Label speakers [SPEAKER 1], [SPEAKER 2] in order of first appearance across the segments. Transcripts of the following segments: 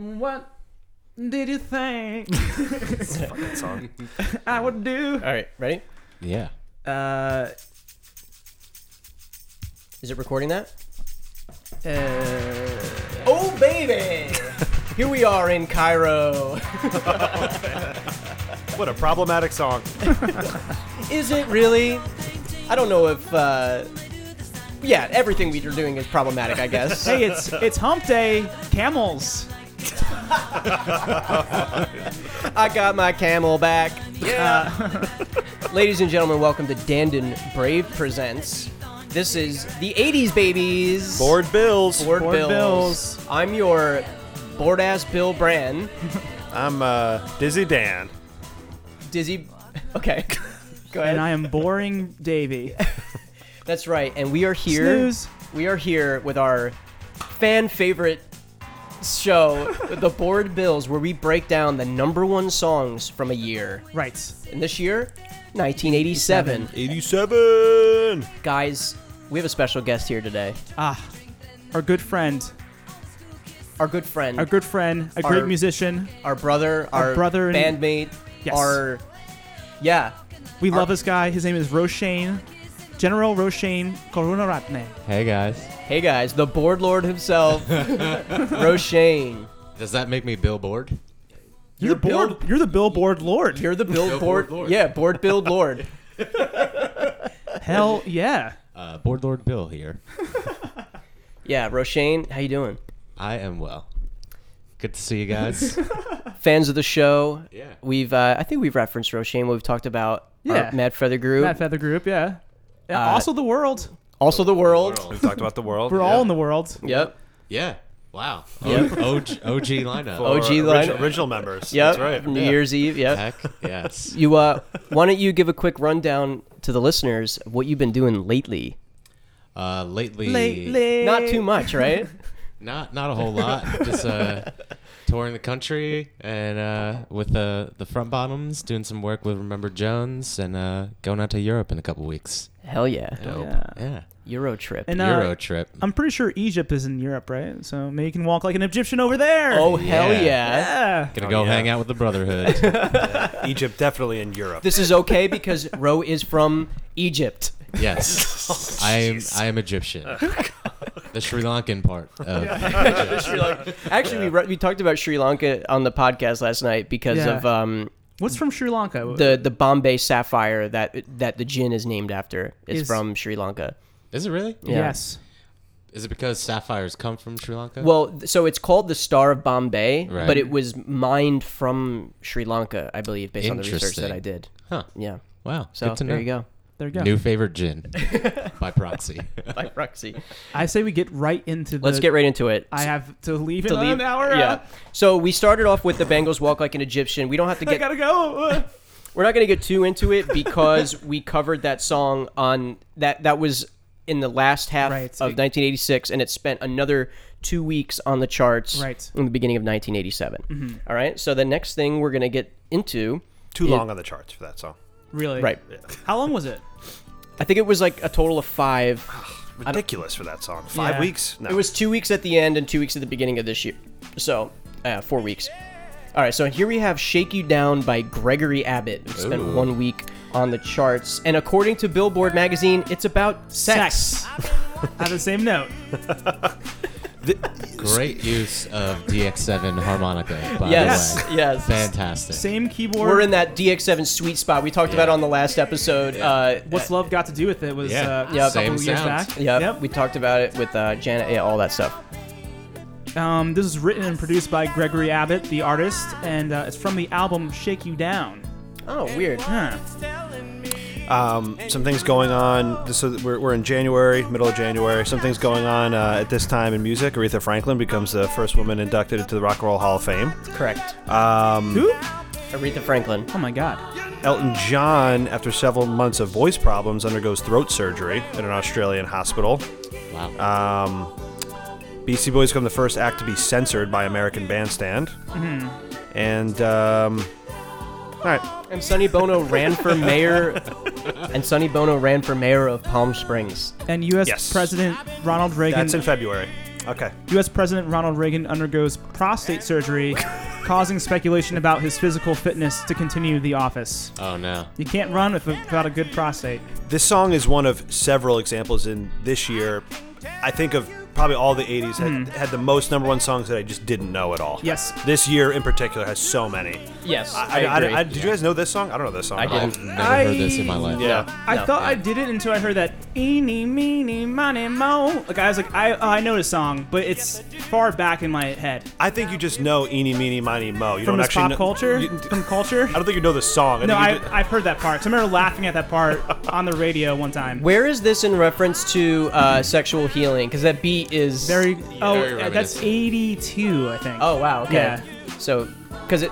[SPEAKER 1] What did you think
[SPEAKER 2] Fucking song.
[SPEAKER 1] I would do?
[SPEAKER 3] All right, ready?
[SPEAKER 4] Yeah.
[SPEAKER 3] Uh, is it recording that?
[SPEAKER 1] Uh,
[SPEAKER 3] Oh, baby! Here we are in Cairo.
[SPEAKER 2] What a problematic song.
[SPEAKER 3] Is it really? I don't know if. Uh, yeah, everything we are doing is problematic, I guess.
[SPEAKER 1] hey, it's it's Hump Day. Camels.
[SPEAKER 3] I got my camel back.
[SPEAKER 1] Yeah.
[SPEAKER 3] Ladies and gentlemen, welcome to Dandon Brave Presents. This is the 80s babies.
[SPEAKER 2] Board Bills.
[SPEAKER 3] Board
[SPEAKER 1] Board
[SPEAKER 3] bills.
[SPEAKER 1] Bills.
[SPEAKER 3] I'm your bored ass Bill Brand.
[SPEAKER 2] I'm uh, Dizzy Dan.
[SPEAKER 3] Dizzy. Okay. Go ahead.
[SPEAKER 1] and I am boring, Davy.
[SPEAKER 3] That's right. And we are here.
[SPEAKER 1] Snooze.
[SPEAKER 3] We are here with our fan favorite show, The Board Bills, where we break down the number one songs from a year.
[SPEAKER 1] Right.
[SPEAKER 3] And this year, 1987.
[SPEAKER 2] 87.
[SPEAKER 3] Guys, we have a special guest here today.
[SPEAKER 1] Ah, our good friend,
[SPEAKER 3] Our good friend,
[SPEAKER 1] our
[SPEAKER 3] our,
[SPEAKER 1] good friend, a great
[SPEAKER 3] Our-
[SPEAKER 1] musician.
[SPEAKER 3] brother,
[SPEAKER 1] our
[SPEAKER 3] our,
[SPEAKER 1] brother and-
[SPEAKER 3] bandmate,
[SPEAKER 1] Yes.
[SPEAKER 3] our. Yeah.
[SPEAKER 1] We
[SPEAKER 3] our-
[SPEAKER 1] love this guy. His name is Roshane, General Roshane Korunaratne.
[SPEAKER 4] Hey guys.
[SPEAKER 3] Hey guys, the board lord himself, Roshane.
[SPEAKER 4] Does that make me billboard?
[SPEAKER 1] You're, the
[SPEAKER 3] Bill-
[SPEAKER 1] You're the Billboard Lord.
[SPEAKER 3] You're the billboard.
[SPEAKER 4] Billboard Lord.
[SPEAKER 3] Yeah, board build lord.
[SPEAKER 1] Hell yeah.
[SPEAKER 4] Uh, board Lord Bill here.
[SPEAKER 3] Yeah, Roshane, how you doing?
[SPEAKER 4] I am well. Good to see you guys.
[SPEAKER 3] Fans of the show.
[SPEAKER 4] Yeah.
[SPEAKER 3] We've uh, I think we've referenced Roshane. We've talked about our
[SPEAKER 1] Yeah.
[SPEAKER 3] Mad Feather Group.
[SPEAKER 1] Matt Feather Group. Yeah. And
[SPEAKER 3] Uh,
[SPEAKER 1] also the world.
[SPEAKER 3] also the world.
[SPEAKER 2] We've talked about the world.
[SPEAKER 1] We're all in the world.
[SPEAKER 3] Yep.
[SPEAKER 4] Yeah. Wow.
[SPEAKER 3] Yep.
[SPEAKER 4] OG, OG lineup.
[SPEAKER 2] Or
[SPEAKER 3] OG
[SPEAKER 2] orig-
[SPEAKER 3] line.
[SPEAKER 2] Original members.
[SPEAKER 3] Yep.
[SPEAKER 2] That's right.
[SPEAKER 3] New Year's Eve. Yep.
[SPEAKER 4] Heck yes.
[SPEAKER 3] You uh, why don't you give a quick rundown to the listeners of what you've been doing lately?
[SPEAKER 4] Uh, lately,
[SPEAKER 1] Lately.
[SPEAKER 3] Not too much, right?
[SPEAKER 4] not not a whole lot. Just uh, touring the country and uh, with uh, the front bottoms, doing some work with Remember Jones, and uh, going out to Europe in a couple weeks.
[SPEAKER 3] Hell yeah.
[SPEAKER 4] Dope.
[SPEAKER 1] Yeah.
[SPEAKER 4] Yeah.
[SPEAKER 3] Euro trip.
[SPEAKER 1] And, uh,
[SPEAKER 4] Euro trip.
[SPEAKER 1] I'm pretty sure Egypt is in Europe, right? So maybe you can walk like an Egyptian over there.
[SPEAKER 3] oh hell
[SPEAKER 4] Yeah.
[SPEAKER 3] yeah.
[SPEAKER 1] yeah.
[SPEAKER 4] Gonna
[SPEAKER 2] Oh,
[SPEAKER 4] go
[SPEAKER 2] yeah.
[SPEAKER 4] hang out with the Brotherhood.
[SPEAKER 2] Egypt definitely in Europe.
[SPEAKER 3] This is okay because Ro is from Egypt.
[SPEAKER 4] yes, I am. I am Egyptian. the Sri Lankan part. Of,
[SPEAKER 3] Actually, we, re- we talked about Sri Lanka on the podcast last night because
[SPEAKER 1] Yeah.
[SPEAKER 3] of um,
[SPEAKER 1] What's from Sri Lanka?
[SPEAKER 3] the the Bombay Sapphire that that the gin is named after. It's
[SPEAKER 1] Is-
[SPEAKER 3] from Sri Lanka.
[SPEAKER 4] Is it really?
[SPEAKER 3] Yeah.
[SPEAKER 1] Yes.
[SPEAKER 4] Is it because sapphires come from Sri Lanka?
[SPEAKER 3] Well, th- so it's called the Star of Bombay,
[SPEAKER 4] Right.
[SPEAKER 3] but it was mined from Sri Lanka, I believe, based on the research that
[SPEAKER 4] Interesting.
[SPEAKER 3] I did.
[SPEAKER 4] huh.
[SPEAKER 3] Yeah.
[SPEAKER 4] Wow.
[SPEAKER 3] So
[SPEAKER 4] Good to
[SPEAKER 3] there
[SPEAKER 4] know.
[SPEAKER 3] you go.
[SPEAKER 1] There you go.
[SPEAKER 4] New favorite gin by proxy.
[SPEAKER 3] By proxy.
[SPEAKER 1] I say we get right into the.
[SPEAKER 3] Let's get right into it.
[SPEAKER 1] I have to leave
[SPEAKER 3] To
[SPEAKER 1] in
[SPEAKER 3] leave-
[SPEAKER 1] an hour.
[SPEAKER 3] Yeah.
[SPEAKER 1] Yeah.
[SPEAKER 3] So we started off with the Bengals walk like an Egyptian. We don't have to
[SPEAKER 1] I
[SPEAKER 3] get
[SPEAKER 1] gotta go.
[SPEAKER 3] We're not going to get too into it because we covered that song on that that was in the last half
[SPEAKER 1] Right.
[SPEAKER 3] of 1986 and it spent another 2 weeks on the charts
[SPEAKER 1] Right. Mm-hmm.
[SPEAKER 3] in the beginning of 1987. All right? So the next thing we're going to get into
[SPEAKER 2] Too
[SPEAKER 3] It-
[SPEAKER 2] long on the charts for that song.
[SPEAKER 1] really?
[SPEAKER 3] right.
[SPEAKER 1] How long was it?
[SPEAKER 3] I think it was like a total of 5.
[SPEAKER 2] Ridiculous for that song. Five
[SPEAKER 1] Yeah.
[SPEAKER 2] weeks? No.
[SPEAKER 3] It was 2 weeks at the end and 2 weeks at the beginning of this year. So, uh, 4 weeks. All right, so here we have Shake You Down by Gregory Abbott. It spent
[SPEAKER 4] Ooh.
[SPEAKER 3] 1 week on the charts and according to Billboard magazine, it's about sex.
[SPEAKER 1] I have the same note.
[SPEAKER 4] Great use of DX7 harmonica. By
[SPEAKER 3] Yes,
[SPEAKER 4] the way.
[SPEAKER 3] yes.
[SPEAKER 4] Fantastic.
[SPEAKER 1] Same keyboard.
[SPEAKER 3] We're in that DX7 sweet spot we talked about on the last episode. Uh,
[SPEAKER 1] What's love got to do with it? Was
[SPEAKER 4] Yeah.
[SPEAKER 1] uh,
[SPEAKER 3] Yep.
[SPEAKER 1] a couple
[SPEAKER 4] Same
[SPEAKER 1] years
[SPEAKER 4] sounds.
[SPEAKER 1] back.
[SPEAKER 3] Yep, we talked about it with uh, Janet, yeah, all that stuff.
[SPEAKER 1] Um, this is written and produced by Gregory Abbott, the artist, and uh, it's from the album Shake You Down.
[SPEAKER 3] Oh, weird.
[SPEAKER 1] Huh.
[SPEAKER 2] um, some things going on. this- So that we're, we're in January, middle of January. Some things going on uh, at this time in music. Aretha Franklin becomes the first woman inducted into the Rock and Roll Hall of Fame.
[SPEAKER 3] Correct. Hmm.
[SPEAKER 2] Um,
[SPEAKER 1] Who?
[SPEAKER 3] Aretha Franklin.
[SPEAKER 1] Oh my God.
[SPEAKER 2] Elton John, after several months of voice problems, undergoes throat surgery at an Australian hospital.
[SPEAKER 4] Wow.
[SPEAKER 2] Um, BC Boys become the first act to be censored by American Bandstand.
[SPEAKER 3] Mm-hmm.
[SPEAKER 2] And, um, all right.
[SPEAKER 3] And Sonny Bono ran for mayor. and Sonny Bono ran for mayor of Palm Springs.
[SPEAKER 1] And U.S.
[SPEAKER 2] Yes.
[SPEAKER 1] President Ronald Reagan
[SPEAKER 2] That's in February. Okay.
[SPEAKER 1] U.S. President Ronald Reagan undergoes prostate surgery, causing speculation about his physical fitness to continue the office.
[SPEAKER 4] Oh no.
[SPEAKER 1] You can't run if- without a good prostate.
[SPEAKER 2] This song is one of several examples in this year. I think of probably all the 80s had,
[SPEAKER 3] Mm.
[SPEAKER 2] had the most number one songs that I just didn't know at all.
[SPEAKER 1] Yes.
[SPEAKER 2] This year in particular has so many.
[SPEAKER 3] Yes,
[SPEAKER 2] I,
[SPEAKER 3] I,
[SPEAKER 2] I-
[SPEAKER 3] agree.
[SPEAKER 2] I- did you guys know this song? I don't know this song.
[SPEAKER 3] I
[SPEAKER 2] at all.
[SPEAKER 3] didn't.
[SPEAKER 4] I've never heard this in my life.
[SPEAKER 2] Yeah.
[SPEAKER 1] I
[SPEAKER 3] No,
[SPEAKER 1] thought
[SPEAKER 3] yeah.
[SPEAKER 1] I did it until I heard that eeny meeny miny mo. Like I was like, I oh, I know this song, but it's far back in my head
[SPEAKER 2] I think you just know Eeny, Meeny, Miny, Mo. You
[SPEAKER 1] from
[SPEAKER 2] don't
[SPEAKER 1] this
[SPEAKER 2] actually
[SPEAKER 1] pop
[SPEAKER 2] know,
[SPEAKER 1] culture.
[SPEAKER 2] you-
[SPEAKER 1] from culture.
[SPEAKER 2] I don't think you know the song. I
[SPEAKER 1] No,
[SPEAKER 2] think you
[SPEAKER 1] I,
[SPEAKER 2] did-
[SPEAKER 1] I've heard that part. 'cause I remember laughing at that part on the radio one time.
[SPEAKER 3] Where is this in reference to uh, sexual healing? Because that beat is
[SPEAKER 1] Very, oh,
[SPEAKER 4] very
[SPEAKER 1] uh, that's
[SPEAKER 4] reminiscent.
[SPEAKER 1] 82, I think.
[SPEAKER 3] Oh wow. Okay.
[SPEAKER 1] Yeah.
[SPEAKER 3] So, because it,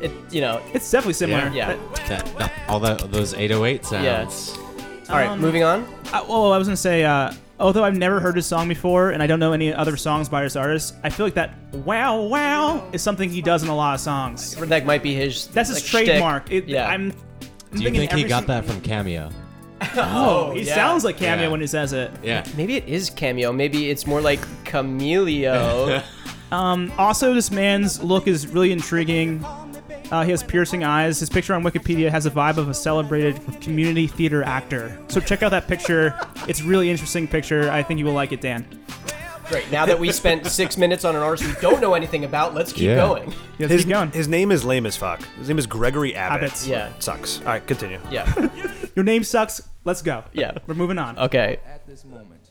[SPEAKER 3] it, you know.
[SPEAKER 1] It's definitely similar.
[SPEAKER 4] Yeah.
[SPEAKER 3] Yeah.
[SPEAKER 1] But-
[SPEAKER 4] That, that, all that those 808
[SPEAKER 3] Yeah.
[SPEAKER 4] sounds.
[SPEAKER 3] All right.
[SPEAKER 1] Um,
[SPEAKER 3] moving on.
[SPEAKER 1] I, well, I was gonna say, uh, although I've never heard his song before, and I don't know any other songs by this artist, I feel like that "wow wow" is something he does in a lot of songs.
[SPEAKER 3] That might be his.
[SPEAKER 1] That's his
[SPEAKER 3] like, shtick.
[SPEAKER 1] trademark. It,
[SPEAKER 3] yeah.
[SPEAKER 1] I'm. I'm
[SPEAKER 4] Do you
[SPEAKER 1] thinking
[SPEAKER 4] think he
[SPEAKER 1] every
[SPEAKER 4] got
[SPEAKER 1] sing-
[SPEAKER 4] that from Cameo?
[SPEAKER 1] Oh, he
[SPEAKER 3] yeah.
[SPEAKER 1] sounds like Cameo
[SPEAKER 4] Yeah.
[SPEAKER 1] when he says it.
[SPEAKER 4] Yeah.
[SPEAKER 3] Maybe it is cameo. Maybe it's more like Camelio.
[SPEAKER 1] Also, this man's look is really intriguing. Uh, he has piercing eyes. His picture on Wikipedia has a vibe of a celebrated community theater actor. So check out that picture. It's a really interesting picture. I think you will like it, Dan.
[SPEAKER 3] Great. Now that we spent six minutes on an artist we don't know anything about, let's keep
[SPEAKER 4] Yeah.
[SPEAKER 3] going.
[SPEAKER 1] Yes,
[SPEAKER 2] his,
[SPEAKER 1] keep going.
[SPEAKER 2] his name is lame as fuck. His name is Gregory Abbott.
[SPEAKER 1] Abbott.
[SPEAKER 3] Yeah.
[SPEAKER 2] Sucks. All right, continue.
[SPEAKER 3] Yeah.
[SPEAKER 1] Your name sucks. Let's go.
[SPEAKER 3] Yeah.
[SPEAKER 1] We're moving on.
[SPEAKER 3] Okay.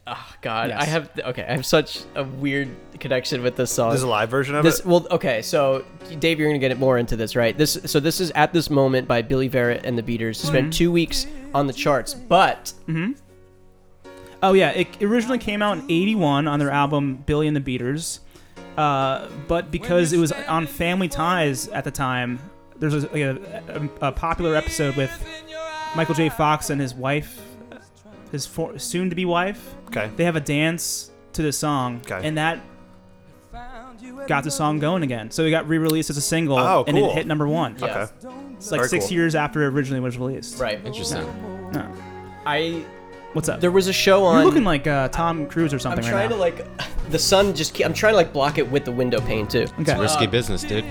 [SPEAKER 3] Oh God,
[SPEAKER 1] Yes.
[SPEAKER 3] I have. Okay, I have such a weird connection with this song.
[SPEAKER 2] This is a live version of
[SPEAKER 3] This
[SPEAKER 2] it.
[SPEAKER 3] well, okay. So, Dave, you're gonna get more into this, right? This. So, this is at this moment by Billy Vera and the Beaters.
[SPEAKER 1] Hmm.
[SPEAKER 3] Spent two weeks on the charts, but
[SPEAKER 1] Oh yeah, it originally came out in '81 on their album Billy and the Beaters, uh, but because it was on Family Ties at the time, there's a, a, a, a popular episode with Michael J. Fox and his wife, his for, soon-to-be wife.
[SPEAKER 2] Okay.
[SPEAKER 1] They have a dance to the song,
[SPEAKER 2] Okay.
[SPEAKER 1] and that got the song going again. So it got re-released as a single,
[SPEAKER 2] Oh,
[SPEAKER 1] and it
[SPEAKER 2] cool.
[SPEAKER 1] hit number one.
[SPEAKER 3] yeah,
[SPEAKER 2] Okay.
[SPEAKER 1] It's like
[SPEAKER 2] Very
[SPEAKER 1] six
[SPEAKER 2] cool.
[SPEAKER 1] years after it originally was released.
[SPEAKER 3] right.
[SPEAKER 4] Interesting.
[SPEAKER 1] No.
[SPEAKER 3] I
[SPEAKER 1] What's up?
[SPEAKER 3] there was a show on.
[SPEAKER 1] You're looking like uh, Tom Cruise or
[SPEAKER 3] I'm
[SPEAKER 1] something right
[SPEAKER 3] trying
[SPEAKER 1] now.
[SPEAKER 3] to like. The sun just. Keep, I'm trying to like block it with the window pane too.
[SPEAKER 1] okay.
[SPEAKER 4] Risky
[SPEAKER 3] Uh,
[SPEAKER 4] business, dude.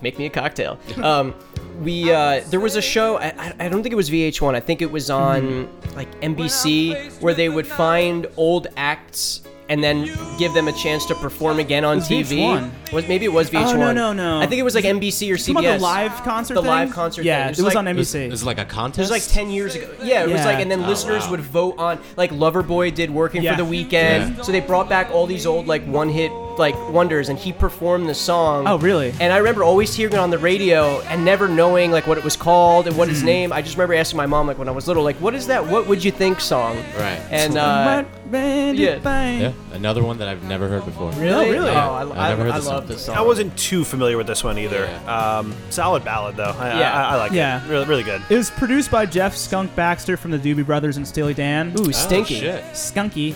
[SPEAKER 3] Make me a cocktail. Um, we uh, there was a show. I, I- I don't think it was VH1. I think it was on
[SPEAKER 1] Hmm.
[SPEAKER 3] like NBC where they would find old acts and then give them a chance to perform again on
[SPEAKER 1] was
[SPEAKER 3] TV.
[SPEAKER 1] VH1.
[SPEAKER 3] Was maybe it was VH1?
[SPEAKER 1] Oh, no, no.
[SPEAKER 3] I think it was like NBC or CBS.
[SPEAKER 1] Talking about the live concert
[SPEAKER 3] The
[SPEAKER 1] thing?
[SPEAKER 3] live concert
[SPEAKER 1] yeah
[SPEAKER 3] thing.
[SPEAKER 1] it
[SPEAKER 3] It's
[SPEAKER 1] was
[SPEAKER 3] like-
[SPEAKER 1] on
[SPEAKER 4] It was,
[SPEAKER 1] nbc
[SPEAKER 4] it was like a
[SPEAKER 3] It was
[SPEAKER 4] contest.
[SPEAKER 3] like ten years ago. Yeah, it was
[SPEAKER 1] Yeah.
[SPEAKER 3] like, and then
[SPEAKER 4] Oh,
[SPEAKER 3] listeners
[SPEAKER 4] wow.
[SPEAKER 3] would vote on like Loverboy did "Working
[SPEAKER 1] Yeah.
[SPEAKER 3] for the Weekend,"
[SPEAKER 4] Yeah.
[SPEAKER 3] so they brought back all these old like one-hit like wonders, and he performed the song.
[SPEAKER 1] Oh, really?
[SPEAKER 3] And I remember always hearing it on the radio and never knowing like what it was called and what its name. I just remember asking my mom like when I was little, like, "What is that? What would you think song?"
[SPEAKER 4] Right.
[SPEAKER 3] And uh, yeah.
[SPEAKER 4] yeah. Another one that I've never heard before.
[SPEAKER 1] Oh, really?
[SPEAKER 3] Oh,
[SPEAKER 1] Yeah.
[SPEAKER 3] I,
[SPEAKER 4] I've
[SPEAKER 3] I,
[SPEAKER 4] never heard
[SPEAKER 3] I
[SPEAKER 4] this
[SPEAKER 3] love
[SPEAKER 4] song.
[SPEAKER 3] this song.
[SPEAKER 2] I wasn't too familiar with this one either.
[SPEAKER 4] Yeah.
[SPEAKER 2] Um, solid ballad though. I,
[SPEAKER 3] Yeah.
[SPEAKER 2] I, I like
[SPEAKER 1] Yeah.
[SPEAKER 2] it. Really, really good.
[SPEAKER 1] It was produced by Jeff Skunk Baxter from the Doobie Brothers and Steely Dan.
[SPEAKER 3] Ooh,
[SPEAKER 4] Oh,
[SPEAKER 3] stinky.
[SPEAKER 4] shit.
[SPEAKER 1] Skunky.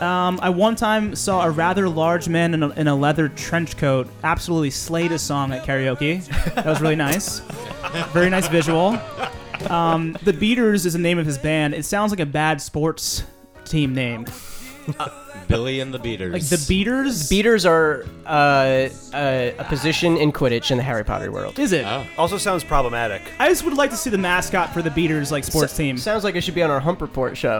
[SPEAKER 1] Um, I one time saw a rather large man in a, in a leather trench coat absolutely slayed a song at karaoke. That was really nice. Very nice visual. Um, the Beaters is the name of his band. It sounds like a bad sports team name.
[SPEAKER 4] Billy and the Beaters.
[SPEAKER 1] Like the Beaters?
[SPEAKER 3] Beaters are uh, uh, a position in Quidditch in the Harry Potter world.
[SPEAKER 1] is it?
[SPEAKER 4] Oh.
[SPEAKER 2] Also sounds problematic.
[SPEAKER 1] I just would like to see the mascot for the Beaters, like sports team.
[SPEAKER 3] Sounds like it should be on our Hump Report show.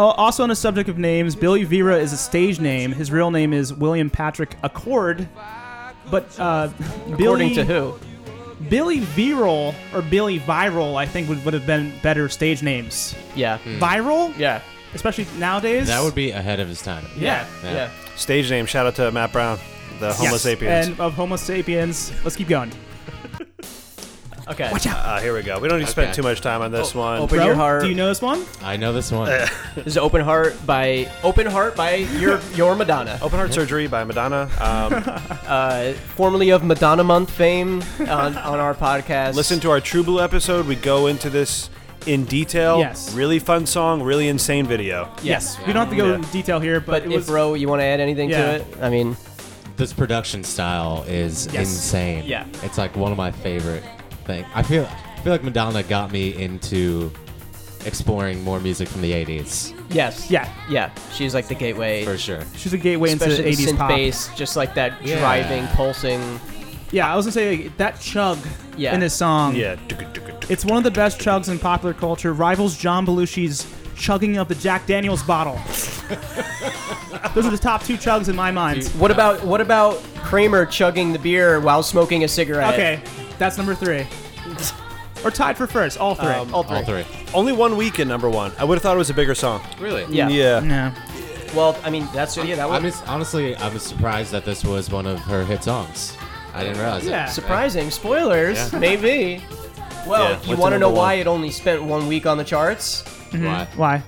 [SPEAKER 1] Oh, also on the subject of names, Billy Vera is a stage name. His real name is William Patrick Accord. But uh, Billy,
[SPEAKER 3] According to who?
[SPEAKER 1] Billy Viral or Billy Viral, I think would, would have been better stage names.
[SPEAKER 3] Yeah.
[SPEAKER 1] Hmm. Viral,
[SPEAKER 3] Yeah.
[SPEAKER 1] especially nowadays.
[SPEAKER 4] that would be ahead of his time.
[SPEAKER 1] yeah.
[SPEAKER 4] Yeah.
[SPEAKER 3] Yeah.
[SPEAKER 2] Stage name. Shout out to Matt Brown, the Homo
[SPEAKER 1] Yes.
[SPEAKER 2] sapiens.
[SPEAKER 1] and of Homo sapiens. Let's keep going.
[SPEAKER 3] Okay.
[SPEAKER 2] uh, here we go. We don't need to spend
[SPEAKER 4] Okay.
[SPEAKER 2] too much time on this one.
[SPEAKER 3] Oh, open-
[SPEAKER 1] Bro,
[SPEAKER 3] your heart.
[SPEAKER 1] do you know this one?
[SPEAKER 4] I know this one.
[SPEAKER 3] This is Open Heart by Open Heart by your your Madonna.
[SPEAKER 2] Open heart surgery by Madonna. Um,
[SPEAKER 3] Uh, formerly of Madonna Month fame on, on our podcast.
[SPEAKER 2] listen to our True Blue episode. We go into this in detail.
[SPEAKER 1] Yes.
[SPEAKER 2] Really fun song. Really insane video.
[SPEAKER 1] Yes. We don't have to go
[SPEAKER 2] Yeah.
[SPEAKER 1] in detail here, but,
[SPEAKER 3] but
[SPEAKER 1] it
[SPEAKER 3] if
[SPEAKER 1] was
[SPEAKER 3] bro, you want to add anything
[SPEAKER 1] Yeah.
[SPEAKER 3] to it? I mean,
[SPEAKER 4] this production style is
[SPEAKER 1] Yes.
[SPEAKER 4] insane.
[SPEAKER 1] Yeah.
[SPEAKER 4] It's like one of my favorite things. I feel I feel like Madonna got me into exploring more music from the 80s.
[SPEAKER 3] Yes.
[SPEAKER 1] Yeah.
[SPEAKER 3] Yeah. She's like the gateway.
[SPEAKER 4] for sure.
[SPEAKER 1] She's a gateway into
[SPEAKER 3] Especially the
[SPEAKER 1] 80s
[SPEAKER 3] synth
[SPEAKER 1] pop.
[SPEAKER 3] bass, just like that
[SPEAKER 4] Yeah.
[SPEAKER 3] driving, pulsing.
[SPEAKER 1] Yeah, I was gonna say like, that chug
[SPEAKER 3] Yeah.
[SPEAKER 1] in this song.
[SPEAKER 2] Yeah.
[SPEAKER 1] It's one of the best chugs in popular culture. Rivals John Belushi's chugging of the Jack Daniels bottle. Those are the top two chugs in my mind.
[SPEAKER 3] What about what about Kramer chugging the beer while smoking a cigarette?
[SPEAKER 1] Okay, that's number three. Or tied for first, all three.
[SPEAKER 3] All three.
[SPEAKER 4] All three.
[SPEAKER 2] Only one week in number one. I would have thought it was a bigger song.
[SPEAKER 4] Really?
[SPEAKER 3] Yeah.
[SPEAKER 2] Yeah.
[SPEAKER 1] no.
[SPEAKER 3] Well, I mean, that's yeah, that
[SPEAKER 4] I'm
[SPEAKER 3] was
[SPEAKER 4] just, honestly, I was surprised that this was one of her hit songs. I didn't realize
[SPEAKER 1] Yeah.
[SPEAKER 4] it.
[SPEAKER 3] surprising. Spoilers,
[SPEAKER 4] Yeah.
[SPEAKER 3] maybe. Well,
[SPEAKER 2] Yeah, went
[SPEAKER 3] you
[SPEAKER 2] to
[SPEAKER 3] want
[SPEAKER 2] number
[SPEAKER 3] to know why
[SPEAKER 2] one.
[SPEAKER 3] it only spent one week on the charts?
[SPEAKER 4] Why?
[SPEAKER 1] Why?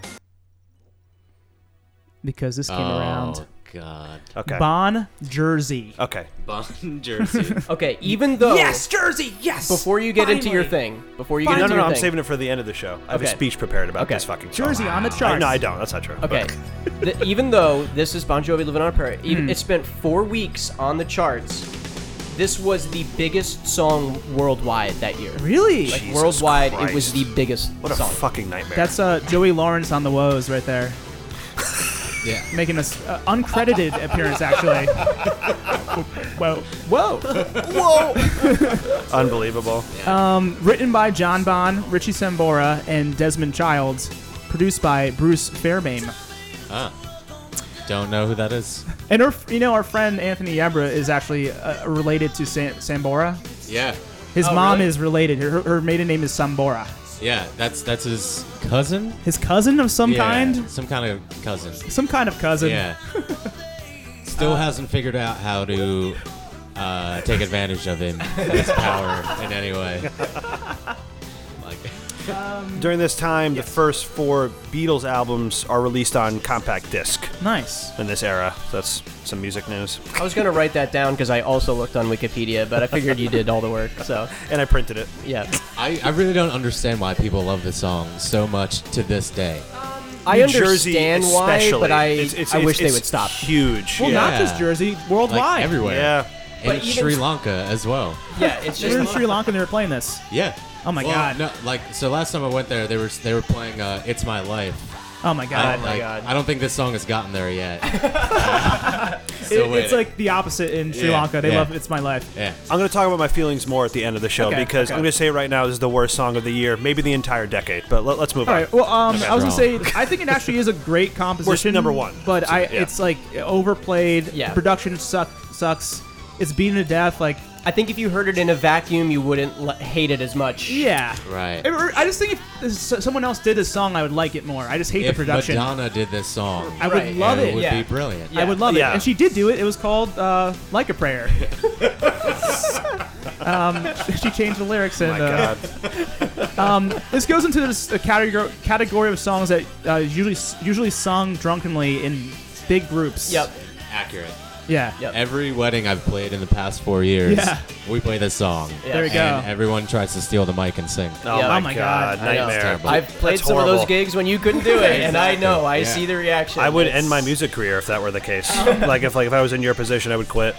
[SPEAKER 1] Because this came around.
[SPEAKER 4] Oh God.
[SPEAKER 2] Okay. Oh.
[SPEAKER 1] Bon Jersey.
[SPEAKER 2] okay.
[SPEAKER 4] Bon Jersey.
[SPEAKER 3] Okay, even though
[SPEAKER 1] Jersey, yes!
[SPEAKER 3] before you get into your
[SPEAKER 1] Finally.
[SPEAKER 3] thing, before you get
[SPEAKER 2] No,
[SPEAKER 3] into
[SPEAKER 2] no,
[SPEAKER 3] your
[SPEAKER 2] no. I'm
[SPEAKER 3] thing.
[SPEAKER 2] saving it for the end of the show. I have
[SPEAKER 3] Okay.
[SPEAKER 2] a speech prepared about
[SPEAKER 3] Okay.
[SPEAKER 2] this fucking song.
[SPEAKER 1] Jersey on the
[SPEAKER 2] I,
[SPEAKER 1] charts.
[SPEAKER 2] no, I don't. That's not true.
[SPEAKER 3] Okay. The- even though this is Bon Jovi Living on a Prayer,
[SPEAKER 2] Hmm.
[SPEAKER 3] even, it spent four weeks on the charts. This was the biggest song worldwide that year.
[SPEAKER 1] Really?
[SPEAKER 3] Like
[SPEAKER 2] Jesus
[SPEAKER 3] worldwide, it was
[SPEAKER 2] Christ.
[SPEAKER 3] the biggest
[SPEAKER 2] What a
[SPEAKER 3] song.
[SPEAKER 2] fucking nightmare.
[SPEAKER 1] That's uh, Joey Lawrence on the woes right there,
[SPEAKER 4] yeah.
[SPEAKER 1] making an uh, uncredited appearance actually. Whoa, whoa!
[SPEAKER 2] unbelievable.
[SPEAKER 1] Written by John Bon, Richie Sambora, and Desmond Childs. Produced by Bruce Fairbaim.
[SPEAKER 4] Ah. Don't know who that is.
[SPEAKER 1] And our, you know, our friend Anthony Yebra is actually uh, related to Sam- Sambora.
[SPEAKER 4] Yeah.
[SPEAKER 1] His mom
[SPEAKER 3] really?
[SPEAKER 1] is related. Her, her maiden name is Sambora.
[SPEAKER 4] Yeah. That's that's his cousin.
[SPEAKER 1] His cousin of some
[SPEAKER 4] Yeah,
[SPEAKER 1] kind.
[SPEAKER 4] Some kind of cousin.
[SPEAKER 1] Some kind of cousin.
[SPEAKER 4] Yeah. Still hasn't figured out how to uh, take advantage of him, his power in any way. Like,
[SPEAKER 2] During this time, the first four Beatles albums are released on compact disc
[SPEAKER 1] Nice.
[SPEAKER 2] in this era. So that's some music news.
[SPEAKER 3] I was gonna write that down because I also looked on Wikipedia, but I figured you did all the work. So
[SPEAKER 2] And I printed it.
[SPEAKER 3] yeah,
[SPEAKER 4] I, I really don't understand why people love this song so much to this day.
[SPEAKER 3] I
[SPEAKER 2] New
[SPEAKER 3] understand
[SPEAKER 2] Jersey
[SPEAKER 3] why,
[SPEAKER 2] especially.
[SPEAKER 3] but I
[SPEAKER 2] It's- it's-
[SPEAKER 3] I
[SPEAKER 2] it's-
[SPEAKER 3] wish they
[SPEAKER 2] it's
[SPEAKER 3] would stop.
[SPEAKER 2] Huge.
[SPEAKER 1] Well,
[SPEAKER 2] yeah.
[SPEAKER 1] not just Jersey, worldwide.
[SPEAKER 4] Like everywhere.
[SPEAKER 2] Yeah.
[SPEAKER 4] And
[SPEAKER 3] But even-
[SPEAKER 4] Sri Lanka as well.
[SPEAKER 3] Yeah, it's
[SPEAKER 1] They were in
[SPEAKER 3] just
[SPEAKER 1] Sri Lanka and they were playing this.
[SPEAKER 4] Yeah.
[SPEAKER 1] Oh my
[SPEAKER 4] Well,
[SPEAKER 1] God.
[SPEAKER 4] No, like so last time I went there, they were they were playing uh, "It's My Life."
[SPEAKER 1] Oh my
[SPEAKER 4] I,
[SPEAKER 1] god.
[SPEAKER 4] like,
[SPEAKER 3] God.
[SPEAKER 4] I don't think this song has gotten there yet.
[SPEAKER 1] It-
[SPEAKER 4] Still
[SPEAKER 1] it's
[SPEAKER 4] waiting.
[SPEAKER 1] like the opposite in Sri
[SPEAKER 4] Yeah,
[SPEAKER 1] Lanka. They
[SPEAKER 4] yeah.
[SPEAKER 1] love It's My Life.
[SPEAKER 4] yeah.
[SPEAKER 2] I'm going to talk about my feelings more at the end of the show
[SPEAKER 1] Okay,
[SPEAKER 2] because
[SPEAKER 1] okay.
[SPEAKER 2] I'm going to say right now this is the worst song of the year, maybe the entire decade. But let, us move
[SPEAKER 1] All
[SPEAKER 2] on.
[SPEAKER 1] right. Well, um, I was gonna say,
[SPEAKER 4] wrong.
[SPEAKER 1] I think it actually is a great composition.
[SPEAKER 2] number one.
[SPEAKER 1] But I,
[SPEAKER 2] Yeah.
[SPEAKER 1] it's like overplayed.
[SPEAKER 3] Yeah.
[SPEAKER 1] Production suck, sucks. It's beaten to death. Like,
[SPEAKER 3] I think if you heard it in a vacuum, you wouldn't l- hate it as much.
[SPEAKER 1] yeah.
[SPEAKER 4] Right.
[SPEAKER 1] I, I just think if this- someone else did this song, I would like it more. I just hate
[SPEAKER 4] If
[SPEAKER 1] the production.
[SPEAKER 4] Madonna did this song,
[SPEAKER 1] I would
[SPEAKER 3] Right.
[SPEAKER 1] love
[SPEAKER 4] it
[SPEAKER 1] it.
[SPEAKER 4] would
[SPEAKER 3] yeah.
[SPEAKER 4] be brilliant.
[SPEAKER 1] I would love
[SPEAKER 2] Yeah.
[SPEAKER 1] it. And she did do it. It was called uh, Like a Prayer. um, she changed the lyrics and
[SPEAKER 2] My
[SPEAKER 1] uh,
[SPEAKER 2] God.
[SPEAKER 1] This goes into this uh, category category of songs that uh, is usually usually sung drunkenly in big groups.
[SPEAKER 3] Yep.
[SPEAKER 4] Accurate.
[SPEAKER 1] Yeah.
[SPEAKER 3] Yep.
[SPEAKER 4] Every wedding I've played in the past four years,
[SPEAKER 1] Yeah.
[SPEAKER 4] we play this song.
[SPEAKER 3] Yeah.
[SPEAKER 1] There we
[SPEAKER 4] And
[SPEAKER 1] go.
[SPEAKER 4] everyone tries to steal the mic and sing.
[SPEAKER 2] Oh,
[SPEAKER 3] Yeah.
[SPEAKER 2] my,
[SPEAKER 1] Oh my
[SPEAKER 2] God.
[SPEAKER 1] God.
[SPEAKER 3] I know.
[SPEAKER 2] Nightmare.
[SPEAKER 4] Terrible.
[SPEAKER 3] I've played
[SPEAKER 2] That's
[SPEAKER 3] some of
[SPEAKER 2] horrible.
[SPEAKER 3] those gigs when you couldn't do it, and I know. I
[SPEAKER 4] Yeah.
[SPEAKER 3] see the reaction.
[SPEAKER 2] I would
[SPEAKER 3] It's-
[SPEAKER 2] end my music career if that were the case.
[SPEAKER 3] Oh.
[SPEAKER 2] like if like if I was in your position, I would quit.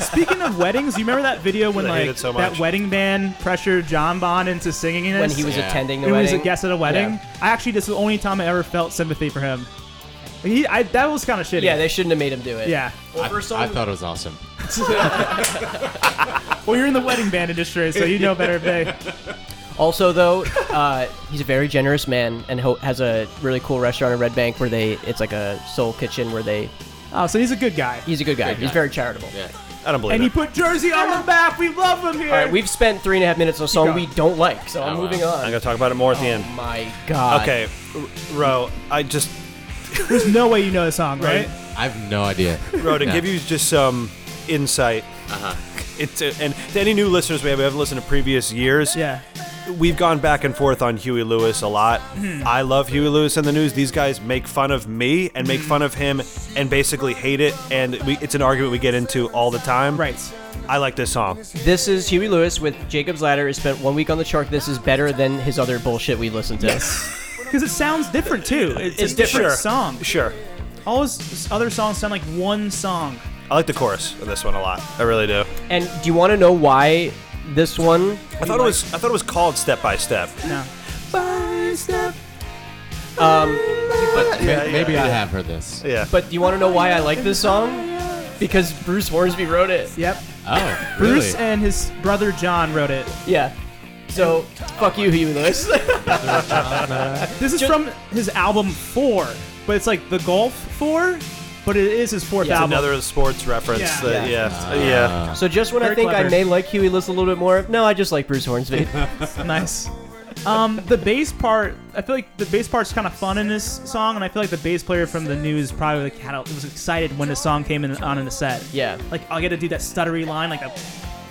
[SPEAKER 1] Speaking of weddings, you remember that video when
[SPEAKER 2] I hate
[SPEAKER 1] like
[SPEAKER 2] it so
[SPEAKER 1] that
[SPEAKER 2] much.
[SPEAKER 1] wedding band pressured John Bond into singing in
[SPEAKER 3] when
[SPEAKER 1] this?
[SPEAKER 3] he was
[SPEAKER 4] Yeah.
[SPEAKER 3] attending the
[SPEAKER 1] It was a
[SPEAKER 3] wedding.
[SPEAKER 1] guest at a wedding.
[SPEAKER 3] Yeah.
[SPEAKER 1] I actually this is the only time I ever felt sympathy for him. He, I, that was kind of shitty.
[SPEAKER 3] Yeah, they shouldn't have made him do it.
[SPEAKER 1] yeah.
[SPEAKER 3] Well,
[SPEAKER 4] I,
[SPEAKER 3] first
[SPEAKER 4] I
[SPEAKER 3] song-
[SPEAKER 4] thought it was awesome.
[SPEAKER 1] Well, you're in the wedding band industry, so you know better. If they,
[SPEAKER 3] Also, though, uh, he's a very generous man and ho- has a really cool restaurant in Red Bank where they it's like a soul kitchen where they
[SPEAKER 1] oh, so he's a good guy.
[SPEAKER 3] he's a good guy.
[SPEAKER 4] Good
[SPEAKER 3] He's
[SPEAKER 4] guy.
[SPEAKER 3] very charitable.
[SPEAKER 2] I don't believe
[SPEAKER 1] And he
[SPEAKER 2] it.
[SPEAKER 1] put Jersey on the map. We love him here.
[SPEAKER 3] All right, we've spent three and a half minutes on a song
[SPEAKER 1] going.
[SPEAKER 3] we don't like, so I'm
[SPEAKER 4] Oh, wow.
[SPEAKER 3] moving
[SPEAKER 2] I'm
[SPEAKER 3] on.
[SPEAKER 2] gonna talk about it more at the
[SPEAKER 3] Oh
[SPEAKER 2] end.
[SPEAKER 3] my god.
[SPEAKER 2] Okay, R- Ro, I just
[SPEAKER 1] There's no way you know the song, right?
[SPEAKER 4] I have no idea.
[SPEAKER 2] Ro to
[SPEAKER 4] No.
[SPEAKER 2] give you just some insight. It's uh, and to any new listeners we have, we haven't listened to previous years.
[SPEAKER 1] Yeah.
[SPEAKER 2] we've gone back and forth on Huey Lewis a lot. I love Huey Lewis in the news. These guys make fun of me and make fun of him and basically hate it. And we, it's an argument we get into all the time.
[SPEAKER 1] Right.
[SPEAKER 2] I like this song.
[SPEAKER 3] This is Huey Lewis with Jacob's Ladder. He spent one week on the chart. This is better than his other bullshit we listened to.
[SPEAKER 1] Because it sounds different too. It's,
[SPEAKER 3] It's
[SPEAKER 1] a different
[SPEAKER 2] Sure.
[SPEAKER 1] song.
[SPEAKER 2] Sure.
[SPEAKER 1] All his other songs sound like one song.
[SPEAKER 2] I like the chorus of this one a lot. I really do.
[SPEAKER 3] And do you want to know why this one?
[SPEAKER 2] I thought it was I thought it was called Step by Step.
[SPEAKER 1] No.
[SPEAKER 3] Um,
[SPEAKER 4] But
[SPEAKER 2] Yeah,
[SPEAKER 4] ma-
[SPEAKER 2] yeah,
[SPEAKER 4] maybe I
[SPEAKER 2] yeah.
[SPEAKER 4] have heard this.
[SPEAKER 2] Yeah.
[SPEAKER 3] but do you want to know why I like this song? Because Bruce Hornsby wrote it.
[SPEAKER 1] Yep.
[SPEAKER 4] Oh, really?
[SPEAKER 1] Bruce and his brother John wrote it.
[SPEAKER 3] Yeah. So fuck you, Huey Lewis.
[SPEAKER 1] This is from his album Four, but it's like the Golf Four, but it is his fourth
[SPEAKER 3] Yeah. It's
[SPEAKER 1] album.
[SPEAKER 2] Another sports reference.
[SPEAKER 1] Yeah.
[SPEAKER 2] that- yeah. yeah.
[SPEAKER 3] so just when I
[SPEAKER 1] Very
[SPEAKER 3] think I
[SPEAKER 1] clever.
[SPEAKER 3] may like Huey Lewis a little bit more, no, I just like Bruce Hornsby.
[SPEAKER 1] nice. Um, the bass part, I feel like the bass part's kind of fun in this song, and I feel like the bass player from the news probably like, had a, was excited when the song came in, on in the set.
[SPEAKER 3] yeah.
[SPEAKER 1] Like I'll get to do that stuttery line, like a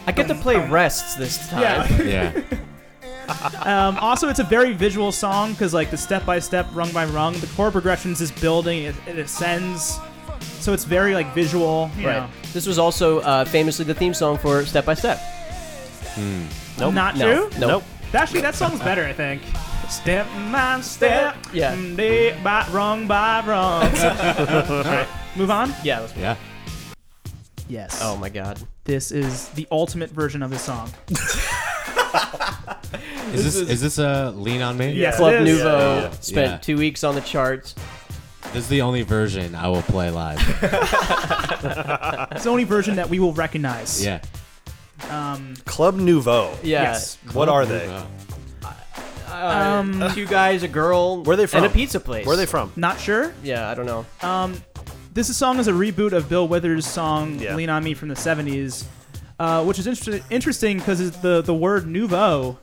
[SPEAKER 3] I get to play rests this time.
[SPEAKER 4] yeah.
[SPEAKER 1] Um, also, it's a very visual song because like the step by step, rung by rung, the chord progressions is building, it, it ascends, so it's very like visual. you
[SPEAKER 3] Right.
[SPEAKER 1] know.
[SPEAKER 3] This was also uh, famously the theme song for Step by Step.
[SPEAKER 2] Nope.
[SPEAKER 1] Not
[SPEAKER 3] No.
[SPEAKER 1] true.
[SPEAKER 3] No.
[SPEAKER 2] Nope.
[SPEAKER 1] Actually, that song's better, I think. Step by step, Mm,
[SPEAKER 3] Yeah.
[SPEAKER 1] day by rung by rung. Alright, Move on.
[SPEAKER 3] Yeah. That's
[SPEAKER 4] Yeah.
[SPEAKER 1] Yes.
[SPEAKER 3] oh my god.
[SPEAKER 1] This is the ultimate version of the song.
[SPEAKER 4] Is this is this a lean on me?
[SPEAKER 1] Yes.
[SPEAKER 3] Club
[SPEAKER 1] It is.
[SPEAKER 3] Nouveau
[SPEAKER 4] Yeah, yeah, yeah.
[SPEAKER 3] spent
[SPEAKER 4] Yeah.
[SPEAKER 3] two weeks on the charts.
[SPEAKER 4] This is the only version I will play live.
[SPEAKER 1] It's the only version that we will recognize.
[SPEAKER 4] Yeah.
[SPEAKER 1] Um,
[SPEAKER 2] Club Nouveau.
[SPEAKER 3] Yeah.
[SPEAKER 1] Yes.
[SPEAKER 2] What are they?
[SPEAKER 4] Wow.
[SPEAKER 3] Uh, two guys, a girl,
[SPEAKER 2] Where are they from?
[SPEAKER 3] and a pizza place.
[SPEAKER 2] Where are they from?
[SPEAKER 1] not sure.
[SPEAKER 3] Yeah, I don't know.
[SPEAKER 1] Uh, This song is a reboot of Bill Withers' song
[SPEAKER 2] Yeah.
[SPEAKER 1] "Lean on Me" from the '70s, uh, which is inter- interesting because the the word "nouveau"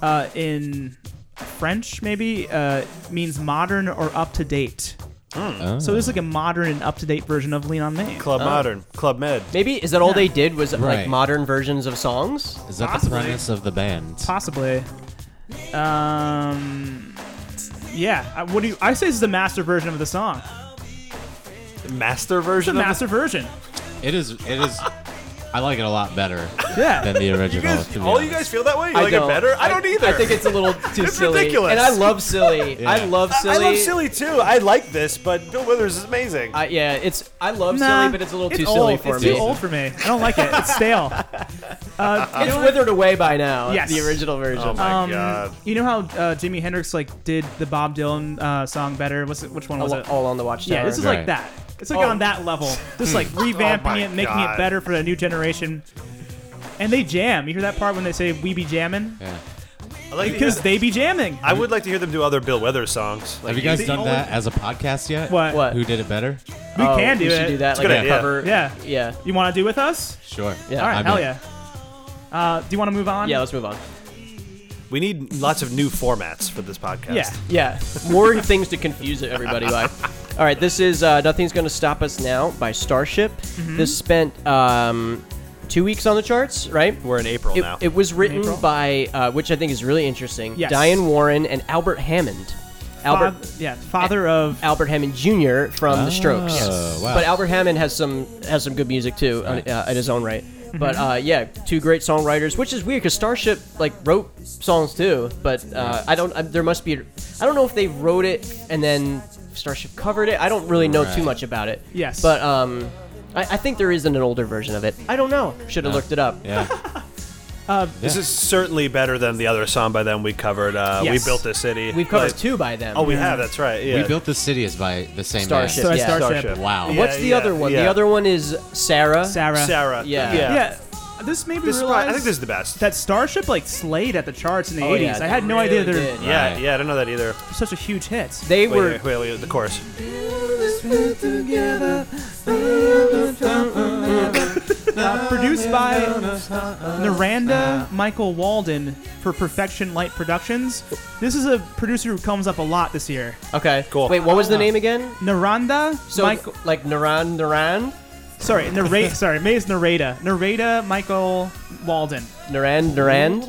[SPEAKER 1] uh, in French maybe uh, means modern or up to date.
[SPEAKER 4] Oh.
[SPEAKER 1] So there's like a modern and up to date version of "Lean on Me."
[SPEAKER 2] Club Modern. Club Med.
[SPEAKER 3] Maybe is that all they did was like
[SPEAKER 4] Right.
[SPEAKER 3] modern versions of songs?
[SPEAKER 4] is that
[SPEAKER 1] Possibly.
[SPEAKER 4] the premise of the band?
[SPEAKER 1] Possibly. Um, yeah. I, what do you? I say this is the master version of the song.
[SPEAKER 2] Master
[SPEAKER 1] The
[SPEAKER 2] version.
[SPEAKER 1] master version.
[SPEAKER 4] It is. It is. I like it a lot better than
[SPEAKER 1] Yeah.
[SPEAKER 4] the original.
[SPEAKER 2] Of you guys,
[SPEAKER 4] to be
[SPEAKER 2] all you
[SPEAKER 4] honest.
[SPEAKER 2] guys feel that way? You like
[SPEAKER 3] don't.
[SPEAKER 2] it better? I, don't either.
[SPEAKER 3] I think it's a little too
[SPEAKER 2] It's
[SPEAKER 3] silly.
[SPEAKER 2] ridiculous.
[SPEAKER 3] And I love silly. I love
[SPEAKER 2] I-
[SPEAKER 3] silly.
[SPEAKER 2] I love silly too. I like this, but Bill Withers is amazing.
[SPEAKER 3] I- yeah, it's I love
[SPEAKER 1] Nah,
[SPEAKER 3] silly, but it's a little too silly
[SPEAKER 1] old.
[SPEAKER 3] for
[SPEAKER 1] it's
[SPEAKER 3] me.
[SPEAKER 1] too old for me. I don't like it. It's stale. Uh,
[SPEAKER 3] It's withered away by now.
[SPEAKER 1] Yes.
[SPEAKER 3] the original version.
[SPEAKER 2] oh my
[SPEAKER 1] Um,
[SPEAKER 2] god.
[SPEAKER 1] You know how uh, Jimi Hendrix like did the Bob Dylan uh, song better? What's it, which one was
[SPEAKER 3] all,
[SPEAKER 1] it?
[SPEAKER 3] all on the watchtower.
[SPEAKER 1] yeah, this is like
[SPEAKER 4] Right.
[SPEAKER 1] that. It's like
[SPEAKER 3] Oh.
[SPEAKER 1] on that level, just like
[SPEAKER 2] Oh my
[SPEAKER 1] revamping it, making
[SPEAKER 2] God.
[SPEAKER 1] it better for the new generation. And they jam. You hear that part when they say "we be jamming"
[SPEAKER 4] Yeah.
[SPEAKER 2] I like
[SPEAKER 1] because
[SPEAKER 2] because
[SPEAKER 1] they be jamming.
[SPEAKER 2] I would like to hear them do other Bill Withers songs. Like,
[SPEAKER 4] Have you guys
[SPEAKER 2] the
[SPEAKER 4] done
[SPEAKER 2] only-
[SPEAKER 4] that as a podcast yet?
[SPEAKER 1] What?
[SPEAKER 3] What?
[SPEAKER 4] Who did it better?
[SPEAKER 1] We
[SPEAKER 3] Oh,
[SPEAKER 1] can do
[SPEAKER 3] we
[SPEAKER 1] it.
[SPEAKER 3] Should do that. Like
[SPEAKER 2] good
[SPEAKER 3] a
[SPEAKER 2] idea.
[SPEAKER 3] cover.
[SPEAKER 1] Yeah.
[SPEAKER 3] Yeah.
[SPEAKER 1] You want to do with us?
[SPEAKER 4] Sure.
[SPEAKER 3] Yeah.
[SPEAKER 1] All right.
[SPEAKER 4] I'm
[SPEAKER 1] hell
[SPEAKER 4] in.
[SPEAKER 1] yeah. Uh, do you want to move on?
[SPEAKER 3] Yeah. Let's move on.
[SPEAKER 2] We need lots of new formats for this podcast.
[SPEAKER 1] Yeah.
[SPEAKER 3] Yeah, more things to confuse everybody by. All right, this is uh, "Nothing's Gonna Stop Us Now" by Starship.
[SPEAKER 1] Mm-hmm.
[SPEAKER 3] This spent um, two weeks on the charts, right?
[SPEAKER 2] We're in April
[SPEAKER 3] It,
[SPEAKER 2] now.
[SPEAKER 3] it was written
[SPEAKER 1] April.
[SPEAKER 3] by, uh, which I think is really interesting,
[SPEAKER 1] Yes.
[SPEAKER 3] Diane Warren and Albert Hammond. Albert
[SPEAKER 1] Fath- yeah. Father of.
[SPEAKER 3] Albert Hammond Jr. from The Strokes.
[SPEAKER 4] Oh, wow.
[SPEAKER 3] But Albert Hammond has some has some good music too on-
[SPEAKER 4] Right.
[SPEAKER 3] uh, in his own right. But uh, yeah, two great songwriters, which is weird because Starship like wrote songs too. But uh, I don't. I, there must be. I don't know if they wrote it and then Starship covered it. I don't really know too
[SPEAKER 4] Right.
[SPEAKER 3] much about it.
[SPEAKER 1] Yes.
[SPEAKER 3] But um, I, I think there is an older version of it. I don't know. Should have looked it up.
[SPEAKER 4] Yeah.
[SPEAKER 2] This is certainly better than the other song by them we covered. Uh,
[SPEAKER 1] Yes.
[SPEAKER 2] We Built This City.
[SPEAKER 3] We've covered
[SPEAKER 2] Like-
[SPEAKER 3] two by them.
[SPEAKER 2] Oh, we have. That's right. Yeah.
[SPEAKER 4] We built the city is by the same
[SPEAKER 3] Starship.
[SPEAKER 1] Sorry,
[SPEAKER 3] yeah.
[SPEAKER 1] Starship.
[SPEAKER 2] Starship.
[SPEAKER 4] Wow.
[SPEAKER 2] Yeah,
[SPEAKER 3] What's the
[SPEAKER 2] yeah,
[SPEAKER 3] other one? The
[SPEAKER 2] yeah.
[SPEAKER 3] other one is Sarah.
[SPEAKER 1] Sarah.
[SPEAKER 2] Sarah.
[SPEAKER 3] Yeah.
[SPEAKER 2] Yeah.
[SPEAKER 1] Yeah. This made me
[SPEAKER 2] This is
[SPEAKER 1] realize.
[SPEAKER 2] probably, I think this is the best.
[SPEAKER 1] that Starship like slayed at the charts in the
[SPEAKER 3] Oh,
[SPEAKER 1] 80s.
[SPEAKER 3] yeah,
[SPEAKER 1] I
[SPEAKER 3] they
[SPEAKER 1] had no idea
[SPEAKER 3] really
[SPEAKER 1] they're
[SPEAKER 3] did.
[SPEAKER 2] yeah,
[SPEAKER 4] Right.
[SPEAKER 2] yeah. I don't know that either.
[SPEAKER 1] such a huge hit.
[SPEAKER 3] They
[SPEAKER 2] Wait,
[SPEAKER 3] were
[SPEAKER 2] wait, wait, wait, the chorus.
[SPEAKER 1] Uh, produced by Naranda Michael Walden for Perfection Light Productions. This is a producer who comes up a lot this year.
[SPEAKER 3] okay.
[SPEAKER 2] Cool.
[SPEAKER 3] Wait, what was the name again?
[SPEAKER 1] Naranda,
[SPEAKER 3] So
[SPEAKER 1] Michael,
[SPEAKER 3] like Naran Naran
[SPEAKER 1] sorry, Narada, sorry, May's Narada, Narada Michael Walden.
[SPEAKER 3] Naran Naran.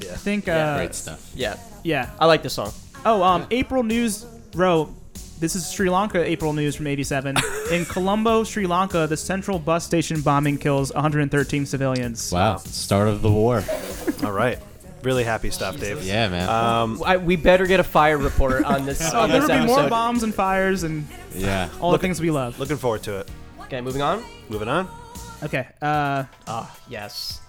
[SPEAKER 1] I think,
[SPEAKER 3] Yeah,
[SPEAKER 1] uh,
[SPEAKER 4] Great stuff.
[SPEAKER 3] Yeah,
[SPEAKER 1] yeah.
[SPEAKER 3] I like this song.
[SPEAKER 1] Oh, um, April News Row. This is Sri Lanka April News from 87. In Colombo, Sri Lanka, the central bus station bombing kills 113 civilians.
[SPEAKER 4] Wow. Start of the war.
[SPEAKER 2] All right. Really happy stuff, Dave.
[SPEAKER 4] Yeah, man.
[SPEAKER 3] I, we better get a fire report on this.
[SPEAKER 1] Uh,
[SPEAKER 3] on
[SPEAKER 1] there
[SPEAKER 3] this
[SPEAKER 1] will be more
[SPEAKER 3] episode.
[SPEAKER 1] bombs and fires and
[SPEAKER 4] yeah.
[SPEAKER 1] all the things we love.
[SPEAKER 2] Looking forward to it.
[SPEAKER 3] Okay, moving on.
[SPEAKER 2] Moving on.
[SPEAKER 1] Okay. Uh,
[SPEAKER 3] Ah, yes.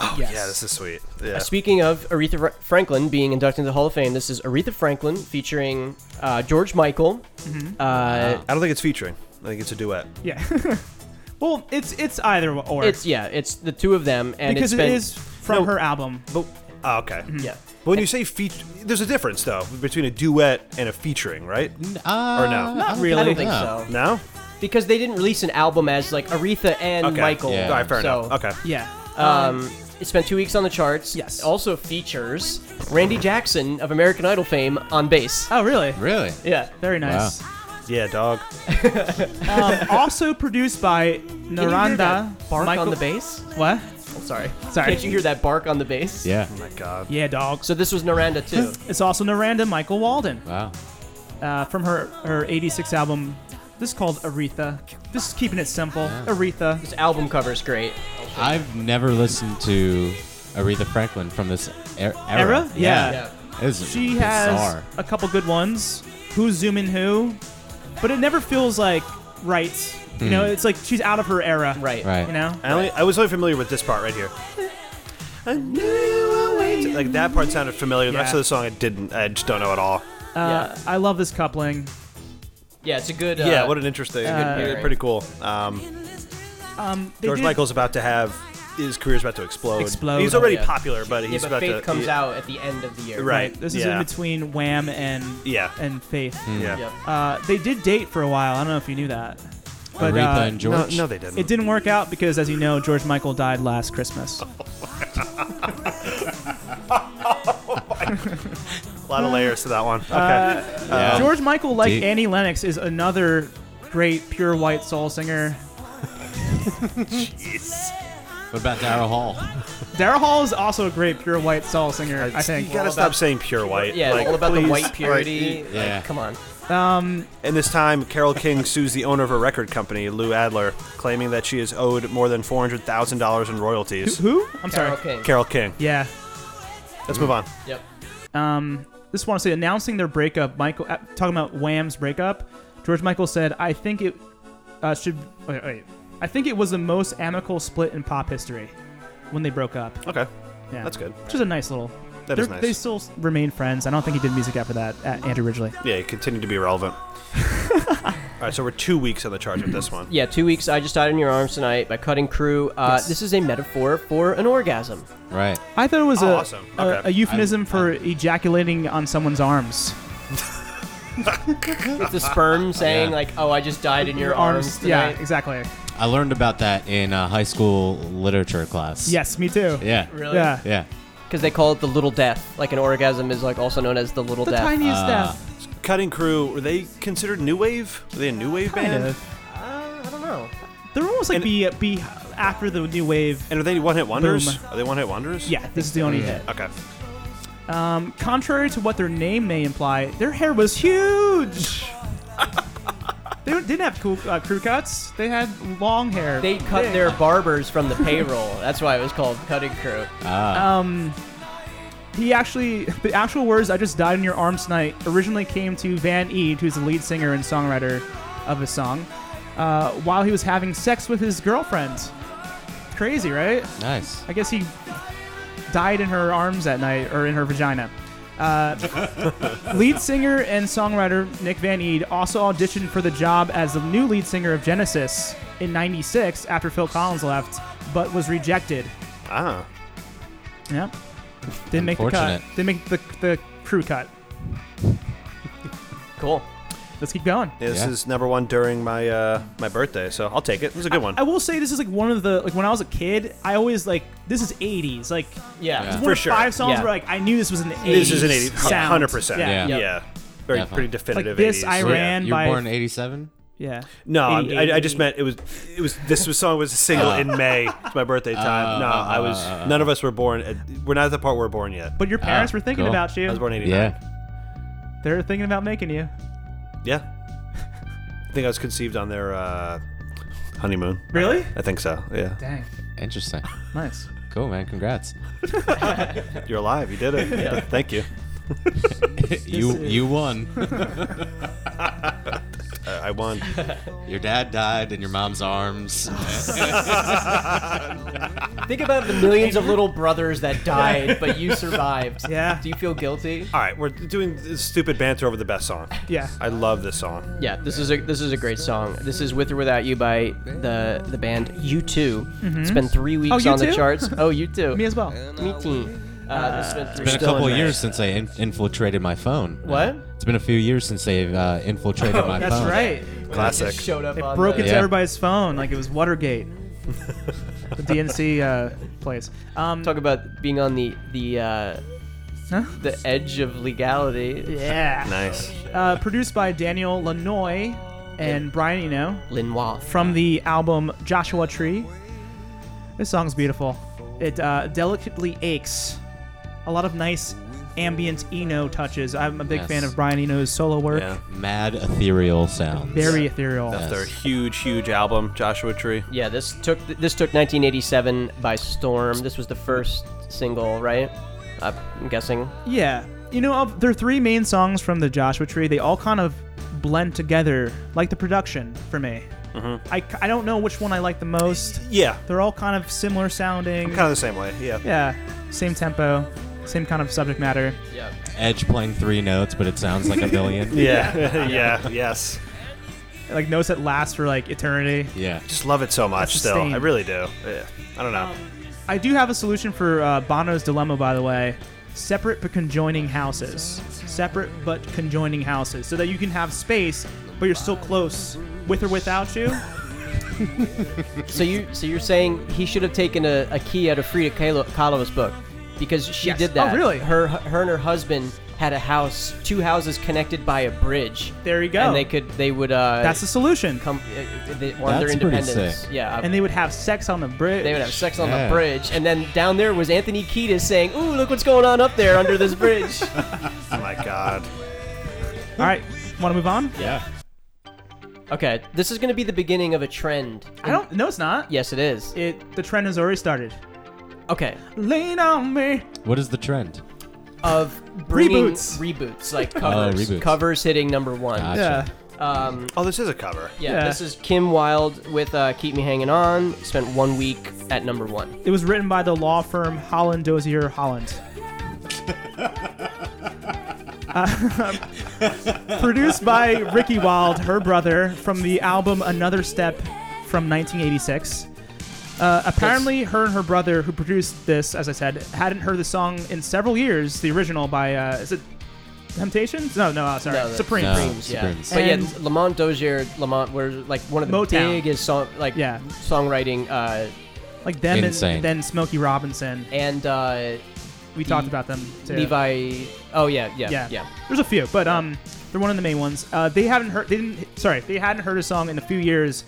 [SPEAKER 2] Oh,
[SPEAKER 3] Yes.
[SPEAKER 2] yeah, this is sweet. Yeah.
[SPEAKER 3] Speaking of Aretha Fra- Franklin being inducted into the Hall of Fame, this is Aretha Franklin featuring uh, George Michael.
[SPEAKER 1] Mm-hmm.
[SPEAKER 3] Uh,
[SPEAKER 2] I don't think it's featuring. I think it's a duet.
[SPEAKER 1] Yeah. well, it's it's either or.
[SPEAKER 3] It's yeah, it's the two of them, and
[SPEAKER 1] because
[SPEAKER 3] it's been,
[SPEAKER 1] it is from her album. But
[SPEAKER 2] Oh, okay.
[SPEAKER 3] yeah.
[SPEAKER 2] But when you say feature, there's a difference though between a duet and a featuring, right?
[SPEAKER 4] Uh,
[SPEAKER 2] no.
[SPEAKER 4] I
[SPEAKER 2] Not
[SPEAKER 4] don't
[SPEAKER 1] really.
[SPEAKER 3] I don't think
[SPEAKER 4] no.
[SPEAKER 3] so
[SPEAKER 2] No.
[SPEAKER 3] because they didn't release an album as like Aretha and
[SPEAKER 2] Okay.
[SPEAKER 3] Michael.
[SPEAKER 4] Yeah.
[SPEAKER 2] All right, fair
[SPEAKER 3] so,
[SPEAKER 2] enough. Okay.
[SPEAKER 1] yeah.
[SPEAKER 3] Um, it spent two weeks on the charts.
[SPEAKER 1] Yes.
[SPEAKER 3] Also features Randy Jackson of American Idol fame on bass.
[SPEAKER 1] oh, really?
[SPEAKER 4] Really?
[SPEAKER 3] Yeah.
[SPEAKER 1] Very nice.
[SPEAKER 2] Yeah, dog.
[SPEAKER 1] Um, also produced by
[SPEAKER 3] Can you hear
[SPEAKER 1] Naranda.
[SPEAKER 3] that bark
[SPEAKER 1] Michael-
[SPEAKER 3] on the bass.
[SPEAKER 1] What?
[SPEAKER 3] Oh, sorry.
[SPEAKER 1] Sorry.
[SPEAKER 3] Can't you hear that bark on the bass?
[SPEAKER 4] Yeah.
[SPEAKER 2] Oh my god.
[SPEAKER 1] Yeah, dogs.
[SPEAKER 3] So this was Naranda too.
[SPEAKER 1] It's also Naranda Michael Walden
[SPEAKER 4] Wow.
[SPEAKER 1] uh, from her her '86 album. This is called Aretha. This is keeping it simple. Aretha.
[SPEAKER 3] this album cover is great.
[SPEAKER 4] I've never listened to Aretha Franklin from this er- era.
[SPEAKER 1] Era? Yeah.
[SPEAKER 4] Yeah. It's
[SPEAKER 1] She
[SPEAKER 4] bizarre.
[SPEAKER 1] has a couple good ones. Who's zooming who? But it never feels like right. You know, it's like she's out of her era.
[SPEAKER 3] Hmm. Right.
[SPEAKER 4] Right.
[SPEAKER 1] You know.
[SPEAKER 2] I, only, I was only familiar with this part right here. I knew I waited- Like that part sounded familiar. The rest
[SPEAKER 1] Yeah.
[SPEAKER 2] of the song, I didn't. I just don't know at all.
[SPEAKER 1] Uh, I love this coupling.
[SPEAKER 3] Yeah, it's a good. Uh,
[SPEAKER 2] yeah, what an interesting,
[SPEAKER 1] uh,
[SPEAKER 2] good- pretty cool. Um,
[SPEAKER 1] Um, they
[SPEAKER 2] George
[SPEAKER 1] did-
[SPEAKER 2] Michael's about to have his career's about to explode.
[SPEAKER 1] Explode.
[SPEAKER 2] He's already
[SPEAKER 3] Oh, Yeah.
[SPEAKER 2] popular, but
[SPEAKER 3] yeah,
[SPEAKER 2] he's
[SPEAKER 3] but
[SPEAKER 2] about
[SPEAKER 3] Faith
[SPEAKER 2] to.
[SPEAKER 3] comes
[SPEAKER 2] yeah,
[SPEAKER 3] out at the end of the year.
[SPEAKER 2] Right.
[SPEAKER 1] This is in
[SPEAKER 2] yeah.
[SPEAKER 1] between Wham and
[SPEAKER 2] Yeah. Hmm.
[SPEAKER 1] and Faith.
[SPEAKER 2] Yeah.
[SPEAKER 3] Yep.
[SPEAKER 1] Uh, they did date for a while. I don't know if you knew that, but
[SPEAKER 4] Aretha
[SPEAKER 1] uh,
[SPEAKER 4] and
[SPEAKER 2] No,
[SPEAKER 4] George.
[SPEAKER 2] no, they didn't.
[SPEAKER 1] it didn't work out because, as you know, George Michael died last Christmas.
[SPEAKER 2] Oh, A lot of layers to that
[SPEAKER 3] Uh,
[SPEAKER 2] one. Okay.
[SPEAKER 4] Yeah.
[SPEAKER 1] Uh, George Michael, like
[SPEAKER 4] Deep.
[SPEAKER 1] Annie Lennox, is another great pure white soul singer.
[SPEAKER 4] What about Daryl Hall?
[SPEAKER 1] Daryl Hall is also a great pure white soul singer. I think.
[SPEAKER 2] you gotta
[SPEAKER 3] all
[SPEAKER 2] stop
[SPEAKER 3] about-
[SPEAKER 2] saying pure white.
[SPEAKER 3] Yeah,
[SPEAKER 2] like,
[SPEAKER 3] all about
[SPEAKER 2] please.
[SPEAKER 3] the white
[SPEAKER 2] Like,
[SPEAKER 3] purity. Like,
[SPEAKER 4] Yeah.
[SPEAKER 3] come on.
[SPEAKER 2] And this time, Carol King sues the owner of her record company, Lou Adler, claiming that she is owed more than four hundred thousand dollars in royalties.
[SPEAKER 1] Who? I'm
[SPEAKER 3] Carol
[SPEAKER 1] sorry.
[SPEAKER 3] King.
[SPEAKER 2] Carol King.
[SPEAKER 1] Yeah.
[SPEAKER 2] Let's move on.
[SPEAKER 3] Yep.
[SPEAKER 1] um, this want to say announcing their breakup. Michael uh, talking about Wham's breakup. George Michael said, "I think it uh, should. Wait, wait. I think it was the most amicable split in pop history when they broke up.
[SPEAKER 2] Okay,
[SPEAKER 1] Yeah,
[SPEAKER 2] that's good.
[SPEAKER 1] Which is a nice little.
[SPEAKER 2] That
[SPEAKER 1] they're-
[SPEAKER 2] is nice.
[SPEAKER 1] They still remain friends. I don't think he did music after that. Uh, Andrew Ridgely.
[SPEAKER 2] Yeah, it continued to be relevant. All right, so we're two weeks on the charge with this one.
[SPEAKER 3] Yeah, two weeks. I just died in your arms tonight by cutting crew. Uh, This is a metaphor for an orgasm.
[SPEAKER 4] Right.
[SPEAKER 1] I thought it was
[SPEAKER 2] Oh,
[SPEAKER 1] a,
[SPEAKER 2] awesome.
[SPEAKER 1] a-
[SPEAKER 2] Okay.
[SPEAKER 1] a euphemism
[SPEAKER 4] I'm-
[SPEAKER 1] for ejaculating on someone's arms.
[SPEAKER 3] It's the sperm saying
[SPEAKER 4] Yeah.
[SPEAKER 3] like, "Oh, I just died in your arms."
[SPEAKER 1] yeah,
[SPEAKER 3] tonight."
[SPEAKER 1] exactly.
[SPEAKER 4] I learned about that in uh, high school literature class.
[SPEAKER 1] Yes, me too.
[SPEAKER 4] Yeah.
[SPEAKER 3] Really?
[SPEAKER 1] Yeah.
[SPEAKER 4] Yeah.
[SPEAKER 3] Because they call it the little death. Like an orgasm is like also known as the little
[SPEAKER 1] The
[SPEAKER 3] death.
[SPEAKER 1] tiniest
[SPEAKER 4] Uh,
[SPEAKER 1] death.
[SPEAKER 2] Cutting Crew were they considered new wave? Were they a new wave
[SPEAKER 1] Kind
[SPEAKER 2] band?
[SPEAKER 1] of.
[SPEAKER 3] Uh, I don't know.
[SPEAKER 1] They're almost like
[SPEAKER 2] And-
[SPEAKER 1] be be after the new wave.
[SPEAKER 2] And are they one hit wonders?
[SPEAKER 1] Boom.
[SPEAKER 2] Are they one hit wonders?
[SPEAKER 1] Yeah, this is the only hit.
[SPEAKER 2] Okay.
[SPEAKER 1] Contrary to what their name may imply, their hair was huge. they didn't have cool uh, crew cuts. They had long hair.
[SPEAKER 3] They cut
[SPEAKER 1] Big.
[SPEAKER 3] their barbers from the payroll. That's why it was called cutting crew.
[SPEAKER 1] He actually, the actual words "I just died in your arms tonight" originally came to Van Eed, who's the lead singer and songwriter of the song, uh, while he was having sex with his girlfriend. Crazy, right?
[SPEAKER 4] Nice.
[SPEAKER 1] I guess he died in her arms that night, or in her vagina. Uh, lead singer and songwriter Nick Van Eed also auditioned for the job as the new lead singer of Genesis in '96 after Phil Collins left, but was rejected.
[SPEAKER 2] Ah,
[SPEAKER 1] Yep. Didn't make the cut.
[SPEAKER 4] Unfortunate.
[SPEAKER 1] Didn't make the, the crew cut.
[SPEAKER 3] Cool.
[SPEAKER 1] Let's keep going.
[SPEAKER 2] this
[SPEAKER 4] Yeah.
[SPEAKER 2] is number one during my uh, my birthday, so I'll take it. It was a good one.
[SPEAKER 1] I will say this is like one of the like when I was a kid, I always like this is 80s. Like
[SPEAKER 3] Yeah.
[SPEAKER 1] it's
[SPEAKER 4] Yeah.
[SPEAKER 1] one of
[SPEAKER 2] sure.
[SPEAKER 1] five songs
[SPEAKER 3] Yeah.
[SPEAKER 1] where like I knew this was an 80s.
[SPEAKER 2] this is an eighty,
[SPEAKER 1] sound.
[SPEAKER 2] hundred percent.
[SPEAKER 1] Yeah.
[SPEAKER 4] Yeah.
[SPEAKER 2] yeah. Very
[SPEAKER 4] Definitely.
[SPEAKER 2] pretty definitive.
[SPEAKER 1] Like this,
[SPEAKER 2] 80s.
[SPEAKER 1] I
[SPEAKER 2] Yeah.
[SPEAKER 1] ran- And
[SPEAKER 4] you
[SPEAKER 1] by-
[SPEAKER 4] were born in 87?
[SPEAKER 1] Yeah.
[SPEAKER 2] No, I'm- I, I just
[SPEAKER 1] 88.
[SPEAKER 2] meant it was. It was this was song was a single
[SPEAKER 4] Uh.
[SPEAKER 2] in May. It's my birthday time. no, I was. none of us were born. At, we're not at the part where we're born yet.
[SPEAKER 1] But your parents were thinking
[SPEAKER 4] Ah, cool.
[SPEAKER 1] about you.
[SPEAKER 2] I was born in eighty nine.
[SPEAKER 4] Yeah.
[SPEAKER 1] They're thinking about making you.
[SPEAKER 2] Yeah. I think I was conceived on their uh, honeymoon.
[SPEAKER 1] Really?
[SPEAKER 2] I think so. Yeah.
[SPEAKER 1] Dang.
[SPEAKER 4] Interesting.
[SPEAKER 1] Nice.
[SPEAKER 4] Cool, man. Congrats.
[SPEAKER 2] You're alive. You did it. Thank you.
[SPEAKER 4] you you won.
[SPEAKER 2] Uh, I won.
[SPEAKER 4] Your dad died in your mom's
[SPEAKER 1] Oh,
[SPEAKER 4] arms.
[SPEAKER 3] Think about the millions of little brothers that died, but you survived.
[SPEAKER 1] Yeah.
[SPEAKER 3] Do you feel guilty?
[SPEAKER 2] All right, we're doing this stupid banter over the best song.
[SPEAKER 1] Yeah.
[SPEAKER 2] I love this song.
[SPEAKER 3] Yeah, this is a this is a great song. This is "With or Without You" by the the band U2. It's been three weeks
[SPEAKER 1] Oh,
[SPEAKER 3] on the
[SPEAKER 1] U2?
[SPEAKER 3] charts. Oh, U2.
[SPEAKER 1] Me as well.
[SPEAKER 3] Me too. Uh, this has been three.
[SPEAKER 4] It's been a
[SPEAKER 2] Still
[SPEAKER 4] couple
[SPEAKER 2] in May.
[SPEAKER 4] years since they in- infiltrated my phone.
[SPEAKER 3] What?
[SPEAKER 4] It's been a few years since they've uh, infiltrated my
[SPEAKER 1] Oh, That's
[SPEAKER 4] phone.
[SPEAKER 1] right.
[SPEAKER 2] Classic.
[SPEAKER 3] Just showed up.
[SPEAKER 1] It
[SPEAKER 3] on
[SPEAKER 1] broke
[SPEAKER 3] the-
[SPEAKER 1] into
[SPEAKER 4] Yeah.
[SPEAKER 1] everybody's phone like it was Watergate. the DNC uh, place. Um,
[SPEAKER 3] Talk about being on the the uh,
[SPEAKER 1] huh?
[SPEAKER 3] the edge of legality.
[SPEAKER 1] Yeah.
[SPEAKER 2] Nice.
[SPEAKER 1] Uh, produced by Daniel Lanoy and Brian Eno
[SPEAKER 3] Linois.
[SPEAKER 1] from the album Joshua Tree. This song's beautiful. It uh, delicately aches. A lot of nice ambient Eno touches. I'm a big
[SPEAKER 4] Yes.
[SPEAKER 1] fan of Brian Eno's solo work.
[SPEAKER 2] Yeah.
[SPEAKER 4] Mad ethereal sounds.
[SPEAKER 1] Very ethereal.
[SPEAKER 4] Yeah.
[SPEAKER 2] Their huge, huge album, Joshua Tree.
[SPEAKER 3] Yeah, this took this took 1987 by storm. This was the first single, right? I'm guessing.
[SPEAKER 1] Yeah. You know, of their three main songs from the Joshua Tree, they all kind of blend together, like the production for me.
[SPEAKER 4] Mm-hmm.
[SPEAKER 1] I, c- I don't know which one I like the most.
[SPEAKER 2] Yeah.
[SPEAKER 1] They're all kind of similar sounding.
[SPEAKER 2] Kind of the same way. Yeah.
[SPEAKER 1] yeah, same tempo, same kind of subject matter.
[SPEAKER 3] Yeah.
[SPEAKER 4] Edge playing three notes, but it sounds like a million.
[SPEAKER 2] Yeah. yeah. Yes.
[SPEAKER 1] Like notes that last for like eternity.
[SPEAKER 4] yeah.
[SPEAKER 2] Just love it so much.
[SPEAKER 1] That's
[SPEAKER 2] still, I
[SPEAKER 1] sustained.
[SPEAKER 2] really do. Yeah. I don't know.
[SPEAKER 1] I do have a solution for uh, Bono's dilemma, by the way. Separate but conjoining houses. Separate but conjoining houses, so that you can have space, but you're still close, with or without you.
[SPEAKER 3] So you so you're saying he should have taken a, a key out of Frida Kahlo, Kahlo's book because she
[SPEAKER 1] Yes.
[SPEAKER 3] did that.
[SPEAKER 1] Oh, really?
[SPEAKER 3] Her her and her husband had a house, two houses connected by a bridge.
[SPEAKER 1] There you go.
[SPEAKER 3] And they could they would uh
[SPEAKER 1] That's the solution.
[SPEAKER 3] come uh, they, on their
[SPEAKER 4] That's pretty
[SPEAKER 3] independence.
[SPEAKER 4] sick.
[SPEAKER 3] Yeah.
[SPEAKER 1] And they would have sex on the bridge.
[SPEAKER 3] they would have sex on
[SPEAKER 4] Yeah.
[SPEAKER 3] the bridge, and then down there was Anthony Kiedis saying, "Ooh, look what's going on up there under this bridge."
[SPEAKER 2] Oh my God.
[SPEAKER 1] All right, want to move on?
[SPEAKER 4] Yeah.
[SPEAKER 3] okay, this is going to be the beginning of a trend.
[SPEAKER 1] I don't. No, it's not.
[SPEAKER 3] Yes, it is.
[SPEAKER 1] It. The trend has already started.
[SPEAKER 3] Okay,
[SPEAKER 1] Lean on me.
[SPEAKER 4] What is the trend?
[SPEAKER 3] of bringing
[SPEAKER 1] Reboots. Oh,
[SPEAKER 3] reboots, like covers,
[SPEAKER 4] reboots.
[SPEAKER 3] covers hitting number one.
[SPEAKER 4] Gotcha.
[SPEAKER 1] Yeah.
[SPEAKER 3] Um,
[SPEAKER 2] Oh, this is a cover.
[SPEAKER 3] yeah,
[SPEAKER 1] Yeah.
[SPEAKER 3] this is Kim Wilde with uh, "Keep Me Hanging On." Spent one week at number one.
[SPEAKER 1] It was written by the law firm Holland Dozier Holland. Uh, produced by Ricky Wilde, her brother, from the album Another Step from 1986. Uh, apparently, her and her brother, who produced this, as I said, hadn't heard the song in several years. The original by uh, is it Temptations? No, no, uh, sorry,
[SPEAKER 3] No, the-
[SPEAKER 1] Supreme.
[SPEAKER 4] No.
[SPEAKER 3] Supremes, yeah.
[SPEAKER 4] Supremes.
[SPEAKER 3] But
[SPEAKER 1] And-
[SPEAKER 3] yeah, Lamont Dozier, Lamont were like one of the
[SPEAKER 1] Motown.
[SPEAKER 3] biggest song, like
[SPEAKER 1] Yeah.
[SPEAKER 3] songwriting, uh,
[SPEAKER 1] Like them
[SPEAKER 4] Insane.
[SPEAKER 1] and then Smokey Robinson.
[SPEAKER 3] and uh,
[SPEAKER 1] We
[SPEAKER 3] The-
[SPEAKER 1] talked about them too.
[SPEAKER 3] Levi. Oh yeah, yeah, yeah.
[SPEAKER 1] yeah. There's a few, but um, they're one of the main ones. Uh, they haven't heard. They didn't. Sorry, they hadn't heard a song in a few years,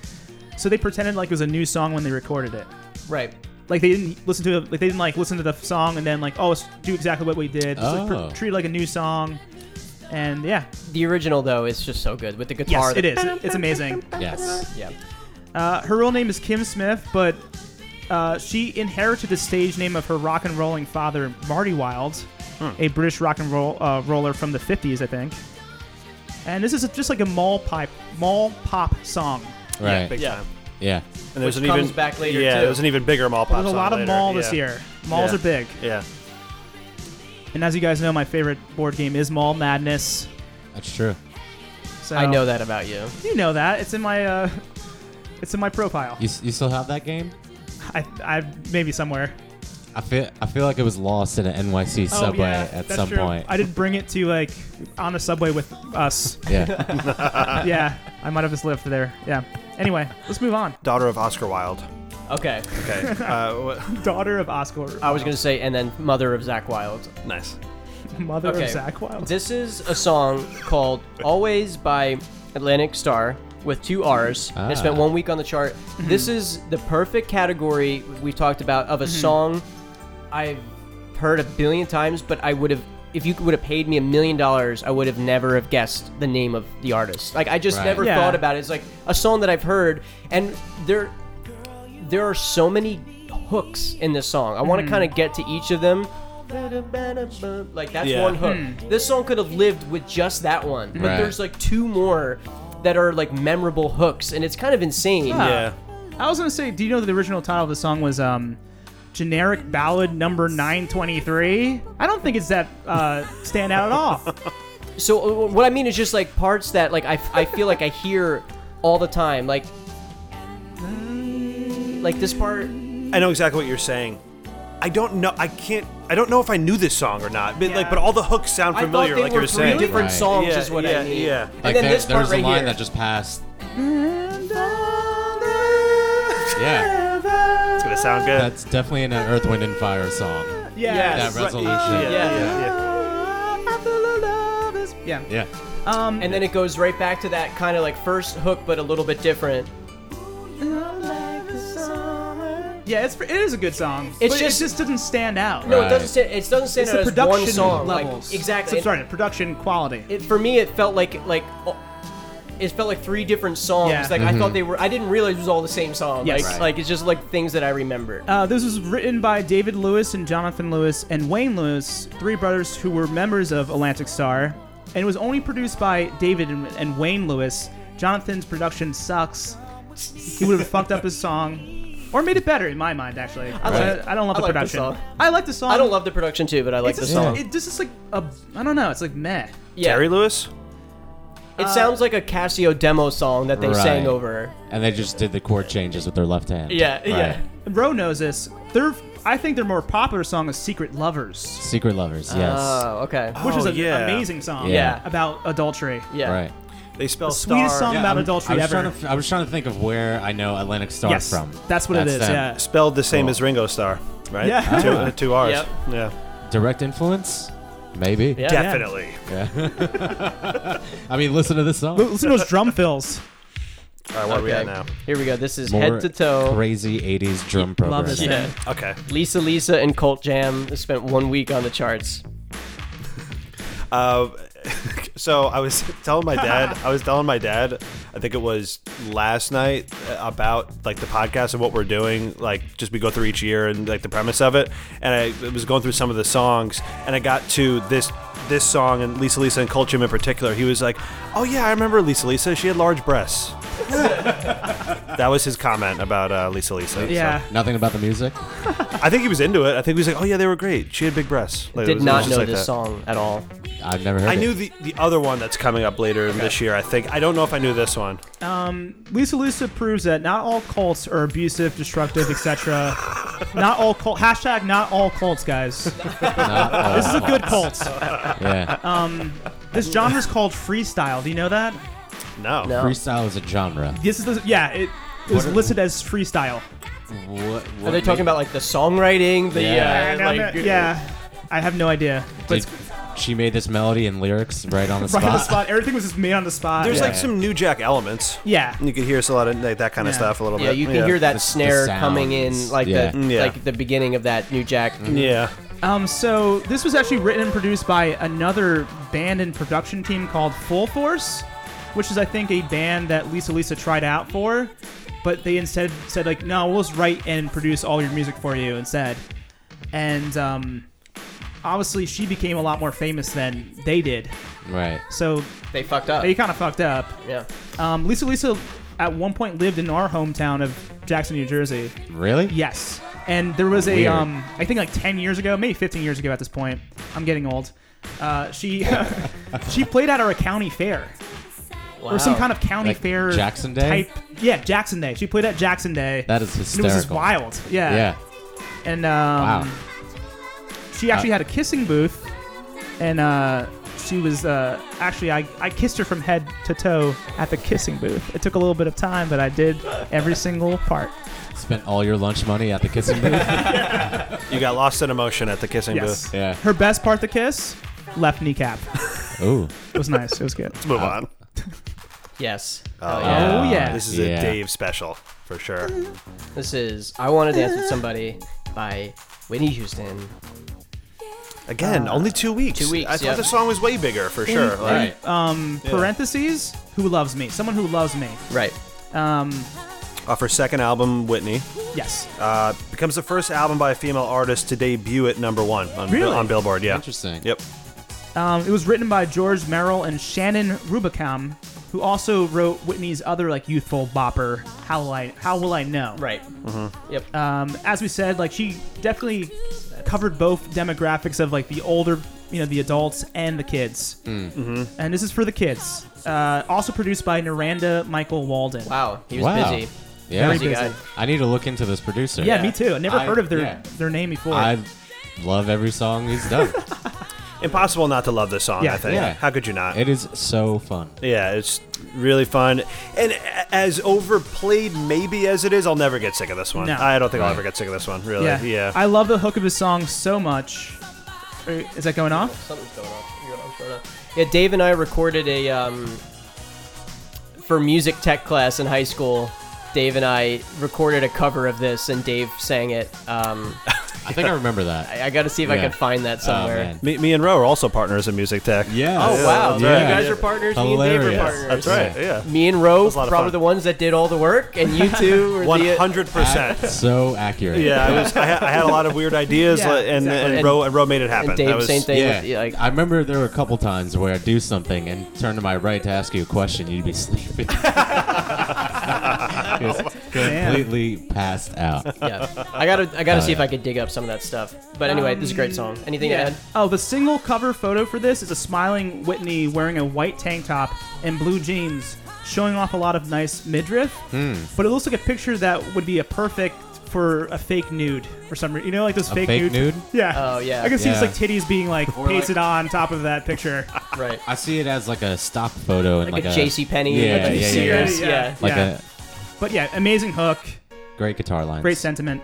[SPEAKER 1] so they pretended like it was a new song when they recorded it.
[SPEAKER 3] Right.
[SPEAKER 1] Like they didn't listen to. it- Like they didn't like listen to the song and then like oh let's do exactly what we did. Just, like,
[SPEAKER 4] Oh.
[SPEAKER 1] pr- treat it like a new song, and yeah,
[SPEAKER 3] The original though is just so good with the guitar.
[SPEAKER 1] yes, it
[SPEAKER 3] that-
[SPEAKER 1] is. It's amazing.
[SPEAKER 4] Yes.
[SPEAKER 3] Yeah.
[SPEAKER 1] Uh, her real name is Kim Smith, but uh, she inherited the stage name of her rock and rolling father, Marty Wilde, a British rock and roll uh, roller from the 50s, I think. And this is just like a mall pipe, mall pop song.
[SPEAKER 4] Right.
[SPEAKER 2] Big
[SPEAKER 3] Yeah.
[SPEAKER 2] time.
[SPEAKER 4] Yeah.
[SPEAKER 2] And there's
[SPEAKER 3] Which
[SPEAKER 2] an
[SPEAKER 3] comes
[SPEAKER 2] even
[SPEAKER 3] back later,
[SPEAKER 2] Yeah,
[SPEAKER 3] too.
[SPEAKER 2] there's an even bigger mall pop
[SPEAKER 1] There's a
[SPEAKER 2] song
[SPEAKER 1] lot of
[SPEAKER 2] later.
[SPEAKER 1] mall this
[SPEAKER 2] Yeah.
[SPEAKER 1] year. Malls
[SPEAKER 2] Yeah.
[SPEAKER 1] are big,
[SPEAKER 2] Yeah.
[SPEAKER 1] and as you guys know, my favorite board game is Mall Madness.
[SPEAKER 4] That's true.
[SPEAKER 1] So
[SPEAKER 3] I know that about you.
[SPEAKER 1] You know that. It's in my. Uh, it's in my profile.
[SPEAKER 4] You, s- you still have that game?
[SPEAKER 1] I, I maybe somewhere.
[SPEAKER 4] I feel I feel like it was lost in an NYC subway
[SPEAKER 1] Oh, yeah,
[SPEAKER 4] at
[SPEAKER 1] that's
[SPEAKER 4] some
[SPEAKER 1] true.
[SPEAKER 4] point.
[SPEAKER 1] I did bring it to like on a subway with us.
[SPEAKER 4] yeah.
[SPEAKER 1] yeah, I might have just lived there. Yeah. Anyway, let's move on.
[SPEAKER 2] Daughter of Oscar Wilde.
[SPEAKER 3] Okay.
[SPEAKER 2] Okay. uh, what-
[SPEAKER 1] Daughter of Oscar.
[SPEAKER 3] I was gonna say, and then mother of Zach Wilde.
[SPEAKER 2] nice.
[SPEAKER 1] mother
[SPEAKER 3] okay.
[SPEAKER 1] of Zach Wilde.
[SPEAKER 3] This is a song called "Always" by Atlantic Star with two R's. And it spent
[SPEAKER 4] Ah.
[SPEAKER 3] one week on the chart.
[SPEAKER 1] Mm-hmm.
[SPEAKER 3] This is the perfect category we talked about
[SPEAKER 1] Mm-hmm.
[SPEAKER 3] of a song I've heard a billion times, but I would have. If you would have paid me a million dollars, I would have never have guessed the name of the artist. Like I just
[SPEAKER 4] Right.
[SPEAKER 3] never
[SPEAKER 1] Yeah.
[SPEAKER 3] thought about it. It's like a song that I've heard, and there there are so many hooks in this song. I want
[SPEAKER 2] Hmm.
[SPEAKER 3] to kind of get to each of them. Like that's
[SPEAKER 2] Yeah. Hmm.
[SPEAKER 3] one hook. This song could have lived with just that one, but
[SPEAKER 4] Right.
[SPEAKER 3] there's like two more that are like memorable hooks, and it's kind of insane.
[SPEAKER 2] Yeah.
[SPEAKER 1] I was gonna say, do you know that the original title of the song was um, "Generic Ballad Number 923"? I don't think it's that uh, stand out at all.
[SPEAKER 3] So uh, what I mean is just like parts that like I, I feel like I hear all the time, like like this part.
[SPEAKER 2] I know exactly what you're saying. I don't know. I can't. I don't know if I knew this song or not. But like,
[SPEAKER 1] Yeah.
[SPEAKER 2] but all the hooks sound
[SPEAKER 3] I thought
[SPEAKER 2] familiar,
[SPEAKER 3] they
[SPEAKER 2] like
[SPEAKER 3] were
[SPEAKER 2] you were
[SPEAKER 3] three
[SPEAKER 2] saying.
[SPEAKER 3] different
[SPEAKER 4] Right.
[SPEAKER 3] songs,
[SPEAKER 2] Yeah,
[SPEAKER 3] is what
[SPEAKER 2] yeah,
[SPEAKER 3] I mean.
[SPEAKER 2] yeah.
[SPEAKER 3] And
[SPEAKER 4] Like
[SPEAKER 3] then
[SPEAKER 4] there-
[SPEAKER 3] this part
[SPEAKER 4] there's
[SPEAKER 3] right
[SPEAKER 4] a line
[SPEAKER 3] here.
[SPEAKER 4] that just passed. Yeah,
[SPEAKER 2] It's gonna sound good.
[SPEAKER 4] that's definitely an Earth, Wind, and Fire song.
[SPEAKER 1] Yes. Oh,
[SPEAKER 4] That resolution.
[SPEAKER 2] Yeah, yeah,
[SPEAKER 3] Yeah.
[SPEAKER 2] yeah.
[SPEAKER 1] Yeah.
[SPEAKER 4] Yeah.
[SPEAKER 1] Um,
[SPEAKER 3] and then it goes right back to that kind of like first hook, but a little bit different.
[SPEAKER 1] yeah, it's it is a good song.
[SPEAKER 3] It's
[SPEAKER 1] but
[SPEAKER 3] just-
[SPEAKER 1] it just doesn't stand out.
[SPEAKER 3] No, it
[SPEAKER 4] Right.
[SPEAKER 3] doesn't stand. It doesn't stand
[SPEAKER 1] It's the
[SPEAKER 3] out as
[SPEAKER 1] production
[SPEAKER 3] one song. like,
[SPEAKER 1] levels.
[SPEAKER 3] exactly.
[SPEAKER 1] So, sorry, the production quality.
[SPEAKER 3] It, for me, it felt like like. oh, it felt like three different songs.
[SPEAKER 1] Yeah.
[SPEAKER 3] Like
[SPEAKER 4] Mm-hmm.
[SPEAKER 3] I thought they were. I didn't realize it was all the same song.
[SPEAKER 1] Yes.
[SPEAKER 3] Like,
[SPEAKER 1] Right.
[SPEAKER 3] like it's just like things that I remember.
[SPEAKER 1] Uh, this was written by David Lewis and Jonathan Lewis and Wayne Lewis, three brothers who were members of Atlantic Star, and it was only produced by David and, and Wayne Lewis. Jonathan's production sucks. He would have fucked up his song, or made it better in my mind. Actually, I,
[SPEAKER 3] like-
[SPEAKER 1] I don't love
[SPEAKER 3] I
[SPEAKER 1] the
[SPEAKER 3] like the
[SPEAKER 1] production.
[SPEAKER 3] song.
[SPEAKER 1] I like the song.
[SPEAKER 3] I don't love the production too, but I like
[SPEAKER 1] it's
[SPEAKER 3] the
[SPEAKER 1] just,
[SPEAKER 3] song.
[SPEAKER 1] It, this is like a I don't know. It's like meh.
[SPEAKER 3] Yeah.
[SPEAKER 2] Terry Lewis.
[SPEAKER 3] It sounds like a Casio demo song that they
[SPEAKER 4] Right.
[SPEAKER 3] sang over.
[SPEAKER 4] And they just did the chord changes with their left hand.
[SPEAKER 3] Yeah,
[SPEAKER 4] Right.
[SPEAKER 3] yeah.
[SPEAKER 1] Ro knows this. Their I think their more popular song is "Secret Lovers,"
[SPEAKER 4] Secret lovers. Yes.
[SPEAKER 3] Oh, okay.
[SPEAKER 1] which is
[SPEAKER 2] Oh,
[SPEAKER 1] an
[SPEAKER 2] yeah.
[SPEAKER 1] amazing song.
[SPEAKER 4] Yeah.
[SPEAKER 1] About adultery.
[SPEAKER 3] Yeah.
[SPEAKER 4] Right.
[SPEAKER 2] They spell
[SPEAKER 1] sweetest
[SPEAKER 2] star
[SPEAKER 1] song about
[SPEAKER 4] I'm-
[SPEAKER 1] adultery
[SPEAKER 4] I was
[SPEAKER 1] ever.
[SPEAKER 4] Trying to, f- I was trying to think of where I know Atlantic Star
[SPEAKER 1] Yes,
[SPEAKER 4] from.
[SPEAKER 1] that's what it is,
[SPEAKER 4] them.
[SPEAKER 1] yeah.
[SPEAKER 2] spelled the same
[SPEAKER 4] Cool.
[SPEAKER 2] as Ringo Starr, right?
[SPEAKER 1] Yeah.
[SPEAKER 2] Two, uh, two R's.
[SPEAKER 3] Yep.
[SPEAKER 2] Yeah.
[SPEAKER 4] Direct influence? Maybe.
[SPEAKER 3] Yeah.
[SPEAKER 2] Definitely.
[SPEAKER 4] I mean, listen to this
[SPEAKER 1] L-
[SPEAKER 4] song.
[SPEAKER 1] Listen to those drum fills.
[SPEAKER 2] All right, what are we
[SPEAKER 3] Okay.
[SPEAKER 2] at now?
[SPEAKER 3] Here we go. This is
[SPEAKER 4] More
[SPEAKER 3] head to toe.
[SPEAKER 4] Crazy 80s drum program.
[SPEAKER 1] this
[SPEAKER 3] Yeah.
[SPEAKER 1] man.
[SPEAKER 2] Okay.
[SPEAKER 3] Lisa Lisa and Colt Jam spent one week on the charts.
[SPEAKER 2] Uh, so I was telling my dad, I was telling my dad, I think it was last night uh, about like the podcast and what we're doing, like just we go through each year and like the premise of it. And I was going through some of the songs, and I got to this this song and Lisa Lisa and Colchim in particular. He was like, "Oh yeah, I remember Lisa Lisa. She had large breasts." that was his comment about uh, Lisa Lisa. so-
[SPEAKER 1] Yeah.
[SPEAKER 4] Nothing about the music?
[SPEAKER 2] I think he was into it. I think he was like, "Oh yeah, they were great. She had big breasts." Like, it was- it
[SPEAKER 3] Did
[SPEAKER 2] was
[SPEAKER 3] not
[SPEAKER 2] just
[SPEAKER 3] know
[SPEAKER 2] like
[SPEAKER 3] this
[SPEAKER 2] that.
[SPEAKER 3] song at all.
[SPEAKER 4] I've never heard
[SPEAKER 2] I
[SPEAKER 4] it.
[SPEAKER 2] knew the, the other one that's coming up later in this year. I think I don't know if I knew this one.
[SPEAKER 1] Lisa Lisa proves that not all cults are abusive, destructive, etc. not all cult. Hashtag not all cults, guys. This
[SPEAKER 4] Not all
[SPEAKER 1] is a good Uh-huh. cult.
[SPEAKER 4] songs. Yeah.
[SPEAKER 1] This genre is called freestyle. Do you know that?
[SPEAKER 2] No.
[SPEAKER 3] No.
[SPEAKER 4] Freestyle is a genre.
[SPEAKER 1] This is the, yeah. It is
[SPEAKER 4] What-
[SPEAKER 1] listed as freestyle.
[SPEAKER 4] What,
[SPEAKER 3] Are they talking about like the songwriting? The
[SPEAKER 4] Yeah.
[SPEAKER 3] uh, like
[SPEAKER 1] yeah. I have no idea. But it's
[SPEAKER 4] she made this melody and lyrics right on the
[SPEAKER 1] right
[SPEAKER 4] spot.
[SPEAKER 1] on the spot. Everything was just made on the spot.
[SPEAKER 2] There's
[SPEAKER 1] yeah.
[SPEAKER 2] like some New Jack elements.
[SPEAKER 1] yeah.
[SPEAKER 2] You could hear us a lot of like, that kind of
[SPEAKER 1] Yeah.
[SPEAKER 2] stuff a little
[SPEAKER 3] Yeah,
[SPEAKER 2] bit.
[SPEAKER 3] you can hear that
[SPEAKER 4] The- the
[SPEAKER 3] snare coming in
[SPEAKER 4] sounds.
[SPEAKER 3] like
[SPEAKER 4] Yeah. Mm-hmm.
[SPEAKER 3] the
[SPEAKER 2] Mm, yeah.
[SPEAKER 3] like the beginning of that new jack.
[SPEAKER 2] Yeah.
[SPEAKER 1] Um, so this was actually written and produced by another band and production team called Full Force, which is I think a band that Lisa Lisa tried out for, but they instead said like, no, we'll just write and produce all your music for you instead. And um, obviously she became a lot more famous than they did,
[SPEAKER 4] Right.
[SPEAKER 1] so
[SPEAKER 3] They fucked up.
[SPEAKER 1] they kind of fucked up.
[SPEAKER 3] yeah.
[SPEAKER 1] Um, Lisa Lisa at one point lived in our hometown of Jackson, New Jersey.
[SPEAKER 4] Really?
[SPEAKER 1] Yes. And there was a,
[SPEAKER 4] Weird.
[SPEAKER 1] um, I think like 10 years ago, maybe 15 years ago at this point. I'm getting old. Uh, she she played at our county fair or some
[SPEAKER 3] Wow.
[SPEAKER 1] kind of county
[SPEAKER 4] Like
[SPEAKER 1] fair
[SPEAKER 4] Jackson Day?
[SPEAKER 1] type. Yeah, Jackson Day. She played at Jackson Day.
[SPEAKER 4] That is
[SPEAKER 1] and it
[SPEAKER 4] hysterical.
[SPEAKER 1] was just wild. Yeah.
[SPEAKER 4] Yeah.
[SPEAKER 1] And um,
[SPEAKER 4] Wow. Uh.
[SPEAKER 1] she actually had a kissing booth, and uh, she was uh, actually I, I kissed her from head to toe at the kissing booth. It took a little bit of time, but I did every single part.
[SPEAKER 4] Spent all your lunch money at the kissing booth.
[SPEAKER 2] You got lost in emotion at the kissing
[SPEAKER 1] Yes.
[SPEAKER 2] booth.
[SPEAKER 4] Yeah.
[SPEAKER 1] Her best part, the kiss, left kneecap.
[SPEAKER 4] Ooh.
[SPEAKER 1] It was nice. It was good.
[SPEAKER 2] Let's move on.
[SPEAKER 3] Yes.
[SPEAKER 2] Oh,
[SPEAKER 3] yeah.
[SPEAKER 1] Oh, yeah.
[SPEAKER 2] This is
[SPEAKER 4] Yeah.
[SPEAKER 2] a Dave special for sure.
[SPEAKER 1] Oh.
[SPEAKER 3] This is I Want to Dance with Somebody by Whitney Houston.
[SPEAKER 2] Again, only two weeks.
[SPEAKER 3] Uh, two weeks,
[SPEAKER 2] I thought
[SPEAKER 3] yeah.
[SPEAKER 2] the song was way bigger for sure.
[SPEAKER 1] In-
[SPEAKER 2] Like,
[SPEAKER 1] in, um, parentheses, who loves me? Someone who loves me.
[SPEAKER 3] Right.
[SPEAKER 1] Um,
[SPEAKER 2] off her uh, second album, Whitney,
[SPEAKER 1] yes.
[SPEAKER 2] uh, becomes the first album by a female artist to debut at number one on,
[SPEAKER 1] Really?
[SPEAKER 2] on Billboard. Yeah.
[SPEAKER 4] Interesting.
[SPEAKER 2] Yep.
[SPEAKER 1] Um, it was written by George Merrill and Shannon Rubicam, who also wrote Whitney's other like youthful bopper, How Will I How Will I Know?
[SPEAKER 3] Right.
[SPEAKER 4] Mm-hmm.
[SPEAKER 3] Yep.
[SPEAKER 1] um, as we said, like she definitely covered both demographics of like the older, you know, the adults and the kids.
[SPEAKER 2] Mm.
[SPEAKER 1] Mm-hmm. And this is for the kids. Uh, also produced by Naranda Michael Walden.
[SPEAKER 3] wow. He was
[SPEAKER 4] Wow.
[SPEAKER 3] busy.
[SPEAKER 4] Yeah.
[SPEAKER 3] busy guy.
[SPEAKER 4] I need to look into this producer.
[SPEAKER 1] Yeah, me too. I never
[SPEAKER 4] I-
[SPEAKER 1] heard of their
[SPEAKER 4] yeah.
[SPEAKER 1] their name before.
[SPEAKER 4] I love every song he's done.
[SPEAKER 2] Impossible not to love this song.
[SPEAKER 1] Yeah.
[SPEAKER 2] I think.
[SPEAKER 4] Yeah.
[SPEAKER 2] How could you not?
[SPEAKER 4] it is so fun.
[SPEAKER 2] yeah, it's really fun and a- as overplayed maybe as it is. I'll never get sick of this one.
[SPEAKER 1] No.
[SPEAKER 2] I don't think I'll
[SPEAKER 4] Right.
[SPEAKER 2] ever get sick of this one. Really.
[SPEAKER 1] yeah.
[SPEAKER 2] Yeah.
[SPEAKER 1] I love the hook of his song so much. Uh, Is that going off?
[SPEAKER 3] Something's going on. You're not- you're not- Yeah, Dave and I recorded a um, for music tech class in high school. Dave and I recorded a cover of this, and Dave sang it. Um,
[SPEAKER 4] I think I remember that.
[SPEAKER 3] I, I got to see if I
[SPEAKER 4] Yeah.
[SPEAKER 3] can find that
[SPEAKER 4] Oh,
[SPEAKER 3] somewhere.
[SPEAKER 4] man.
[SPEAKER 2] me, me and Ro are also partners in music tech.
[SPEAKER 4] Yeah.
[SPEAKER 3] Oh, wow!
[SPEAKER 2] that's
[SPEAKER 3] You
[SPEAKER 2] right.
[SPEAKER 3] guys
[SPEAKER 2] Yeah.
[SPEAKER 3] are partners. Me and Dave are
[SPEAKER 4] Hilarious.
[SPEAKER 3] partners.
[SPEAKER 2] That's right. Yeah.
[SPEAKER 3] Me and Ro
[SPEAKER 2] a lot of
[SPEAKER 3] probably
[SPEAKER 2] fun.
[SPEAKER 3] the ones that did all the work, and you two were
[SPEAKER 2] One
[SPEAKER 3] the.
[SPEAKER 2] hundred percent.
[SPEAKER 4] So accurate.
[SPEAKER 2] Yeah, I, was, I, had, I had a lot of weird ideas,
[SPEAKER 1] Yeah,
[SPEAKER 2] like, and,
[SPEAKER 1] exactly.
[SPEAKER 2] and, Ro, and Ro made it happen.
[SPEAKER 3] And Dave,
[SPEAKER 2] I was,
[SPEAKER 3] same thing.
[SPEAKER 4] Yeah.
[SPEAKER 3] With, like,
[SPEAKER 4] I remember there were a couple times where I'd do something and turn to my right to ask you a question, you'd be sleeping. Just completely passed out.
[SPEAKER 3] yeah. I gotta, I gotta
[SPEAKER 4] Oh,
[SPEAKER 3] see if
[SPEAKER 4] yeah.
[SPEAKER 3] I could dig up some of that stuff. But anyway, this is a great song. Anything to add?
[SPEAKER 1] Oh, the single cover photo for this is a smiling Whitney wearing a white tank top and blue jeans, showing off a lot of nice midriff.
[SPEAKER 4] Hmm.
[SPEAKER 1] But it looks like a picture that would be a perfect for a fake nude for some reason. You know, like those fake,
[SPEAKER 4] fake nude?
[SPEAKER 1] Yeah.
[SPEAKER 3] Oh, yeah.
[SPEAKER 1] I can see just
[SPEAKER 4] Yeah.
[SPEAKER 1] like titties being like
[SPEAKER 4] Or, like-
[SPEAKER 1] pasted on top of that picture.
[SPEAKER 3] Right.
[SPEAKER 4] I see it as like a stock photo and
[SPEAKER 3] Like, a
[SPEAKER 4] like,
[SPEAKER 3] JC Penny.
[SPEAKER 4] Yeah,
[SPEAKER 3] like a
[SPEAKER 4] yeah, yeah,
[SPEAKER 3] Sears,
[SPEAKER 1] yeah.
[SPEAKER 3] yeah.
[SPEAKER 4] like
[SPEAKER 1] Yeah. But yeah, amazing hook,
[SPEAKER 4] a great guitar line.
[SPEAKER 1] great sentiment.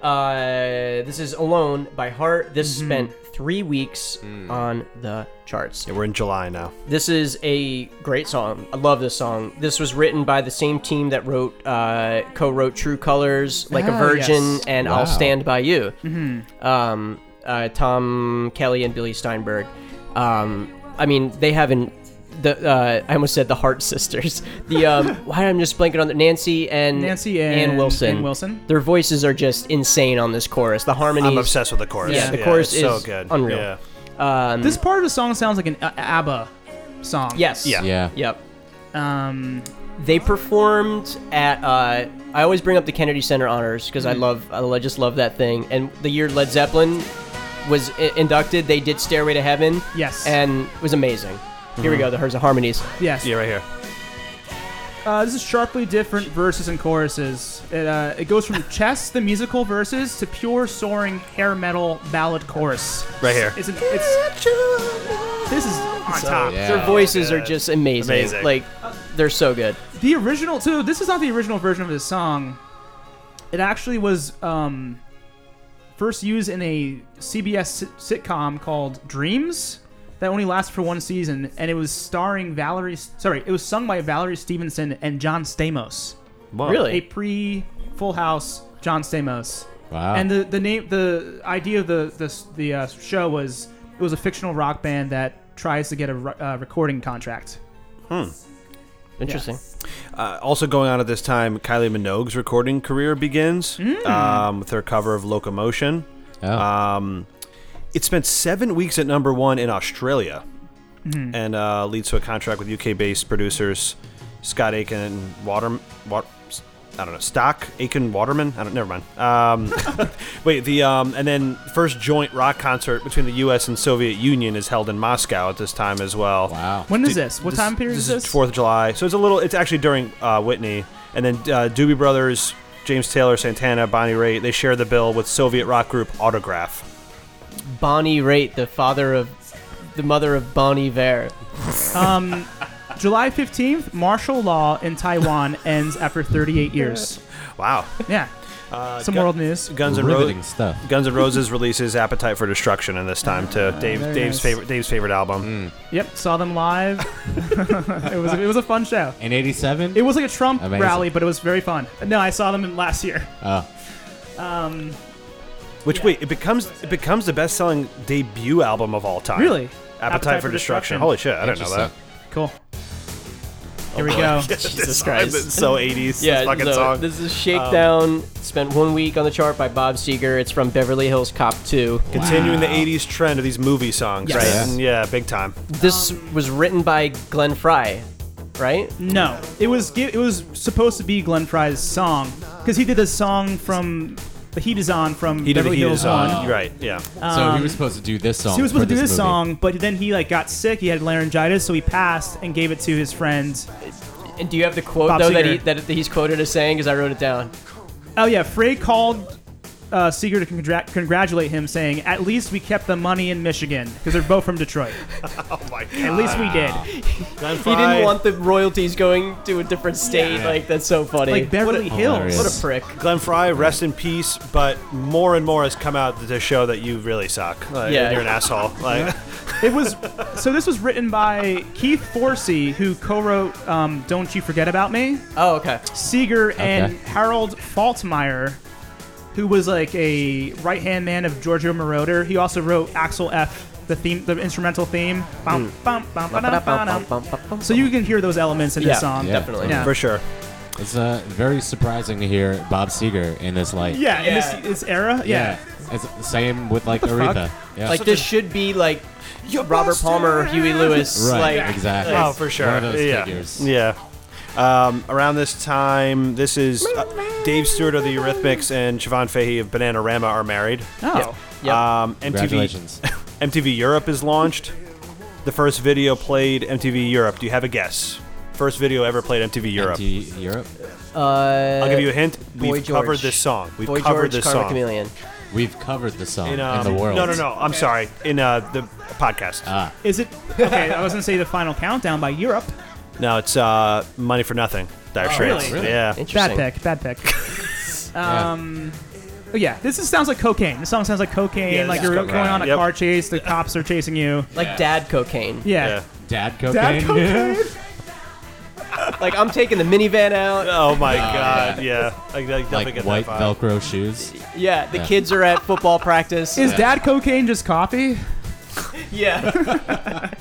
[SPEAKER 3] Uh, this is Alone by Heart. This
[SPEAKER 2] Mm-hmm.
[SPEAKER 3] spent three weeks
[SPEAKER 4] Mm.
[SPEAKER 3] on the charts.
[SPEAKER 2] Yeah, we're in July now.
[SPEAKER 3] This is a great song. I love this song. This was written by the same team that wrote, uh, co-wrote True Colors, Like a
[SPEAKER 1] Ah,
[SPEAKER 3] Virgin,
[SPEAKER 1] yes. Mm-hmm.
[SPEAKER 3] and
[SPEAKER 4] Wow.
[SPEAKER 3] I'll Stand by You. Um, uh, Tom Kelly and Billy Steinberg. Um, I mean, they haven't. The uh, I almost said the Hart sisters. The um, why I'm just blanking on the Nancy and
[SPEAKER 1] Nancy and
[SPEAKER 3] Ann Wilson.
[SPEAKER 1] Ann Wilson.
[SPEAKER 3] Their voices are just insane on this chorus. The harmonies.
[SPEAKER 2] I'm obsessed with the chorus.
[SPEAKER 3] Yeah, the chorus
[SPEAKER 2] it's so
[SPEAKER 3] is
[SPEAKER 2] good.
[SPEAKER 3] unreal.
[SPEAKER 2] Yeah.
[SPEAKER 3] Um,
[SPEAKER 1] This part of the song sounds like an uh, ABBA song.
[SPEAKER 3] yes.
[SPEAKER 2] Yeah.
[SPEAKER 4] Yeah.
[SPEAKER 3] Yep.
[SPEAKER 1] Um,
[SPEAKER 3] They performed at. Uh, I always bring up the Kennedy Center Honors because
[SPEAKER 2] Mm-hmm.
[SPEAKER 3] I love. I just love that thing. And the year Led Zeppelin was I- inducted, they did Stairway to Heaven.
[SPEAKER 1] Yes.
[SPEAKER 3] And it was amazing.
[SPEAKER 2] Mm-hmm.
[SPEAKER 3] Here we go. The Herz of Harmonies.
[SPEAKER 1] yes.
[SPEAKER 2] Yeah, right here.
[SPEAKER 1] Uh, this is sharply different verses and choruses. It, uh, it goes from chess, the musical verses, to pure soaring hair metal ballad chorus.
[SPEAKER 2] Right here.
[SPEAKER 1] It's, an, it's this is on top.
[SPEAKER 4] yeah.
[SPEAKER 3] Their voices are
[SPEAKER 2] Oh, good.
[SPEAKER 3] just amazing.
[SPEAKER 2] Amazing.
[SPEAKER 3] Like they're so good.
[SPEAKER 1] The original, too. This is not the original version of this song. It actually was um, first used in a CBS sit- sitcom called Dreams that only lasted for one season, and it was starring Valerie. Sorry, it was sung by Valerie Stevenson and John Stamos,
[SPEAKER 2] Wow.
[SPEAKER 1] a
[SPEAKER 3] Really.
[SPEAKER 1] pre Full House John Stamos.
[SPEAKER 4] Wow.
[SPEAKER 1] And the, the name, the idea of the the, the uh, show was it was a fictional rock band that tries to get a re- uh, recording contract.
[SPEAKER 3] Interesting.
[SPEAKER 2] Uh, also going on at this time, Kylie Minogue's recording career begins
[SPEAKER 3] Mm.
[SPEAKER 2] um, with her cover of Locomotion.
[SPEAKER 4] oh.
[SPEAKER 1] Uh,
[SPEAKER 2] Um, it spent seven weeks at number one in Australia
[SPEAKER 1] Hmm.
[SPEAKER 2] and uh, leads to a contract with UK based producers Scott Aiken and Water. Wat- I don't know. Stock Aiken Waterman. I don't. Never mind. Um, wait. The um, and then first joint rock concert between the U.S. and Soviet Union is held in Moscow at this time as well.
[SPEAKER 4] wow.
[SPEAKER 1] When is this? What time period
[SPEAKER 2] This
[SPEAKER 1] is
[SPEAKER 2] is
[SPEAKER 1] this?
[SPEAKER 2] Fourth of July, so it's a little. It's actually during uh, Whitney, and then uh, Doobie Brothers, James Taylor, Santana, Bonnie Raitt. They share the bill with Soviet rock group Autograph.
[SPEAKER 3] Bonnie Raitt, the father of, the mother of Bonnie Vare.
[SPEAKER 2] Oh,
[SPEAKER 1] Um, July 15th, martial law in Taiwan ends after 38 years.
[SPEAKER 2] Wow.
[SPEAKER 1] Yeah. Some
[SPEAKER 2] got-
[SPEAKER 1] world news.
[SPEAKER 2] Guns and
[SPEAKER 4] Riveting
[SPEAKER 2] Roses.
[SPEAKER 4] stuff.
[SPEAKER 2] Guns and Roses releases Appetite for Destruction in this time too. Dave,
[SPEAKER 1] very
[SPEAKER 2] Dave's
[SPEAKER 1] nice.
[SPEAKER 2] favorite, Dave's favorite album.
[SPEAKER 1] Yep, saw them live. it was it was a fun show.
[SPEAKER 4] In 87?
[SPEAKER 1] It was like a Trump
[SPEAKER 4] Amazing.
[SPEAKER 1] rally, but it was very fun. No, I saw them in last year.
[SPEAKER 4] oh.
[SPEAKER 2] Which wait, it becomes it becomes the best-selling debut album of all time.
[SPEAKER 1] Really?
[SPEAKER 2] Appetite, for, Destruction. Holy shit! I didn't know that.
[SPEAKER 4] Interesting.
[SPEAKER 1] Cool. Here we go.
[SPEAKER 3] Jesus
[SPEAKER 2] It's
[SPEAKER 3] Christ.
[SPEAKER 2] so 80s. Yeah, fucking
[SPEAKER 3] so
[SPEAKER 2] song. Um,
[SPEAKER 3] this is Shakedown. spent one week on the chart by Bob Seger. It's from Beverly Hills Cop 2.
[SPEAKER 2] Continuing the 80s trend of these movie songs.
[SPEAKER 3] Yes.
[SPEAKER 2] Right. And Yeah, big time.
[SPEAKER 3] This was written by Glenn Fry, right?
[SPEAKER 1] No, it was it was supposed to be Glenn Fry's song because he did the song from the Heat Is On from
[SPEAKER 2] He did
[SPEAKER 1] Beverly
[SPEAKER 2] the Heat
[SPEAKER 1] Hills
[SPEAKER 2] Is On.
[SPEAKER 1] One.
[SPEAKER 2] Right, yeah.
[SPEAKER 4] so he was supposed to do this
[SPEAKER 1] So
[SPEAKER 4] song.
[SPEAKER 1] Um, he was supposed
[SPEAKER 4] for
[SPEAKER 1] to do this
[SPEAKER 4] movie.
[SPEAKER 1] song, but then he like got sick. He had laryngitis, so he passed and gave it to his friend.
[SPEAKER 3] And do you have the quote
[SPEAKER 1] Bob
[SPEAKER 3] though that,
[SPEAKER 1] Seger.
[SPEAKER 3] he, that he's quoted as saying? Because I wrote it down.
[SPEAKER 1] Oh yeah, Frey called uh, Seeger to congra- congratulate him, saying, "At least we kept the money in Michigan because they're both from Detroit.
[SPEAKER 2] Oh my god.
[SPEAKER 1] At least we did."
[SPEAKER 2] Glenn
[SPEAKER 3] He
[SPEAKER 2] Frey-
[SPEAKER 3] didn't want the royalties going to a different state. Like that's so funny.
[SPEAKER 1] Like Beverly
[SPEAKER 4] hilarious.
[SPEAKER 1] Hills.
[SPEAKER 3] what a prick.
[SPEAKER 2] Glenn Fry, rest in peace, but more and more has come out to show that you really suck. Like,
[SPEAKER 3] Yeah.
[SPEAKER 2] You're an asshole. Like,
[SPEAKER 1] It was so. This was written by Keith Forsey, who co-wrote um, "Don't You Forget About Me."
[SPEAKER 3] Oh, okay.
[SPEAKER 1] Seeger and
[SPEAKER 4] Okay.
[SPEAKER 1] Harold Faltmeyer, who was like a right hand man of Giorgio Moroder. He also wrote Axel F, the theme, the instrumental theme. Bum, bum, bum, ba-dum, ba-dum. So you can hear those elements in
[SPEAKER 3] Yeah,
[SPEAKER 1] this song.
[SPEAKER 4] Yeah.
[SPEAKER 3] definitely.
[SPEAKER 1] Yeah.
[SPEAKER 2] for sure.
[SPEAKER 4] It's uh, very surprising to hear Bob Seger in this light.
[SPEAKER 1] Yeah, in
[SPEAKER 3] Yeah.
[SPEAKER 1] this, this era. Yeah.
[SPEAKER 4] It's the same with like
[SPEAKER 1] fuck?
[SPEAKER 4] Aretha. Yeah.
[SPEAKER 3] Like this should be like Robert Palmer, or Huey Lewis.
[SPEAKER 4] right.
[SPEAKER 3] Like
[SPEAKER 4] exactly.
[SPEAKER 2] Oh, for sure.
[SPEAKER 4] One of those
[SPEAKER 2] yeah.
[SPEAKER 4] figures.
[SPEAKER 2] Yeah. Um, around this time, this is uh, Dave Stewart of the Eurythmics and Siobhan Fahey of Bananarama are married.
[SPEAKER 1] Oh.
[SPEAKER 3] Yep.
[SPEAKER 2] Um, MTV,
[SPEAKER 4] Congratulations.
[SPEAKER 2] MTV Europe is launched. The first video played MTV Europe. Do you have a guess? First video ever played MTV Europe.
[SPEAKER 4] To Europe.
[SPEAKER 3] Uh,
[SPEAKER 2] I'll give you a hint.
[SPEAKER 3] Boy
[SPEAKER 2] We've covered
[SPEAKER 3] George.
[SPEAKER 2] this song. We've
[SPEAKER 3] Boy
[SPEAKER 2] covered
[SPEAKER 3] George,
[SPEAKER 2] this
[SPEAKER 3] Karma
[SPEAKER 2] song.
[SPEAKER 3] Chameleon.
[SPEAKER 4] We've covered the song in,
[SPEAKER 2] In, um,
[SPEAKER 4] the world.
[SPEAKER 2] No, no, no. I'm sorry. In uh, the podcast.
[SPEAKER 4] Ah,
[SPEAKER 1] Is it okay? I was gonna say the final countdown by Europe.
[SPEAKER 2] no, it's uh, Money for Nothing. Dire Straits.
[SPEAKER 4] Oh, really?
[SPEAKER 2] Yeah.
[SPEAKER 1] Bad
[SPEAKER 3] Interesting.
[SPEAKER 1] pick. Bad pick.
[SPEAKER 4] yeah.
[SPEAKER 1] Um. but Yeah, this is, sounds like cocaine. This song sounds like cocaine.
[SPEAKER 2] Yeah,
[SPEAKER 1] like
[SPEAKER 2] this
[SPEAKER 1] you're
[SPEAKER 2] is
[SPEAKER 1] going
[SPEAKER 2] cocaine.
[SPEAKER 1] on a
[SPEAKER 2] Yep.
[SPEAKER 1] car chase. The cops are chasing you.
[SPEAKER 3] Like dad cocaine.
[SPEAKER 1] Yeah.
[SPEAKER 2] Yeah.
[SPEAKER 4] Dad cocaine.
[SPEAKER 1] Dad cocaine.
[SPEAKER 3] Like I'm taking the minivan out.
[SPEAKER 2] Oh my god. Yeah. I, I definitely
[SPEAKER 4] like
[SPEAKER 2] get
[SPEAKER 4] white
[SPEAKER 2] that vibe.
[SPEAKER 4] Velcro shoes.
[SPEAKER 3] Yeah, the kids are at football practice.
[SPEAKER 1] Is dad cocaine just coffee?
[SPEAKER 3] yeah.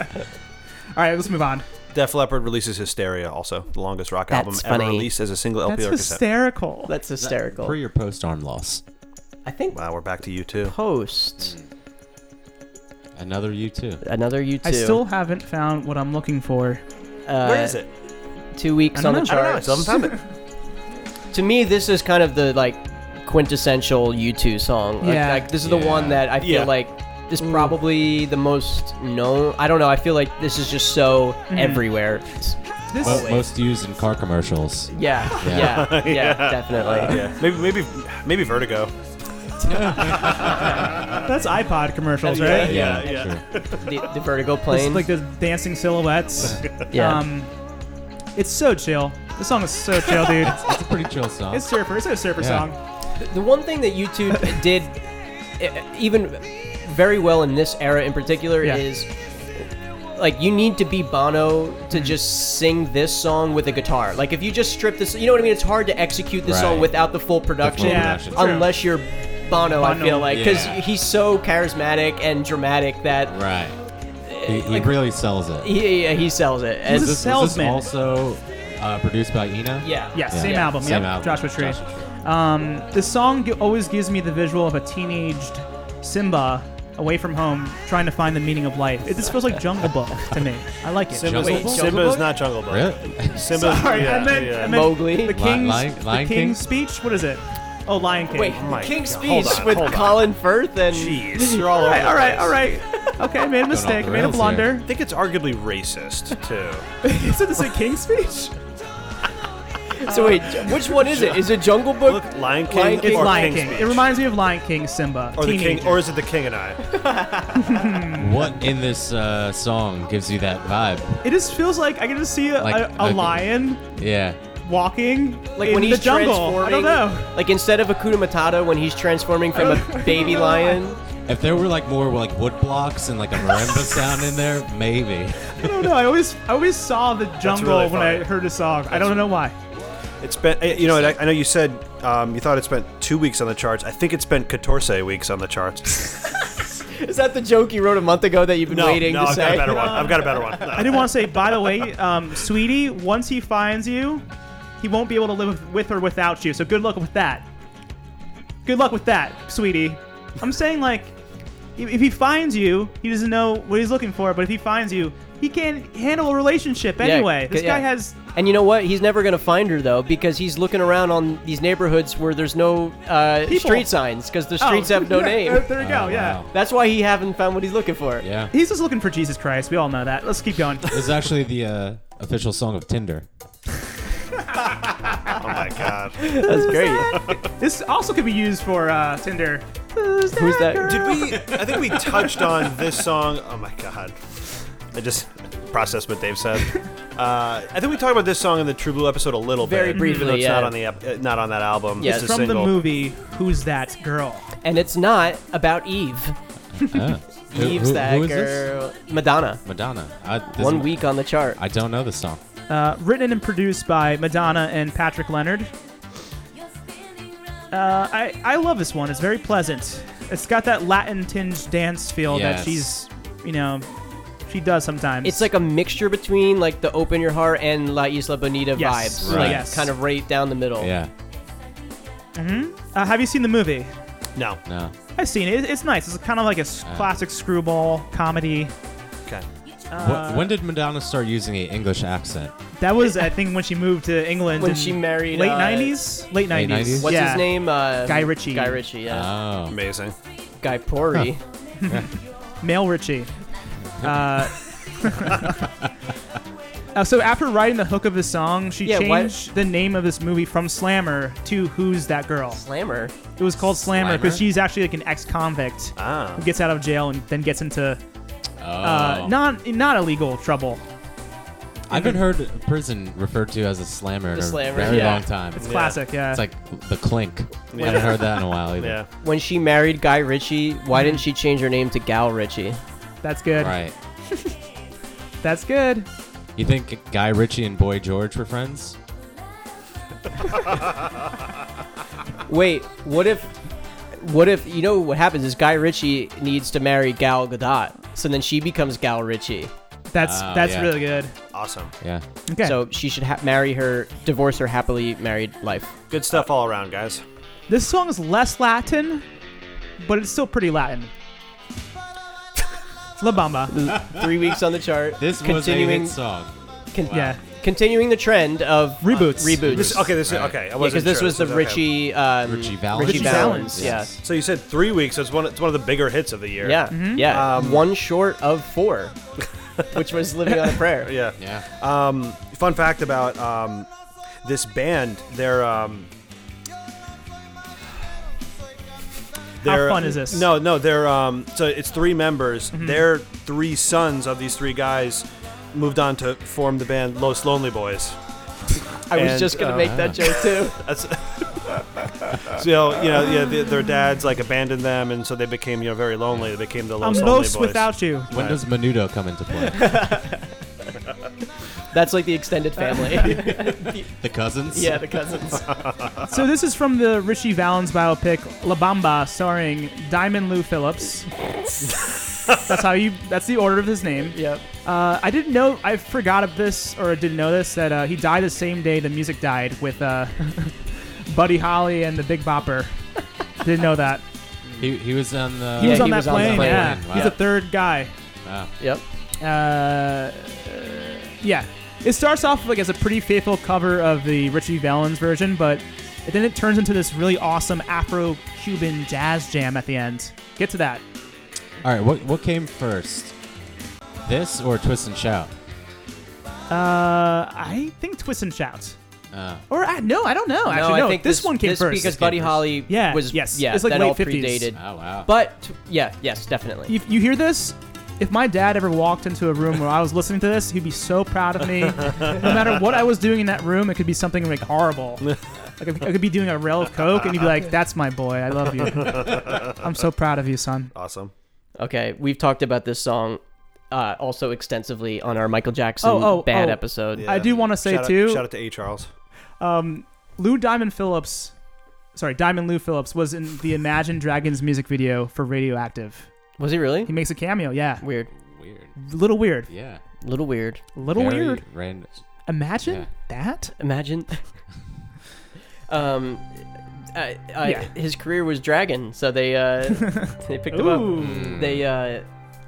[SPEAKER 1] All right, let's move on.
[SPEAKER 2] Def Leppard releases Hysteria, also the longest rock
[SPEAKER 3] That's
[SPEAKER 2] album
[SPEAKER 3] funny.
[SPEAKER 2] ever released as a single LP
[SPEAKER 1] That's
[SPEAKER 2] or cassette.
[SPEAKER 1] hysterical.
[SPEAKER 3] That's hysterical.
[SPEAKER 4] Pre or post arm loss.
[SPEAKER 3] I think
[SPEAKER 2] wow, we're back to you too.
[SPEAKER 3] post
[SPEAKER 4] Another you too.
[SPEAKER 3] another U2.
[SPEAKER 1] I still haven't found what I'm looking for.
[SPEAKER 3] uh,
[SPEAKER 2] Where is it?
[SPEAKER 3] Two weeks
[SPEAKER 1] I
[SPEAKER 3] on
[SPEAKER 1] don't
[SPEAKER 3] the
[SPEAKER 1] know. I
[SPEAKER 2] No,
[SPEAKER 3] charts.
[SPEAKER 2] it's on it.
[SPEAKER 3] to me, this is kind of the like quintessential U2 song. Like,
[SPEAKER 1] Yeah. Mm.
[SPEAKER 3] like, this is the
[SPEAKER 4] Yeah.
[SPEAKER 3] one that I feel
[SPEAKER 2] Yeah.
[SPEAKER 3] like is probably the most known. I don't know. I feel like this is just so
[SPEAKER 1] Mm-hmm.
[SPEAKER 3] everywhere.
[SPEAKER 1] This
[SPEAKER 4] Mo- most used in car commercials.
[SPEAKER 3] Yeah, yeah, yeah, definitely.
[SPEAKER 2] Yeah. Maybe, maybe, maybe Vertigo.
[SPEAKER 1] that's iPod commercials,
[SPEAKER 2] Yeah,
[SPEAKER 1] right?
[SPEAKER 2] yeah, yeah.
[SPEAKER 4] sure.
[SPEAKER 3] The, the Vertigo
[SPEAKER 1] It's
[SPEAKER 3] plane.
[SPEAKER 1] like the dancing silhouettes.
[SPEAKER 3] yeah.
[SPEAKER 1] Um, it's so chill. This song is so chill, dude.
[SPEAKER 4] It's a pretty chill song.
[SPEAKER 1] It's surfer. It's a surfer
[SPEAKER 4] Yeah.
[SPEAKER 1] song.
[SPEAKER 3] The one thing that YouTube did eh, even very well in this era in particular
[SPEAKER 1] Yeah.
[SPEAKER 3] is like you need to be Bono
[SPEAKER 2] Mm-hmm.
[SPEAKER 3] to just sing this song with a guitar. Like if you just strip this, you know what I mean? It's hard to execute this song
[SPEAKER 4] Right.
[SPEAKER 3] without the full production,
[SPEAKER 4] Yeah,
[SPEAKER 1] production. true.
[SPEAKER 3] unless you're Bono, I
[SPEAKER 1] Bono.
[SPEAKER 3] feel like cuz
[SPEAKER 4] Yeah.
[SPEAKER 3] he's so charismatic and dramatic that
[SPEAKER 4] right. He, he
[SPEAKER 3] like-
[SPEAKER 4] really sells it.
[SPEAKER 3] he, yeah, he sells it.
[SPEAKER 1] He's
[SPEAKER 3] And
[SPEAKER 1] a
[SPEAKER 4] Was this, was this
[SPEAKER 1] salesman.
[SPEAKER 4] also uh, produced by Eno?
[SPEAKER 3] yeah.
[SPEAKER 2] Oh
[SPEAKER 1] Yeah, same
[SPEAKER 3] Yeah.
[SPEAKER 1] album.
[SPEAKER 4] Same
[SPEAKER 1] yep.
[SPEAKER 4] album.
[SPEAKER 1] Joshua Tree. Um, this song gi- always gives me the visual of a teenaged Simba away from home trying to find the meaning of life. It just feels like Jungle Book to me. I like it.
[SPEAKER 4] Simba's- Wait,
[SPEAKER 1] Book?
[SPEAKER 2] Simba
[SPEAKER 3] Jungle
[SPEAKER 2] is
[SPEAKER 3] Book?
[SPEAKER 2] not Jungle Book.
[SPEAKER 4] Really?
[SPEAKER 2] Simba.
[SPEAKER 1] Sorry,
[SPEAKER 2] yeah,
[SPEAKER 1] I meant,
[SPEAKER 2] yeah.
[SPEAKER 1] I meant
[SPEAKER 3] Mowgli?
[SPEAKER 1] the king's
[SPEAKER 4] Lion- Lion
[SPEAKER 1] the
[SPEAKER 4] King?
[SPEAKER 1] king's speech. What is it? Oh, Lion King.
[SPEAKER 3] Wait,
[SPEAKER 2] my
[SPEAKER 3] King's
[SPEAKER 2] God. Hold
[SPEAKER 3] Speech
[SPEAKER 2] on,
[SPEAKER 3] with
[SPEAKER 2] hold on.
[SPEAKER 3] Colin Firth and
[SPEAKER 2] Jeez, you're all over.
[SPEAKER 1] all right,
[SPEAKER 2] the
[SPEAKER 1] all
[SPEAKER 2] place.
[SPEAKER 1] right. Okay, I made a mistake. I
[SPEAKER 4] the
[SPEAKER 1] made a
[SPEAKER 4] rails
[SPEAKER 1] blunder.
[SPEAKER 2] I think it's arguably racist too.
[SPEAKER 1] Is it this a king speech?
[SPEAKER 3] So wait, which one is it? Is it Jungle Book?
[SPEAKER 2] Look, Lion King,
[SPEAKER 3] Lion King.
[SPEAKER 1] It's
[SPEAKER 2] or
[SPEAKER 1] Lion
[SPEAKER 2] King's
[SPEAKER 1] King.
[SPEAKER 2] Speech.
[SPEAKER 1] It reminds me of Lion King Simba.
[SPEAKER 2] or the king,
[SPEAKER 1] teenager.
[SPEAKER 2] or is it the King and I?
[SPEAKER 4] What in this uh, song gives you that vibe?
[SPEAKER 1] it just feels like I can just see a,
[SPEAKER 4] Like-
[SPEAKER 1] a, a
[SPEAKER 4] like-
[SPEAKER 1] lion
[SPEAKER 4] Yeah.
[SPEAKER 1] walking
[SPEAKER 3] like
[SPEAKER 1] in
[SPEAKER 3] when
[SPEAKER 1] the
[SPEAKER 3] he's
[SPEAKER 1] jungle. I
[SPEAKER 3] transforming.
[SPEAKER 1] don't know.
[SPEAKER 3] Like instead of a Hakuna Matata, when he's transforming from a baby lion.
[SPEAKER 4] If there were like more like wood blocks and like a marimba sound in there, maybe.
[SPEAKER 1] I don't know. I always I always saw the jungle
[SPEAKER 2] really
[SPEAKER 1] when I
[SPEAKER 2] funny.
[SPEAKER 1] heard a song. I don't know why.
[SPEAKER 2] It's been, eh, you know, I I know you said um, you thought it spent two weeks on the charts. I think it spent 14 weeks on the charts.
[SPEAKER 3] Is that the joke you wrote a month ago that you've been
[SPEAKER 2] No,
[SPEAKER 3] waiting
[SPEAKER 2] no,
[SPEAKER 3] to
[SPEAKER 2] I've
[SPEAKER 3] say?
[SPEAKER 2] got a better one. I've got a better one. Oh
[SPEAKER 1] I didn't want to say. By the way, um, sweetie, once he finds you, he won't be able to live with or without you. So good luck with that. Good luck with that, sweetie. I'm saying like, if if he finds you, he doesn't know what he's looking for. But if he finds you, he can't handle a relationship
[SPEAKER 3] Yeah,
[SPEAKER 1] anyway.
[SPEAKER 3] c-
[SPEAKER 1] this guy
[SPEAKER 3] yeah.
[SPEAKER 1] has
[SPEAKER 3] And you know what? He's never gonna find her though, because he's looking around on these neighborhoods where there's no uh,
[SPEAKER 1] People.
[SPEAKER 3] street signs, because the streets
[SPEAKER 1] Oh,
[SPEAKER 3] have no
[SPEAKER 1] yeah,
[SPEAKER 3] name.
[SPEAKER 1] There, there you go.
[SPEAKER 4] Oh,
[SPEAKER 1] Yeah.
[SPEAKER 4] wow.
[SPEAKER 3] That's why he haven't found what he's looking for.
[SPEAKER 4] Yeah.
[SPEAKER 1] He's just looking for Jesus Christ. We all know that. Let's keep going.
[SPEAKER 4] This is actually the uh, official song of Tinder.
[SPEAKER 2] Oh my god.
[SPEAKER 3] That's great.
[SPEAKER 1] this also could be used for uh, Tinder. Who's that?
[SPEAKER 3] Who's that?
[SPEAKER 1] girl?
[SPEAKER 2] Did we? I think we touched on this song. Oh my god. I just processed what Dave said. Uh, I think we talked about this song in the True Blue episode a little
[SPEAKER 3] Very
[SPEAKER 2] bit,
[SPEAKER 3] briefly,
[SPEAKER 2] even though it's
[SPEAKER 3] yeah.
[SPEAKER 2] not on the ep- uh, not on that album.
[SPEAKER 3] Yeah,
[SPEAKER 2] it's a
[SPEAKER 1] From
[SPEAKER 2] single.
[SPEAKER 1] the movie Who's That Girl?
[SPEAKER 3] And it's not about Eve.
[SPEAKER 4] Ah. Who-
[SPEAKER 3] Eve's
[SPEAKER 4] who-
[SPEAKER 3] that
[SPEAKER 4] who is this?
[SPEAKER 3] girl. Madonna.
[SPEAKER 4] Madonna. I, this is
[SPEAKER 3] One
[SPEAKER 4] my-
[SPEAKER 3] week on the chart.
[SPEAKER 4] I don't know this song.
[SPEAKER 1] Uh, written and produced by Madonna and Patrick Leonard. Uh, I, I love this one. It's very pleasant. It's got that Latin tinged dance feel that
[SPEAKER 4] Yes.
[SPEAKER 1] she's, you know, she does sometimes.
[SPEAKER 3] It's like a mixture between like the Open Your Heart and La Isla Bonita
[SPEAKER 1] Yes.
[SPEAKER 3] vibes,
[SPEAKER 4] Right.
[SPEAKER 3] like
[SPEAKER 1] Yes.
[SPEAKER 3] kind of right down the middle.
[SPEAKER 4] Yeah.
[SPEAKER 1] Uh, have you seen the movie?
[SPEAKER 2] no.
[SPEAKER 4] No.
[SPEAKER 1] I've seen it. It's nice. It's kind of like a s-
[SPEAKER 4] Uh.
[SPEAKER 1] classic screwball comedy.
[SPEAKER 2] Okay.
[SPEAKER 1] Uh,
[SPEAKER 4] Wh- when did Madonna start using an English accent?
[SPEAKER 1] That was, I think, when she moved to England.
[SPEAKER 3] When
[SPEAKER 1] in
[SPEAKER 3] she married,
[SPEAKER 1] late
[SPEAKER 3] uh,
[SPEAKER 1] nineties, late nineties.
[SPEAKER 4] 90s?
[SPEAKER 3] What's
[SPEAKER 1] yeah.
[SPEAKER 3] his name? Uh,
[SPEAKER 1] Guy Ritchie.
[SPEAKER 3] Guy Ritchie.
[SPEAKER 1] Uh,
[SPEAKER 3] Yeah.
[SPEAKER 4] Oh.
[SPEAKER 2] Amazing.
[SPEAKER 3] Guy Pori.
[SPEAKER 1] Male Richie. Uh, uh, so after writing the hook of the song, she
[SPEAKER 3] Yeah, why-
[SPEAKER 1] changed the name of this movie from Slammer to Who's That Girl?
[SPEAKER 3] Slammer.
[SPEAKER 1] It was called Slammer because
[SPEAKER 4] Slammer?
[SPEAKER 1] she's actually like an ex-convict
[SPEAKER 2] Ah.
[SPEAKER 1] who gets out of jail and then gets into
[SPEAKER 4] Oh.
[SPEAKER 1] uh, not not illegal trouble.
[SPEAKER 4] I've been heard prison referred to as a slammer in
[SPEAKER 3] The
[SPEAKER 4] a
[SPEAKER 3] slammer,
[SPEAKER 4] very
[SPEAKER 3] yeah.
[SPEAKER 4] long time.
[SPEAKER 1] It's
[SPEAKER 4] It's,
[SPEAKER 2] Yeah.
[SPEAKER 1] classic, yeah.
[SPEAKER 4] like the clink. I
[SPEAKER 2] Yeah.
[SPEAKER 4] haven't heard that in a while either.
[SPEAKER 2] Yeah.
[SPEAKER 3] When she married Guy Ritchie, why didn't she change her name to Gal Ritchie?
[SPEAKER 1] That's good.
[SPEAKER 4] Right.
[SPEAKER 1] That's good.
[SPEAKER 4] You think Guy Ritchie and Boy George were friends?
[SPEAKER 3] Wait, what if, what if you know what happens is Guy Ritchie needs to marry Gal Gadot, so then she becomes Gal Ritchie.
[SPEAKER 1] That's
[SPEAKER 4] Oh,
[SPEAKER 1] that's
[SPEAKER 4] yeah.
[SPEAKER 1] really good.
[SPEAKER 2] Awesome.
[SPEAKER 4] Yeah.
[SPEAKER 1] Okay.
[SPEAKER 3] So she should ha- marry her, divorce her happily married life.
[SPEAKER 2] Good stuff all around, guys.
[SPEAKER 1] This song is less Latin, but it's still pretty Latin. It's La Bamba.
[SPEAKER 3] Three weeks on the chart.
[SPEAKER 4] This
[SPEAKER 3] continuing,
[SPEAKER 4] was a hit song.
[SPEAKER 3] con-
[SPEAKER 1] Yeah.
[SPEAKER 3] continuing the trend of uh,
[SPEAKER 1] Reboots.
[SPEAKER 3] reboots.
[SPEAKER 2] This, okay, this
[SPEAKER 4] Right.
[SPEAKER 2] is okay. I
[SPEAKER 3] because
[SPEAKER 2] wasn't
[SPEAKER 3] this
[SPEAKER 2] sure.
[SPEAKER 3] was the
[SPEAKER 2] okay.
[SPEAKER 3] Richie, um,
[SPEAKER 4] Richie Valens.
[SPEAKER 3] Richie
[SPEAKER 1] Richie
[SPEAKER 3] Valens.
[SPEAKER 1] Valens,
[SPEAKER 3] Yeah,
[SPEAKER 2] So you said three weeks. So it's one. It's one of the bigger hits of the year.
[SPEAKER 3] yeah,
[SPEAKER 1] Mm-hmm.
[SPEAKER 3] yeah.
[SPEAKER 2] Um,
[SPEAKER 3] One short of four, which was Living on a Prayer.
[SPEAKER 2] Yeah.
[SPEAKER 4] Yeah.
[SPEAKER 2] Um, fun fact about um, this band. They're um,
[SPEAKER 1] fun is this? Mm-hmm.
[SPEAKER 2] No, no, they're um, so it's three members. Their three sons of these three guys moved on to form the band Los Lonely Boys.
[SPEAKER 3] I was
[SPEAKER 2] And,
[SPEAKER 3] just gonna
[SPEAKER 2] uh,
[SPEAKER 3] make that joke too.
[SPEAKER 2] That's so you know yeah th their dads like abandoned them and so they became you know very lonely. They became the
[SPEAKER 1] I'm
[SPEAKER 2] Los Lonely
[SPEAKER 1] lost
[SPEAKER 2] Boys.
[SPEAKER 1] without you.
[SPEAKER 4] When
[SPEAKER 2] Right.
[SPEAKER 4] does Menudo come into play?
[SPEAKER 3] That's like the extended family.
[SPEAKER 4] the cousins?
[SPEAKER 3] yeah, the cousins.
[SPEAKER 1] So this is from the Richie Valens biopic La Bamba, starring Diamond Lou Phillips. that's how you. That's the order of his name.
[SPEAKER 3] Yep.
[SPEAKER 1] Uh, I didn't know. I forgot of this, or I didn't know this that uh, he died the same day the music died with uh, Buddy Holly and the Big Bopper. didn't know that.
[SPEAKER 4] He, he was on the.
[SPEAKER 1] He was
[SPEAKER 3] Yeah,
[SPEAKER 1] on
[SPEAKER 3] he
[SPEAKER 1] that
[SPEAKER 3] was on the
[SPEAKER 1] plane.
[SPEAKER 3] plane,
[SPEAKER 1] Yeah,
[SPEAKER 4] wow.
[SPEAKER 1] he's the third guy.
[SPEAKER 4] Wow.
[SPEAKER 3] Yep.
[SPEAKER 1] uh, yeah. It starts off like as a pretty faithful cover of the Richie Valens version, but then it turns into this really awesome Afro-Cuban jazz jam at the end. Get to that.
[SPEAKER 4] All right. What, what came first? This or Twist and Shout?
[SPEAKER 1] Uh, I think Twist and Shout,
[SPEAKER 4] Uh,
[SPEAKER 1] or I, no, I don't know. Actually, no,
[SPEAKER 3] I think
[SPEAKER 1] this, one came
[SPEAKER 3] this
[SPEAKER 1] first.
[SPEAKER 3] because Buddy
[SPEAKER 4] Came first.
[SPEAKER 3] Holly
[SPEAKER 1] Yeah,
[SPEAKER 3] was
[SPEAKER 1] yes.
[SPEAKER 3] yeah
[SPEAKER 1] It's like
[SPEAKER 3] that
[SPEAKER 1] late
[SPEAKER 3] all
[SPEAKER 1] 50s.
[SPEAKER 4] oh,
[SPEAKER 3] predated.
[SPEAKER 4] wow.
[SPEAKER 3] But t- yeah, yes, definitely.
[SPEAKER 1] you, you hear this? If my dad ever walked into a room where I was listening to this, he'd be so proud of me. no matter what I was doing in that room, it could be something like horrible. Like I could- I could be doing a rail of coke, and he'd be like, "That's my boy. I love you. I'm so proud of you, son."
[SPEAKER 2] Awesome.
[SPEAKER 3] Okay, we've talked about this song uh, also extensively on our Michael Jackson
[SPEAKER 1] Oh, oh,
[SPEAKER 3] bad
[SPEAKER 1] oh.
[SPEAKER 3] episode.
[SPEAKER 1] I do want to say
[SPEAKER 2] shout
[SPEAKER 1] too,
[SPEAKER 2] Out, shout out to A. Charles.
[SPEAKER 1] um, Lou Diamond Phillips, sorry, Diamond Lou Phillips was in the Imagine Dragons music video for Radioactive.
[SPEAKER 3] Was he really?
[SPEAKER 1] He makes a cameo. Yeah,
[SPEAKER 3] Weird.
[SPEAKER 4] Weird.
[SPEAKER 1] little weird.
[SPEAKER 4] Yeah.
[SPEAKER 3] Little weird.
[SPEAKER 1] Little
[SPEAKER 4] Very
[SPEAKER 1] weird.
[SPEAKER 4] Random.
[SPEAKER 1] Imagine
[SPEAKER 4] Yeah.
[SPEAKER 1] that.
[SPEAKER 3] Imagine. um, I, I,
[SPEAKER 1] Yeah.
[SPEAKER 3] his career was Dragon, so they uh, they picked him up.
[SPEAKER 1] Ooh.
[SPEAKER 3] They uh,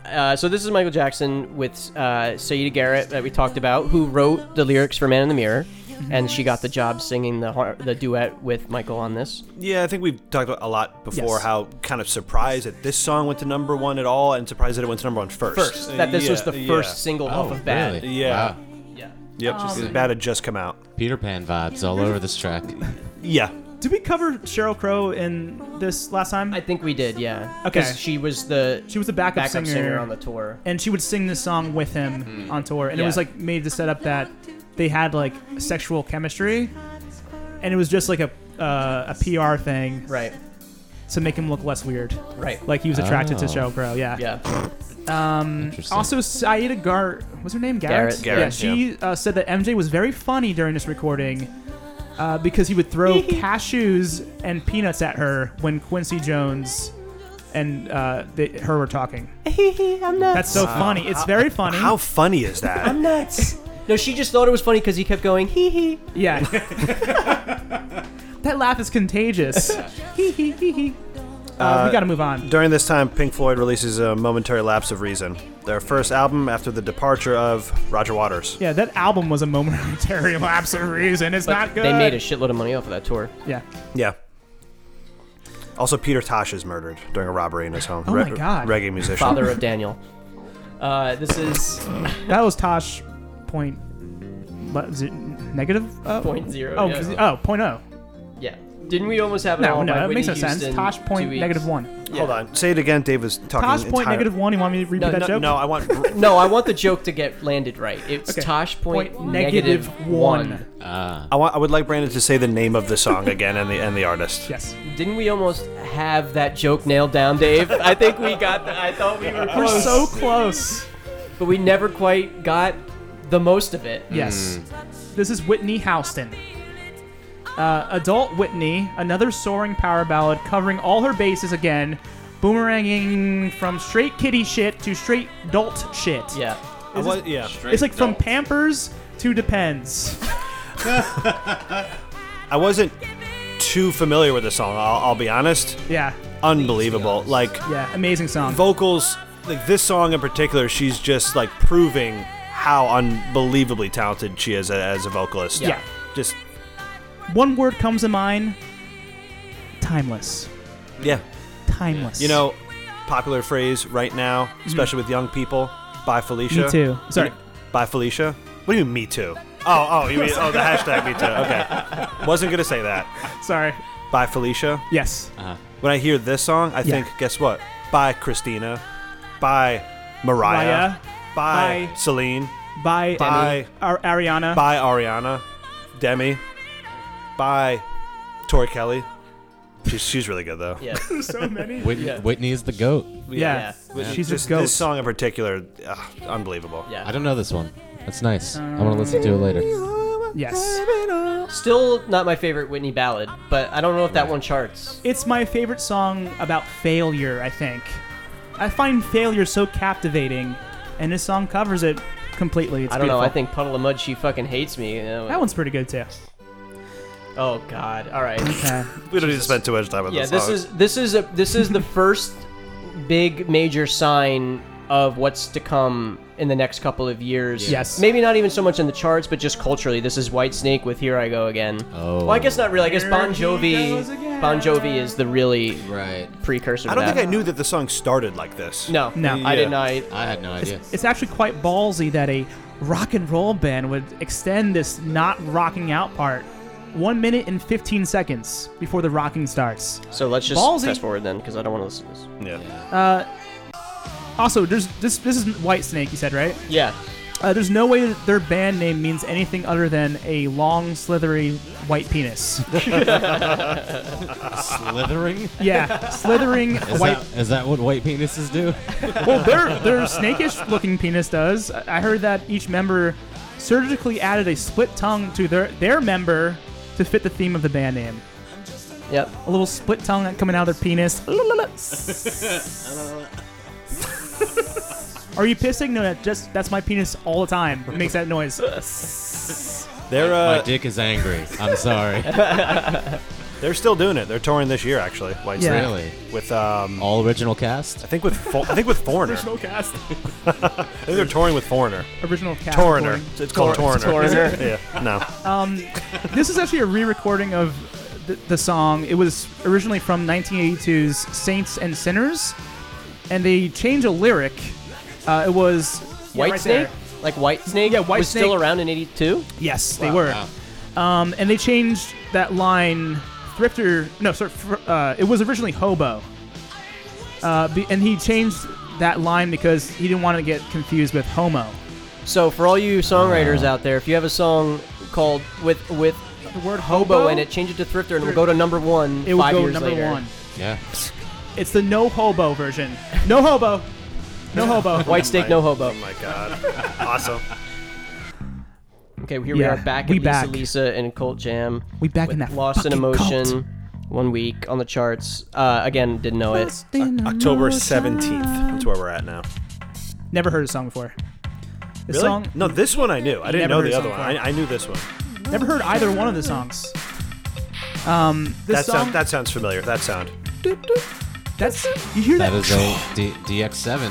[SPEAKER 3] uh, so this is Michael Jackson with uh, Saida Garrett that we talked about, who wrote the lyrics for Man in the Mirror, and she got the job singing the har- the duet with Michael on this.
[SPEAKER 2] Yeah, I think we've talked about a lot before
[SPEAKER 1] Yes.
[SPEAKER 2] how kind of surprised that this song went to number one at all, and surprised that it went to number one first.
[SPEAKER 3] First, that this was
[SPEAKER 2] Yeah,
[SPEAKER 3] the
[SPEAKER 2] yeah.
[SPEAKER 3] first single off of Bad.
[SPEAKER 4] Oh, really?
[SPEAKER 2] Yeah.
[SPEAKER 4] Wow.
[SPEAKER 3] Yeah.
[SPEAKER 2] Yep, just- bad had just come out.
[SPEAKER 4] Peter Pan vibes all over this track.
[SPEAKER 2] Yeah,
[SPEAKER 1] Did we cover Cheryl Crow in this last time?
[SPEAKER 3] I think we did, yeah.
[SPEAKER 1] Okay.
[SPEAKER 3] 'Cause She was the
[SPEAKER 1] she was the backup,
[SPEAKER 3] backup singer on the tour.
[SPEAKER 1] and she would sing this song with him on tour and it
[SPEAKER 3] Yeah.
[SPEAKER 1] was like made to set up that they had like sexual chemistry and it was just like a uh, a PR thing
[SPEAKER 3] Right.
[SPEAKER 1] to make him look less weird
[SPEAKER 3] Right.
[SPEAKER 1] like he was attracted to
[SPEAKER 4] Oh.
[SPEAKER 1] Cheryl Crow yeah,
[SPEAKER 3] Yeah.
[SPEAKER 4] Interesting.
[SPEAKER 1] also Saida Gar what's her name Garrett,
[SPEAKER 3] Garrett.
[SPEAKER 1] yeah
[SPEAKER 2] Garrett,
[SPEAKER 1] she Uh, said that MJ was very funny during this recording uh, because he would throw cashews and peanuts at her when Quincy Jones and uh, they, her were talking
[SPEAKER 3] I'm nuts.
[SPEAKER 1] that's so funny it's very funny
[SPEAKER 2] how funny is that?
[SPEAKER 3] I'm nuts. no, she just thought it was funny because he kept going hee hee.
[SPEAKER 1] Yeah. that laugh is contagious. hee hee hee hee. Uh, we gotta move on.
[SPEAKER 2] During this time, Pink Floyd releases a momentary lapse of reason, their first album after the departure of Roger Waters.
[SPEAKER 1] Yeah, that album was a momentary lapse of reason. It's not good.
[SPEAKER 3] They made a shitload of money off of that tour.
[SPEAKER 1] Yeah.
[SPEAKER 2] Yeah. Also, Peter Tosh is murdered during a robbery in his home.
[SPEAKER 1] Oh my God.
[SPEAKER 2] Reggae musician.
[SPEAKER 3] Father of Daniel. Uh, this is
[SPEAKER 1] That was Tosh point. What is it? Negative? Uh,
[SPEAKER 3] point zero.
[SPEAKER 1] Oh,
[SPEAKER 3] yeah.
[SPEAKER 1] 'cause- oh, point oh.
[SPEAKER 3] Yeah. Didn't we almost have it
[SPEAKER 1] No,
[SPEAKER 3] all
[SPEAKER 1] no,
[SPEAKER 3] by
[SPEAKER 1] that makes
[SPEAKER 3] Whitney
[SPEAKER 1] no
[SPEAKER 3] Houston
[SPEAKER 1] sense. Tosh
[SPEAKER 3] two
[SPEAKER 1] point
[SPEAKER 3] weeks?
[SPEAKER 1] negative one.
[SPEAKER 3] Yeah.
[SPEAKER 2] Hold on. Say it again. Dave was talking.
[SPEAKER 1] Tosh point
[SPEAKER 2] entire-
[SPEAKER 1] negative one. You want me to repeat
[SPEAKER 3] No,
[SPEAKER 1] that
[SPEAKER 2] No,
[SPEAKER 1] joke?
[SPEAKER 2] no, I want.
[SPEAKER 3] No, I want the joke to get landed right. It's
[SPEAKER 1] Okay.
[SPEAKER 3] Tosh point,
[SPEAKER 1] Point
[SPEAKER 3] negative
[SPEAKER 1] negative
[SPEAKER 3] one.
[SPEAKER 1] one.
[SPEAKER 4] Ah.
[SPEAKER 2] I want. I would like Brandon to say the name of the song again and the and the artist.
[SPEAKER 1] Yes.
[SPEAKER 3] Didn't we almost have that joke nailed down, Dave? I think we got that. I thought we were
[SPEAKER 1] We're
[SPEAKER 3] close,
[SPEAKER 1] so close.
[SPEAKER 3] but we never quite got the most of it.
[SPEAKER 1] Yes. This is Whitney Houston. Uh, adult Whitney, another soaring power ballad covering all her bases again, boomeranging from straight kitty shit to straight adult shit.
[SPEAKER 3] Yeah.
[SPEAKER 2] I want- yeah.
[SPEAKER 1] It's like from Pampers to Depends.
[SPEAKER 2] I wasn't too familiar with the song. I'll, I'll be honest.
[SPEAKER 1] Yeah.
[SPEAKER 2] Unbelievable. Like
[SPEAKER 1] Yeah. Amazing song.
[SPEAKER 2] vocals. Like this song in particular, she's just like proving how unbelievably talented she is a- as a vocalist.
[SPEAKER 1] Yeah.
[SPEAKER 2] Just
[SPEAKER 1] One word comes to mind timeless.
[SPEAKER 2] yeah.
[SPEAKER 1] Timeless.
[SPEAKER 2] You know, popular phrase right now, especially with young people. Bye, Felicia.
[SPEAKER 1] Mm-hmm. me too. Sorry.
[SPEAKER 2] Bye, Felicia. What do you mean, me too? Oh, oh, you mean oh the hashtag me too? Okay, wasn't gonna say that.
[SPEAKER 1] Sorry.
[SPEAKER 2] Bye, Felicia.
[SPEAKER 1] Yes.
[SPEAKER 2] When I hear this song, I think, guess what? Bye, Christina. Bye, Mariah.
[SPEAKER 1] Mariah.
[SPEAKER 2] Bye,
[SPEAKER 1] Bye.
[SPEAKER 2] Celine.
[SPEAKER 1] By,
[SPEAKER 2] By-
[SPEAKER 1] Ar- Ariana.
[SPEAKER 2] Bye, Ariana. Demi. Bye, Tori Kelly. She's, she's really good though.
[SPEAKER 3] Yeah.
[SPEAKER 1] so many.
[SPEAKER 4] Whitney, Whitney is the goat.
[SPEAKER 1] Yeah.
[SPEAKER 2] But
[SPEAKER 1] She's
[SPEAKER 2] this,
[SPEAKER 1] a goat.
[SPEAKER 2] this song in particular, ugh, unbelievable.
[SPEAKER 3] Yeah.
[SPEAKER 4] I don't know this one. That's nice. I want to listen to it later.
[SPEAKER 1] Yes.
[SPEAKER 3] Still not my favorite Whitney ballad, but I don't know if that one charts.
[SPEAKER 1] It's my favorite song about failure, I think. I find failure so captivating, and this song covers it completely. It's
[SPEAKER 3] I don't know.
[SPEAKER 1] beautiful.
[SPEAKER 3] I think Puddle of Mud, she fucking hates me. you know.
[SPEAKER 1] that one's pretty good too.
[SPEAKER 3] Oh God. All right.
[SPEAKER 1] Okay.
[SPEAKER 2] We don't need to spend too much time on
[SPEAKER 3] yeah.
[SPEAKER 2] this.
[SPEAKER 3] This
[SPEAKER 2] song.
[SPEAKER 3] is this is a this is the first big major sign of what's to come in the next couple of years.
[SPEAKER 1] Yes.
[SPEAKER 3] Maybe not even so much in the charts, but just culturally. This is White Snake with "Here I Go Again."
[SPEAKER 4] Oh.
[SPEAKER 3] Well, I guess not really. I guess
[SPEAKER 1] Here
[SPEAKER 3] Bon
[SPEAKER 1] he goes
[SPEAKER 3] Jovi.
[SPEAKER 1] again.
[SPEAKER 3] Bon Jovi is the really
[SPEAKER 4] Right.
[SPEAKER 3] precursor.
[SPEAKER 2] I
[SPEAKER 3] to
[SPEAKER 2] don't
[SPEAKER 3] that.
[SPEAKER 2] think I knew that the song started like this.
[SPEAKER 3] No.
[SPEAKER 1] No.
[SPEAKER 3] I
[SPEAKER 2] Yeah.
[SPEAKER 3] did not.
[SPEAKER 4] I had no idea.
[SPEAKER 1] It's actually quite ballsy that a rock and roll band would extend this not rocking out part one minute and 15 seconds before the rocking starts.
[SPEAKER 3] So let's just
[SPEAKER 1] Ballsy.
[SPEAKER 3] fast forward then, because I don't want to listen to this.
[SPEAKER 2] Yeah.
[SPEAKER 1] Also, there's this. This is White Snake, you said, right?
[SPEAKER 3] Yeah.
[SPEAKER 1] Uh, there's no way that their band name means anything other than a long, slithery white penis.
[SPEAKER 4] Slithering?
[SPEAKER 1] Yeah, slithering
[SPEAKER 4] Is,
[SPEAKER 1] white.
[SPEAKER 4] that, is that what white penises do?
[SPEAKER 1] Well, their their snakish looking penis does. I I heard that each member surgically added a split tongue to their their member to fit the theme of the band name.
[SPEAKER 3] Yep.
[SPEAKER 1] A little split tongue coming out of their penis. Are you pissing? No, that just that's my penis all the time. It makes that noise.
[SPEAKER 2] They're uh,
[SPEAKER 4] My dick is angry. I'm sorry.
[SPEAKER 2] they're still doing it. They're touring this year actually. White
[SPEAKER 1] Yeah.
[SPEAKER 2] Snake.
[SPEAKER 4] Really?
[SPEAKER 2] With um,
[SPEAKER 4] All original cast?
[SPEAKER 2] I think with Fo- I think with Foreigner.
[SPEAKER 1] Original cast.
[SPEAKER 2] I think they're touring with Foreigner.
[SPEAKER 1] Original cast.
[SPEAKER 2] Toriner.
[SPEAKER 1] recording.
[SPEAKER 2] It's called
[SPEAKER 3] Tor-
[SPEAKER 2] Toriner.
[SPEAKER 3] Toriner.
[SPEAKER 2] yeah. No.
[SPEAKER 1] This is actually a re-recording of the, the song. It was originally from 1982's Saints and Sinners, and they changed a lyric. Uh, it was yeah,
[SPEAKER 3] White
[SPEAKER 1] right
[SPEAKER 3] Snake?
[SPEAKER 1] there.
[SPEAKER 3] Like White Snake?
[SPEAKER 1] Yeah, White
[SPEAKER 3] was still
[SPEAKER 1] Snake-
[SPEAKER 3] around in '82.
[SPEAKER 1] Yes, they were. Um, and they changed that line. Thrifter, no, sorry, fr- uh, it was originally hobo. Uh, be, and he changed that line because he didn't want to get confused with homo.
[SPEAKER 3] So for all you songwriters out there, if you have a song called with with
[SPEAKER 1] The word
[SPEAKER 3] hobo, in it, change it to thrifter, and we'll go to number one
[SPEAKER 1] it would
[SPEAKER 3] five
[SPEAKER 1] go
[SPEAKER 3] years
[SPEAKER 1] number
[SPEAKER 3] later.
[SPEAKER 1] one.
[SPEAKER 4] Yeah.
[SPEAKER 1] It's the no hobo version. No hobo. No hobo.
[SPEAKER 3] White Snake, no hobo.
[SPEAKER 2] Oh my god. awesome.
[SPEAKER 3] Okay,
[SPEAKER 1] Yeah,
[SPEAKER 3] here we are back
[SPEAKER 1] we
[SPEAKER 3] at Lisa
[SPEAKER 1] back.
[SPEAKER 3] Lisa and Cult Jam.
[SPEAKER 1] We back in
[SPEAKER 3] with
[SPEAKER 1] that
[SPEAKER 3] Lost in
[SPEAKER 1] fucking
[SPEAKER 3] Emotion,
[SPEAKER 1] cult.
[SPEAKER 3] one week on the charts. Uh, again, didn't know it.
[SPEAKER 2] October 17th. That's where we're at now.
[SPEAKER 1] Never heard a song before. This
[SPEAKER 2] Really?
[SPEAKER 1] song,
[SPEAKER 2] No, this one I knew. I
[SPEAKER 1] never
[SPEAKER 2] didn't know
[SPEAKER 1] heard
[SPEAKER 2] the other
[SPEAKER 1] this
[SPEAKER 2] one.
[SPEAKER 1] before.
[SPEAKER 2] I, I knew this one.
[SPEAKER 1] never heard either one of the songs. Um, this
[SPEAKER 2] That,
[SPEAKER 1] song,
[SPEAKER 2] sound, that sounds familiar. That sound.
[SPEAKER 1] that's you hear that?
[SPEAKER 4] That is a D- DX7.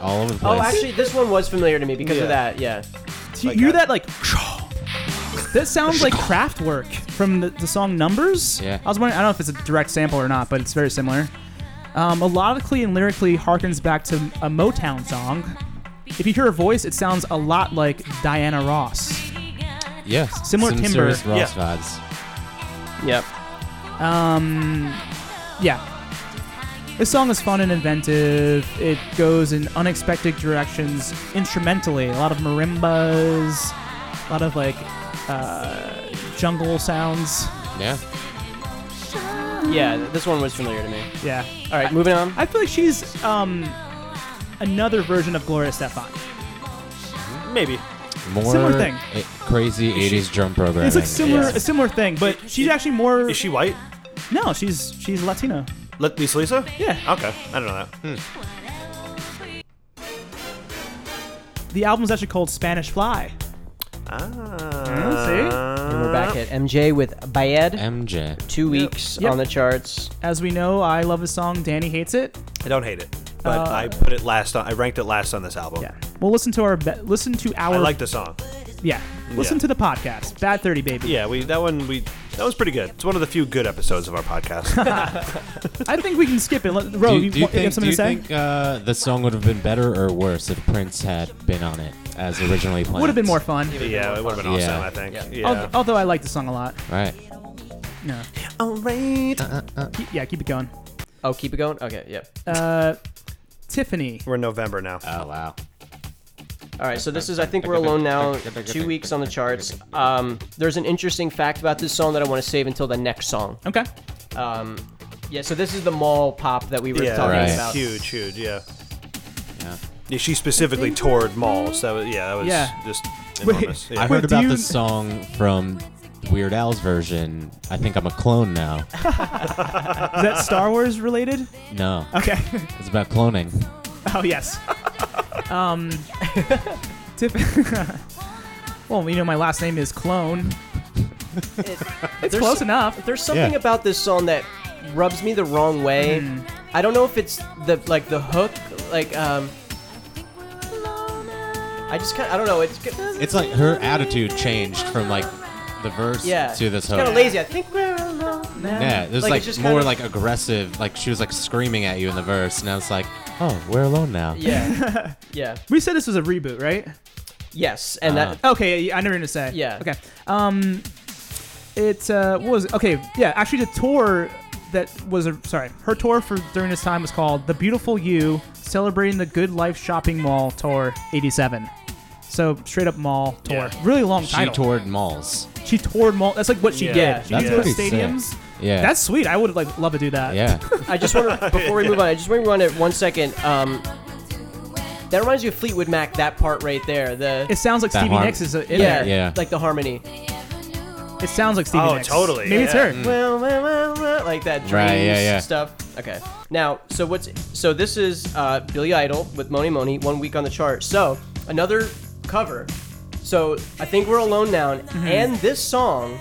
[SPEAKER 4] All over the place.
[SPEAKER 3] Oh, actually, this one was familiar to me because
[SPEAKER 2] Yeah.
[SPEAKER 3] of that. Yeah,
[SPEAKER 1] you
[SPEAKER 2] like
[SPEAKER 1] hear that
[SPEAKER 2] that.
[SPEAKER 1] like? That sounds like Kraftwerk from the, the song Numbers.
[SPEAKER 4] Yeah.
[SPEAKER 1] I was wondering, I don't know if it's a direct sample or not, but it's very similar. Um, melodically and lyrically harkens back to a Motown song. If you hear her voice, it sounds a lot like Diana Ross.
[SPEAKER 4] yeah.
[SPEAKER 1] similar
[SPEAKER 4] Some
[SPEAKER 1] timbre.
[SPEAKER 4] serious Ross vibes.
[SPEAKER 3] yep.
[SPEAKER 1] Um, yeah. This song is fun and inventive. It goes in unexpected directions instrumentally. A lot of marimbas, a lot of like uh, jungle sounds.
[SPEAKER 4] Yeah.
[SPEAKER 3] Yeah, this one was familiar to me.
[SPEAKER 1] Yeah.
[SPEAKER 3] All right, moving on.
[SPEAKER 1] I feel like she's um, another version of Gloria Stefan.
[SPEAKER 2] Maybe.
[SPEAKER 4] More
[SPEAKER 1] Similar thing.
[SPEAKER 4] eh, crazy 80s drum programming.
[SPEAKER 1] It's like similar,
[SPEAKER 4] Yeah.
[SPEAKER 1] a similar thing, but she's actually more.
[SPEAKER 2] Is she white?
[SPEAKER 1] no, she's she's Uh, Latino.
[SPEAKER 2] Let Lisa Lisa?
[SPEAKER 1] Yeah.
[SPEAKER 2] Okay. I don't know that.
[SPEAKER 1] The album's actually called Spanish Fly.
[SPEAKER 2] Ah.
[SPEAKER 1] Oh, Mm, see?
[SPEAKER 4] Uh,
[SPEAKER 3] And we're back at MJ with Bayed.
[SPEAKER 4] MJ.
[SPEAKER 3] Two weeks
[SPEAKER 1] Yep.
[SPEAKER 3] on the charts.
[SPEAKER 1] As we know, I love the song. Danny hates it.
[SPEAKER 2] I don't hate it, but
[SPEAKER 1] Uh,
[SPEAKER 2] I put it last on. I ranked it last on this album.
[SPEAKER 1] Yeah. Well, listen to our be- listen to our
[SPEAKER 2] I like the song.
[SPEAKER 1] yeah. Listen to the podcast. Bad thirty baby.
[SPEAKER 2] Yeah, we that one we that was pretty good. It's one of the few good episodes of our podcast.
[SPEAKER 1] I think we can skip it. Let, Ro,
[SPEAKER 4] Do
[SPEAKER 1] you,
[SPEAKER 4] you, do you
[SPEAKER 1] want- you have
[SPEAKER 4] think, do
[SPEAKER 1] something
[SPEAKER 4] you
[SPEAKER 1] to say?
[SPEAKER 4] think uh, the song would have been better or worse if Prince had been on it as originally planned?
[SPEAKER 1] Would have been more fun.
[SPEAKER 2] yeah, it would have been awesome.
[SPEAKER 4] Yeah.
[SPEAKER 2] I think. Yeah.
[SPEAKER 3] Yeah.
[SPEAKER 1] Al- Although I like the song a lot.
[SPEAKER 4] Right.
[SPEAKER 1] No.
[SPEAKER 2] All right.
[SPEAKER 1] Keep- yeah, keep it going.
[SPEAKER 3] Oh, keep it going. Okay, yep.
[SPEAKER 1] Uh, Tiffany.
[SPEAKER 2] We're in November now.
[SPEAKER 4] Oh, wow.
[SPEAKER 3] All right, so this is I think we're alone now. Two weeks on the charts. Um, there's an interesting fact about this song that I want to save until the next song.
[SPEAKER 1] Okay.
[SPEAKER 3] Um, yeah, so this is the mall pop that we were
[SPEAKER 2] yeah,
[SPEAKER 3] talking
[SPEAKER 4] right.
[SPEAKER 3] about.
[SPEAKER 2] huge, huge. Yeah.
[SPEAKER 4] Yeah.
[SPEAKER 2] Yeah, she specifically toured malls. That was yeah, that was
[SPEAKER 1] Yeah.
[SPEAKER 2] just
[SPEAKER 1] Wait,
[SPEAKER 2] enormous.
[SPEAKER 4] I
[SPEAKER 2] Yeah.
[SPEAKER 1] Wait,
[SPEAKER 4] heard
[SPEAKER 1] do
[SPEAKER 4] about
[SPEAKER 1] you-
[SPEAKER 4] this song from Weird Al's version. I think I'm a clone now.
[SPEAKER 1] Is that Star Wars related?
[SPEAKER 4] No,
[SPEAKER 1] Okay.
[SPEAKER 4] it's about cloning.
[SPEAKER 1] oh yes. Um, Tiff. well, you know my last name is Clone. It's
[SPEAKER 3] There's
[SPEAKER 1] close
[SPEAKER 3] some-
[SPEAKER 1] enough.
[SPEAKER 3] There's something
[SPEAKER 4] Yeah.
[SPEAKER 3] about this song that rubs me the wrong way. I don't know if it's the like the hook, like um. I just kind of I don't know. It's ki-
[SPEAKER 4] It's like her attitude changed from like the verse
[SPEAKER 3] yeah.
[SPEAKER 4] to this
[SPEAKER 3] it's kind
[SPEAKER 4] hook.
[SPEAKER 3] of lazy. I think we're alone now.
[SPEAKER 4] Yeah, it was
[SPEAKER 3] Like,
[SPEAKER 4] like,
[SPEAKER 3] it's just
[SPEAKER 4] more
[SPEAKER 3] kinda-
[SPEAKER 4] like aggressive. Like she was like screaming at you in the verse, and I was like, oh, we're alone now.
[SPEAKER 3] Yeah. yeah.
[SPEAKER 1] We said this was a reboot, right?
[SPEAKER 3] Yes, and that
[SPEAKER 1] Okay, yeah, I never gonna say.
[SPEAKER 3] Yeah.
[SPEAKER 1] Okay. Um, it uh, what was it? okay. Yeah, actually, the tour that was a sorry, her tour for during this time was called "The Beautiful You," celebrating the Good Life Shopping Mall Tour '87. So straight up mall tour,
[SPEAKER 2] Yeah.
[SPEAKER 1] really long
[SPEAKER 4] She
[SPEAKER 1] title.
[SPEAKER 4] toured malls.
[SPEAKER 1] she toured mall. That's like what she
[SPEAKER 2] Yeah.
[SPEAKER 1] did. She
[SPEAKER 4] That's
[SPEAKER 1] toured
[SPEAKER 4] pretty sick.
[SPEAKER 1] stadiums.
[SPEAKER 4] Yeah.
[SPEAKER 1] That's sweet. I would like love to do that.
[SPEAKER 4] yeah.
[SPEAKER 3] I just want to before we move on. I just want to rewind it one second. Um, that reminds you of Fleetwood Mac. That part right there. The
[SPEAKER 1] It sounds like
[SPEAKER 4] That
[SPEAKER 1] Stevie
[SPEAKER 4] harm-
[SPEAKER 1] Nicks is a, in
[SPEAKER 3] yeah,
[SPEAKER 1] yeah.
[SPEAKER 4] Yeah.
[SPEAKER 3] like the harmony.
[SPEAKER 1] It sounds like Stevie
[SPEAKER 2] Oh,
[SPEAKER 1] Nicks.
[SPEAKER 2] totally,
[SPEAKER 1] Maybe it's
[SPEAKER 2] yeah. Mm.
[SPEAKER 1] her.
[SPEAKER 3] Well, well, well, well, like that dreams
[SPEAKER 4] Right, yeah, yeah.
[SPEAKER 3] stuff. Okay. Now, so what's so this is uh, Billy Idol with Money Money, one week on the chart. So another cover. So I think we're alone now,
[SPEAKER 1] Mm-hmm.
[SPEAKER 3] and this song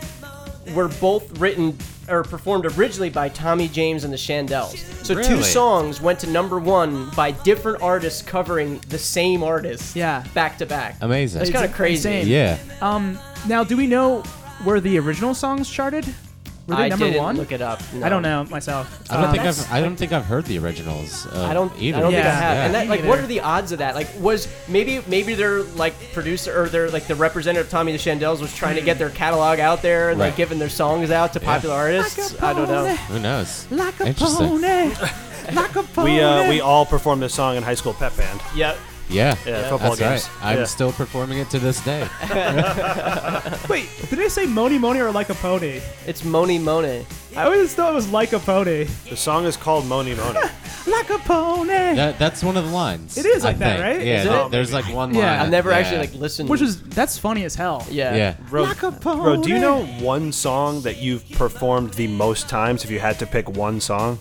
[SPEAKER 3] were both written or performed originally by Tommy James and the Shandells. So two
[SPEAKER 4] Really?
[SPEAKER 3] songs went to number one by different artists covering the same artist.
[SPEAKER 1] Yeah.
[SPEAKER 3] Back to back.
[SPEAKER 4] Amazing.
[SPEAKER 3] That's kind of
[SPEAKER 1] It's
[SPEAKER 3] crazy.
[SPEAKER 1] insane.
[SPEAKER 4] Yeah.
[SPEAKER 1] Um, now, do we know where the original songs charted? Were they
[SPEAKER 3] I
[SPEAKER 1] number
[SPEAKER 3] didn't
[SPEAKER 1] one?
[SPEAKER 3] look it up.
[SPEAKER 1] I don't
[SPEAKER 3] no.
[SPEAKER 1] know myself.
[SPEAKER 4] I don't
[SPEAKER 1] Um,
[SPEAKER 4] think I've I don't think I've heard the originals. Of
[SPEAKER 3] I don't.
[SPEAKER 4] either.
[SPEAKER 3] I don't think I
[SPEAKER 1] Yeah.
[SPEAKER 3] have. And
[SPEAKER 1] Yeah.
[SPEAKER 3] that, like, what
[SPEAKER 1] Either.
[SPEAKER 3] are the odds of that? Like, was maybe maybe their like producer or their like the representative of Tommy the Shandells was trying to get their catalog out there and like
[SPEAKER 4] Right.
[SPEAKER 3] giving their songs out to popular artists. I don't know.
[SPEAKER 4] Who knows?
[SPEAKER 1] Like a
[SPEAKER 4] Interesting.
[SPEAKER 1] pony. like a pony.
[SPEAKER 2] We uh, we all performed this song in high school pep band.
[SPEAKER 3] Yep.
[SPEAKER 4] Yeah.
[SPEAKER 2] Yeah, football
[SPEAKER 4] That's
[SPEAKER 2] games.
[SPEAKER 4] right. I'm
[SPEAKER 2] Yeah.
[SPEAKER 4] still performing it to this day.
[SPEAKER 1] Wait, did I say Moni Moni or like a pony?
[SPEAKER 3] It's Moni Moni.
[SPEAKER 1] I always thought it was like a pony.
[SPEAKER 2] The song is called Moni Moni.
[SPEAKER 1] Like a pony.
[SPEAKER 4] That, that's one of the lines.
[SPEAKER 1] It is
[SPEAKER 4] I
[SPEAKER 1] like that,
[SPEAKER 4] think.
[SPEAKER 1] right?
[SPEAKER 4] Yeah.
[SPEAKER 1] Is
[SPEAKER 4] there-
[SPEAKER 2] it?
[SPEAKER 4] There's like one
[SPEAKER 1] Yeah.
[SPEAKER 4] line. that-
[SPEAKER 1] I've
[SPEAKER 3] I've never
[SPEAKER 4] yeah.
[SPEAKER 3] actually like listened.
[SPEAKER 1] Which is that's funny as hell.
[SPEAKER 3] yeah.
[SPEAKER 4] Yeah.
[SPEAKER 2] Bro,
[SPEAKER 1] Like a
[SPEAKER 2] bro, do you
[SPEAKER 1] pony.
[SPEAKER 2] know one song that you've performed the most times? If you had to pick one song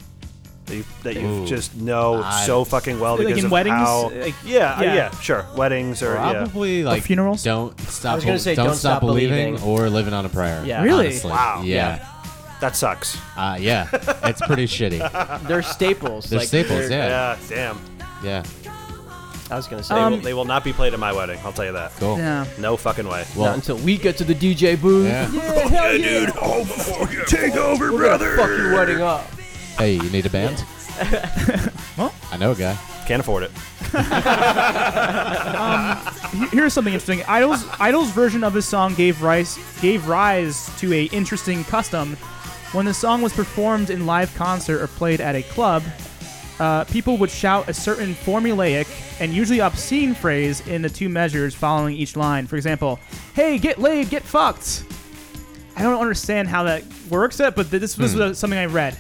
[SPEAKER 2] that you that you
[SPEAKER 4] Ooh.
[SPEAKER 2] just know
[SPEAKER 4] I-
[SPEAKER 2] so fucking well
[SPEAKER 1] Like
[SPEAKER 2] because
[SPEAKER 1] in
[SPEAKER 2] of
[SPEAKER 1] weddings?
[SPEAKER 2] how,
[SPEAKER 1] Like-
[SPEAKER 2] yeah, uh,
[SPEAKER 1] yeah.
[SPEAKER 2] yeah, sure, weddings or yeah.
[SPEAKER 4] Probably like
[SPEAKER 1] funerals?
[SPEAKER 4] Don't stop.
[SPEAKER 3] I was gonna say,
[SPEAKER 4] don't,
[SPEAKER 3] Don't
[SPEAKER 4] stop,
[SPEAKER 3] Stop
[SPEAKER 4] believing,
[SPEAKER 3] Believing.
[SPEAKER 4] or living on a prayer.
[SPEAKER 3] Yeah.
[SPEAKER 1] Really?
[SPEAKER 4] honestly.
[SPEAKER 2] Wow.
[SPEAKER 4] Yeah.
[SPEAKER 2] That sucks.
[SPEAKER 4] Uh, yeah. It's pretty shitty.
[SPEAKER 3] They're staples.
[SPEAKER 4] They're
[SPEAKER 3] like,
[SPEAKER 4] staples.
[SPEAKER 3] they're-
[SPEAKER 4] Yeah.
[SPEAKER 2] Yeah, damn.
[SPEAKER 4] Yeah.
[SPEAKER 3] I was gonna say
[SPEAKER 2] They,
[SPEAKER 1] Um,
[SPEAKER 2] will, they will not be played at my wedding. I'll tell you that.
[SPEAKER 4] Cool.
[SPEAKER 1] Yeah.
[SPEAKER 2] No fucking way.
[SPEAKER 4] Well,
[SPEAKER 3] not until we get to the DJ booth.
[SPEAKER 4] Yeah.
[SPEAKER 1] hell yeah.
[SPEAKER 2] Oh, Take over, brother.
[SPEAKER 3] Fuck your wedding up.
[SPEAKER 4] Hey, you need a band?
[SPEAKER 1] Well.
[SPEAKER 4] I know a guy.
[SPEAKER 2] Can't afford it.
[SPEAKER 1] Here- Here's something interesting. Idol's Idol's version of his song gave rise gave rise to a interesting custom. When the song was performed in live concert or played at a club, uh, people would shout a certain formulaic and usually obscene phrase in the two measures following each line. For example, "Hey, get laid, get fucked." I don't understand how that works, uh, but th- this was
[SPEAKER 4] Hmm.
[SPEAKER 1] uh, something I read.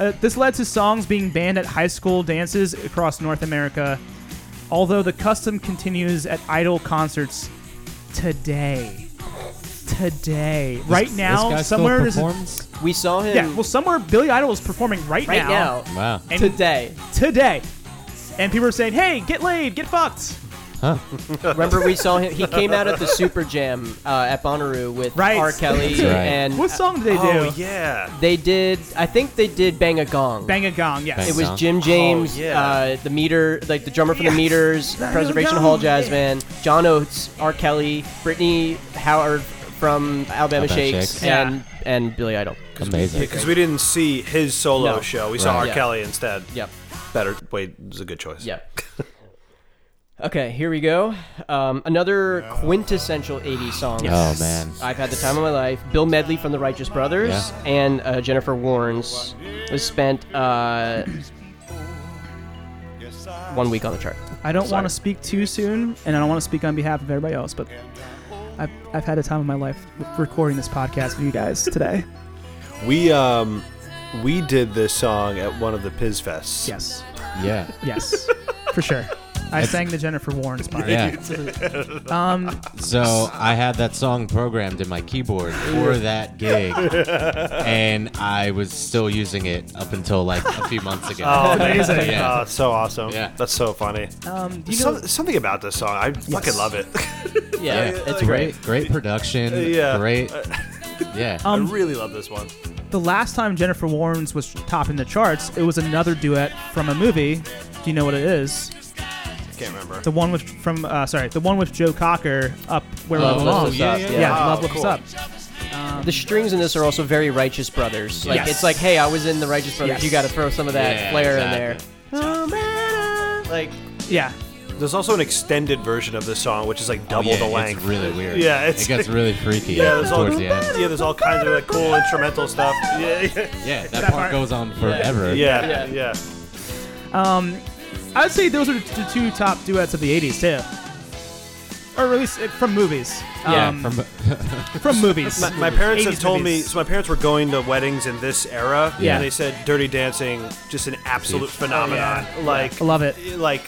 [SPEAKER 1] Uh, this led to songs being banned at high school dances across North America although the custom continues at idol concerts today. Today, right now,
[SPEAKER 4] this guy
[SPEAKER 1] somewhere
[SPEAKER 4] still
[SPEAKER 1] there's a-
[SPEAKER 4] performs.
[SPEAKER 3] We saw him
[SPEAKER 1] yeah, well, somewhere Billy Idol is performing right,
[SPEAKER 3] right now,
[SPEAKER 4] Wow.
[SPEAKER 1] and
[SPEAKER 3] today.
[SPEAKER 1] today, and people are saying, "Hey, get laid, get fucked."
[SPEAKER 3] Remember we saw him. He came out at the Super Jam uh, at Bonnaroo with
[SPEAKER 1] Right.
[SPEAKER 3] R. Kelly
[SPEAKER 4] That's right.
[SPEAKER 3] and
[SPEAKER 4] Uh,
[SPEAKER 1] What song do they do?
[SPEAKER 2] Oh yeah.
[SPEAKER 3] they did. I think they did Bang a Gong.
[SPEAKER 1] Bang a gong, yes.
[SPEAKER 4] Bang
[SPEAKER 3] It
[SPEAKER 4] a
[SPEAKER 3] was
[SPEAKER 4] Gong.
[SPEAKER 3] Jim James,
[SPEAKER 2] Oh, yeah.
[SPEAKER 3] uh, the meter, like the drummer from the
[SPEAKER 1] Yes.
[SPEAKER 3] Meters,
[SPEAKER 1] Bang a
[SPEAKER 3] Preservation
[SPEAKER 1] Gong,
[SPEAKER 3] Hall
[SPEAKER 1] yeah.
[SPEAKER 3] Jazz Band, John Oates, R. Kelly, Brittany Howard from Alabama
[SPEAKER 4] Alabama
[SPEAKER 3] Shakes,
[SPEAKER 4] Shakes.
[SPEAKER 1] Yeah.
[SPEAKER 3] and and Billy Idol.
[SPEAKER 4] Amazing.
[SPEAKER 2] Because we didn't see his solo
[SPEAKER 3] No.
[SPEAKER 2] show. We saw
[SPEAKER 4] Right.
[SPEAKER 2] R.
[SPEAKER 3] Yeah.
[SPEAKER 2] Kelly instead.
[SPEAKER 3] Yep.
[SPEAKER 2] Better. Wait, it was a good choice.
[SPEAKER 3] Yep. okay, here we go. Um, another quintessential 80s song.
[SPEAKER 4] Oh man.
[SPEAKER 3] I've had the time of my life. Bill Medley from the Righteous Brothers
[SPEAKER 4] Yeah.
[SPEAKER 3] and uh, Jennifer Warnes was spent uh, one week on the chart.
[SPEAKER 1] I don't
[SPEAKER 3] Sorry.
[SPEAKER 1] want to speak too soon, and I don't want to speak on behalf of everybody else, but I've, I've had a time of my life recording this podcast with you guys today.
[SPEAKER 2] We um we did this song at one of the Piz Fests.
[SPEAKER 1] yes,
[SPEAKER 4] Yeah.
[SPEAKER 1] yes, for sure. I sang the Jennifer Warren's part.
[SPEAKER 4] Yeah.
[SPEAKER 1] Um,
[SPEAKER 4] So I had that song programmed in my keyboard for that gig, and I was still using it up until like a few months ago.
[SPEAKER 2] Oh, amazing!
[SPEAKER 4] Yeah.
[SPEAKER 2] Oh, so awesome.
[SPEAKER 4] Yeah.
[SPEAKER 2] That's so funny.
[SPEAKER 1] um, do you know?
[SPEAKER 2] Some, something about this song, I fucking love it.
[SPEAKER 3] Yeah,
[SPEAKER 4] Yeah.
[SPEAKER 3] it's great.
[SPEAKER 4] great, great production.
[SPEAKER 2] Uh, yeah.
[SPEAKER 4] Great. Yeah.
[SPEAKER 2] I
[SPEAKER 1] Um,
[SPEAKER 2] really love this one.
[SPEAKER 1] the last time Jennifer Warrens was topping the charts, it was another duet from a movie. Do you know what it is?
[SPEAKER 2] Can't remember.
[SPEAKER 1] The one with from uh, sorry, the one with Joe Cocker up where
[SPEAKER 4] Oh,
[SPEAKER 1] love belongs.
[SPEAKER 4] Love
[SPEAKER 1] Yeah,
[SPEAKER 4] Us
[SPEAKER 3] Up, yeah.
[SPEAKER 2] Wow,
[SPEAKER 1] love lifts
[SPEAKER 2] cool.
[SPEAKER 1] up.
[SPEAKER 3] The strings in this are also very Righteous Brothers. Like
[SPEAKER 1] Yes.
[SPEAKER 3] it's like, hey, I was in the Righteous Brothers.
[SPEAKER 1] Yes.
[SPEAKER 3] You got to throw some of that
[SPEAKER 4] Yeah,
[SPEAKER 3] flair
[SPEAKER 4] exactly.
[SPEAKER 3] in there. Like,
[SPEAKER 1] Yeah,
[SPEAKER 2] There's also an extended version of this song, which is like
[SPEAKER 4] Oh,
[SPEAKER 2] double
[SPEAKER 4] yeah,
[SPEAKER 2] the length.
[SPEAKER 4] It's really weird.
[SPEAKER 2] Yeah, it's-
[SPEAKER 4] it gets really freaky
[SPEAKER 2] yeah, there's all
[SPEAKER 4] towards the end.
[SPEAKER 2] yeah, there's all kinds of like cool instrumental stuff. Yeah, yeah,
[SPEAKER 4] Yeah, that,
[SPEAKER 1] part.
[SPEAKER 4] part goes on forever.
[SPEAKER 2] yeah.
[SPEAKER 3] Yeah.
[SPEAKER 2] yeah.
[SPEAKER 1] I would say those are the two top duets of the '80s too, or at least uh, from movies.
[SPEAKER 4] Yeah,
[SPEAKER 1] um,
[SPEAKER 4] from,
[SPEAKER 1] from movies.
[SPEAKER 2] My, my parents
[SPEAKER 1] 80s
[SPEAKER 2] have told
[SPEAKER 1] movies.
[SPEAKER 2] me. So my parents were going to weddings in this era,
[SPEAKER 1] Yeah.
[SPEAKER 2] and they said "Dirty Dancing" just an absolute
[SPEAKER 4] Huge.
[SPEAKER 2] phenomenon. Like,
[SPEAKER 1] I
[SPEAKER 2] eh,
[SPEAKER 1] love it.
[SPEAKER 2] Like,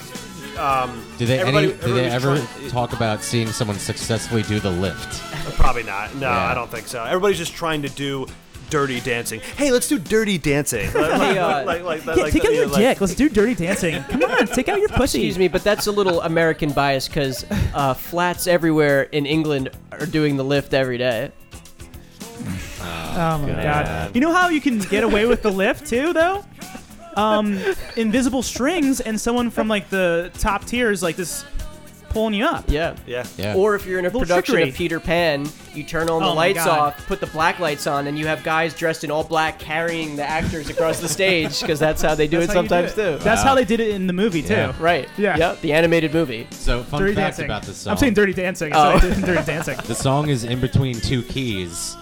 [SPEAKER 2] um,
[SPEAKER 4] did they,
[SPEAKER 2] everybody-
[SPEAKER 4] any, did they
[SPEAKER 2] everybody's
[SPEAKER 4] ever
[SPEAKER 2] trying-
[SPEAKER 4] talk about seeing someone successfully do the lift?
[SPEAKER 2] Probably not. No,
[SPEAKER 4] Yeah.
[SPEAKER 2] I don't think so. Everybody's just trying to do dirty dancing. Hey, let's do dirty dancing. Like,
[SPEAKER 3] Hey, uh,
[SPEAKER 2] like, like, like,
[SPEAKER 1] Yeah,
[SPEAKER 2] like
[SPEAKER 1] take
[SPEAKER 2] that,
[SPEAKER 1] out
[SPEAKER 2] yeah,
[SPEAKER 1] your
[SPEAKER 2] like-
[SPEAKER 1] dick. Let's do dirty dancing. Come on, take out your pussy.
[SPEAKER 3] Excuse me, but that's a little American bias because uh, flats everywhere in England are doing the lift every day.
[SPEAKER 1] Oh my god. You know how you can get away with the lift too, though? Um, invisible strings and someone from like the top tier is like this pulling you up.
[SPEAKER 3] Yeah.
[SPEAKER 2] Yeah.
[SPEAKER 4] Yeah.
[SPEAKER 3] Or if you're in a
[SPEAKER 1] Little
[SPEAKER 3] production
[SPEAKER 1] trickery.
[SPEAKER 3] of Peter Pan, you turn on the
[SPEAKER 1] Oh my
[SPEAKER 3] lights
[SPEAKER 1] God.
[SPEAKER 3] off, put the black lights on, and you have guys dressed in all black carrying the actors across the stage because that's how they do
[SPEAKER 1] That's
[SPEAKER 3] it
[SPEAKER 1] how you do
[SPEAKER 3] sometimes
[SPEAKER 1] it.
[SPEAKER 3] too.
[SPEAKER 1] That's
[SPEAKER 4] Wow.
[SPEAKER 1] how they did it in the movie too.
[SPEAKER 4] Yeah.
[SPEAKER 3] Right.
[SPEAKER 1] Yeah.
[SPEAKER 3] Yep. The animated movie.
[SPEAKER 4] So fun
[SPEAKER 1] Dirty
[SPEAKER 4] fact
[SPEAKER 1] dancing.
[SPEAKER 4] about this song.
[SPEAKER 1] I'm saying dirty dancing.
[SPEAKER 3] Oh.
[SPEAKER 1] Sorry, dirty dancing.
[SPEAKER 4] The song is in between two keys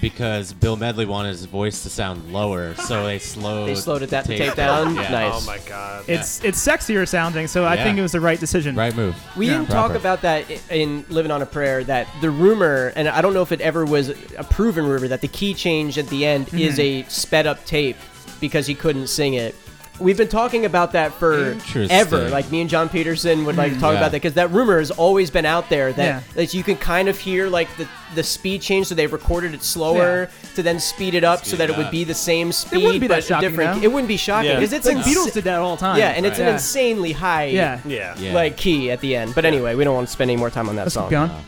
[SPEAKER 4] because Bill Medley wanted his voice to sound lower, so they slowed.
[SPEAKER 3] They slowed it that-
[SPEAKER 4] the
[SPEAKER 3] tape down?
[SPEAKER 4] Yeah.
[SPEAKER 3] Nice.
[SPEAKER 2] Oh my god.
[SPEAKER 1] It's it's sexier sounding, so I
[SPEAKER 4] Yeah.
[SPEAKER 1] think it was the right decision.
[SPEAKER 4] Right move.
[SPEAKER 3] We
[SPEAKER 1] Yeah.
[SPEAKER 3] didn't
[SPEAKER 4] Proper.
[SPEAKER 3] talk about that i- in Living on a Prayer. That the rumor, and I don't know if it ever was a proven rumor, that the key change at the
[SPEAKER 1] Mm-hmm.
[SPEAKER 3] end is a sped up tape because he couldn't sing it. We've been talking about that for ever.
[SPEAKER 4] Interesting.
[SPEAKER 3] Like me and John Peterson would like talk
[SPEAKER 4] Yeah.
[SPEAKER 3] about that because that rumor has always been out there that
[SPEAKER 1] Mm-hmm. Yeah.
[SPEAKER 3] that you can kind of hear like the the speed change. So they recorded it slower to then speed it up so
[SPEAKER 4] Speed
[SPEAKER 3] that
[SPEAKER 4] it
[SPEAKER 3] it would
[SPEAKER 4] up.
[SPEAKER 3] be the same speed
[SPEAKER 1] wouldn't be that
[SPEAKER 3] but
[SPEAKER 1] shocking,
[SPEAKER 3] different.
[SPEAKER 1] though.
[SPEAKER 3] It wouldn't be shocking
[SPEAKER 2] Yeah.
[SPEAKER 3] because it's
[SPEAKER 1] Like
[SPEAKER 3] ins-
[SPEAKER 1] Beatles did that all the time.
[SPEAKER 3] Yeah, and it's an
[SPEAKER 1] Right.
[SPEAKER 3] insanely high
[SPEAKER 1] Yeah.
[SPEAKER 2] yeah.
[SPEAKER 4] Yeah.
[SPEAKER 3] like key at the end. But anyway, we don't want to spend any more time on that
[SPEAKER 1] Let's
[SPEAKER 3] song.
[SPEAKER 1] keep
[SPEAKER 4] Uh-huh.
[SPEAKER 1] going.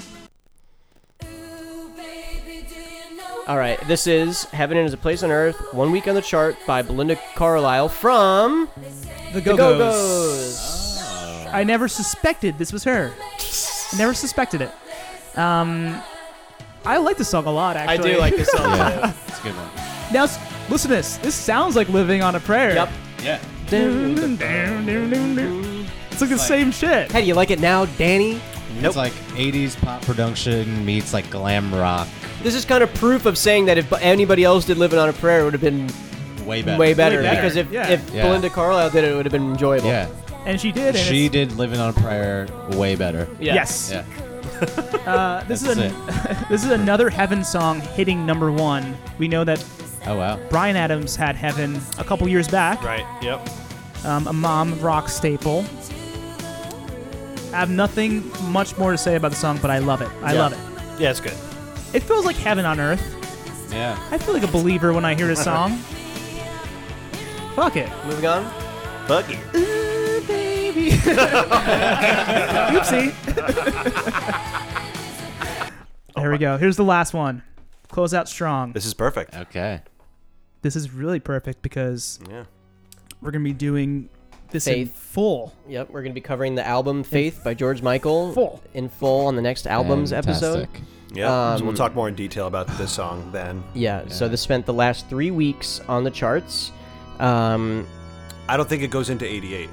[SPEAKER 3] All right, this is Heaven is a Place on Earth, one week on the chart by Belinda Carlisle from
[SPEAKER 1] The
[SPEAKER 3] The
[SPEAKER 1] Go
[SPEAKER 3] Go
[SPEAKER 1] Go's.
[SPEAKER 3] Go's.
[SPEAKER 1] I never suspected this was her. I never suspected it. Um, I like this song a lot.
[SPEAKER 3] I
[SPEAKER 1] Actually,
[SPEAKER 3] do like this song.
[SPEAKER 4] Yeah. It's a good one.
[SPEAKER 1] Now, s- listen to this. This sounds like living on a prayer.
[SPEAKER 3] Yep.
[SPEAKER 4] Yeah.
[SPEAKER 1] It's like the same shit.
[SPEAKER 3] Hey, do you like it now, Danny?
[SPEAKER 2] Nope.
[SPEAKER 4] It's like 80s pop production meets like glam rock.
[SPEAKER 3] This is kind of proof of saying that if anybody else did Living on a Prayer, it would have been
[SPEAKER 4] Way better.
[SPEAKER 3] way better.
[SPEAKER 1] better.
[SPEAKER 3] Because if,
[SPEAKER 1] Yeah.
[SPEAKER 3] if
[SPEAKER 4] Yeah.
[SPEAKER 3] Belinda Carlisle did it, it would have been enjoyable.
[SPEAKER 4] Yeah.
[SPEAKER 1] And she did. And
[SPEAKER 4] She
[SPEAKER 1] it's-
[SPEAKER 4] did Living on a Prayer way better.
[SPEAKER 3] Yeah.
[SPEAKER 1] Yes.
[SPEAKER 4] Yeah.
[SPEAKER 1] Uh, this is
[SPEAKER 4] That's
[SPEAKER 1] an, this is another Heaven song hitting number one. We know that
[SPEAKER 4] Oh, wow.
[SPEAKER 1] Brian Adams had Heaven a couple years back.
[SPEAKER 2] Right. Yep.
[SPEAKER 1] um, a mom rock staple. I have nothing much more to say about the song, but I love it. I
[SPEAKER 2] Yeah.
[SPEAKER 1] love it.
[SPEAKER 2] Yeah, it's good.
[SPEAKER 1] It feels like heaven on earth.
[SPEAKER 4] Yeah.
[SPEAKER 1] I feel like a believer when I hear this song. Fuck it.
[SPEAKER 3] Moving on.
[SPEAKER 2] Buggy.
[SPEAKER 1] Ooh, baby. Oopsie. there we go. Here's the last one. Close out strong.
[SPEAKER 2] This is perfect.
[SPEAKER 4] Okay.
[SPEAKER 1] This is really perfect because
[SPEAKER 2] Yeah.
[SPEAKER 1] we're gonna be doing this in
[SPEAKER 3] Faith.
[SPEAKER 1] full.
[SPEAKER 3] Yep, we're going to be covering the album Faith by George Michael
[SPEAKER 1] full.
[SPEAKER 3] in full on the next album's episode.
[SPEAKER 4] Fantastic.
[SPEAKER 2] Yeah. so
[SPEAKER 3] Um,
[SPEAKER 2] we'll talk more in detail about this song then.
[SPEAKER 3] Yeah, so
[SPEAKER 4] Yeah.
[SPEAKER 3] this spent the last three weeks on the charts. Um,
[SPEAKER 2] I don't think it goes into 88.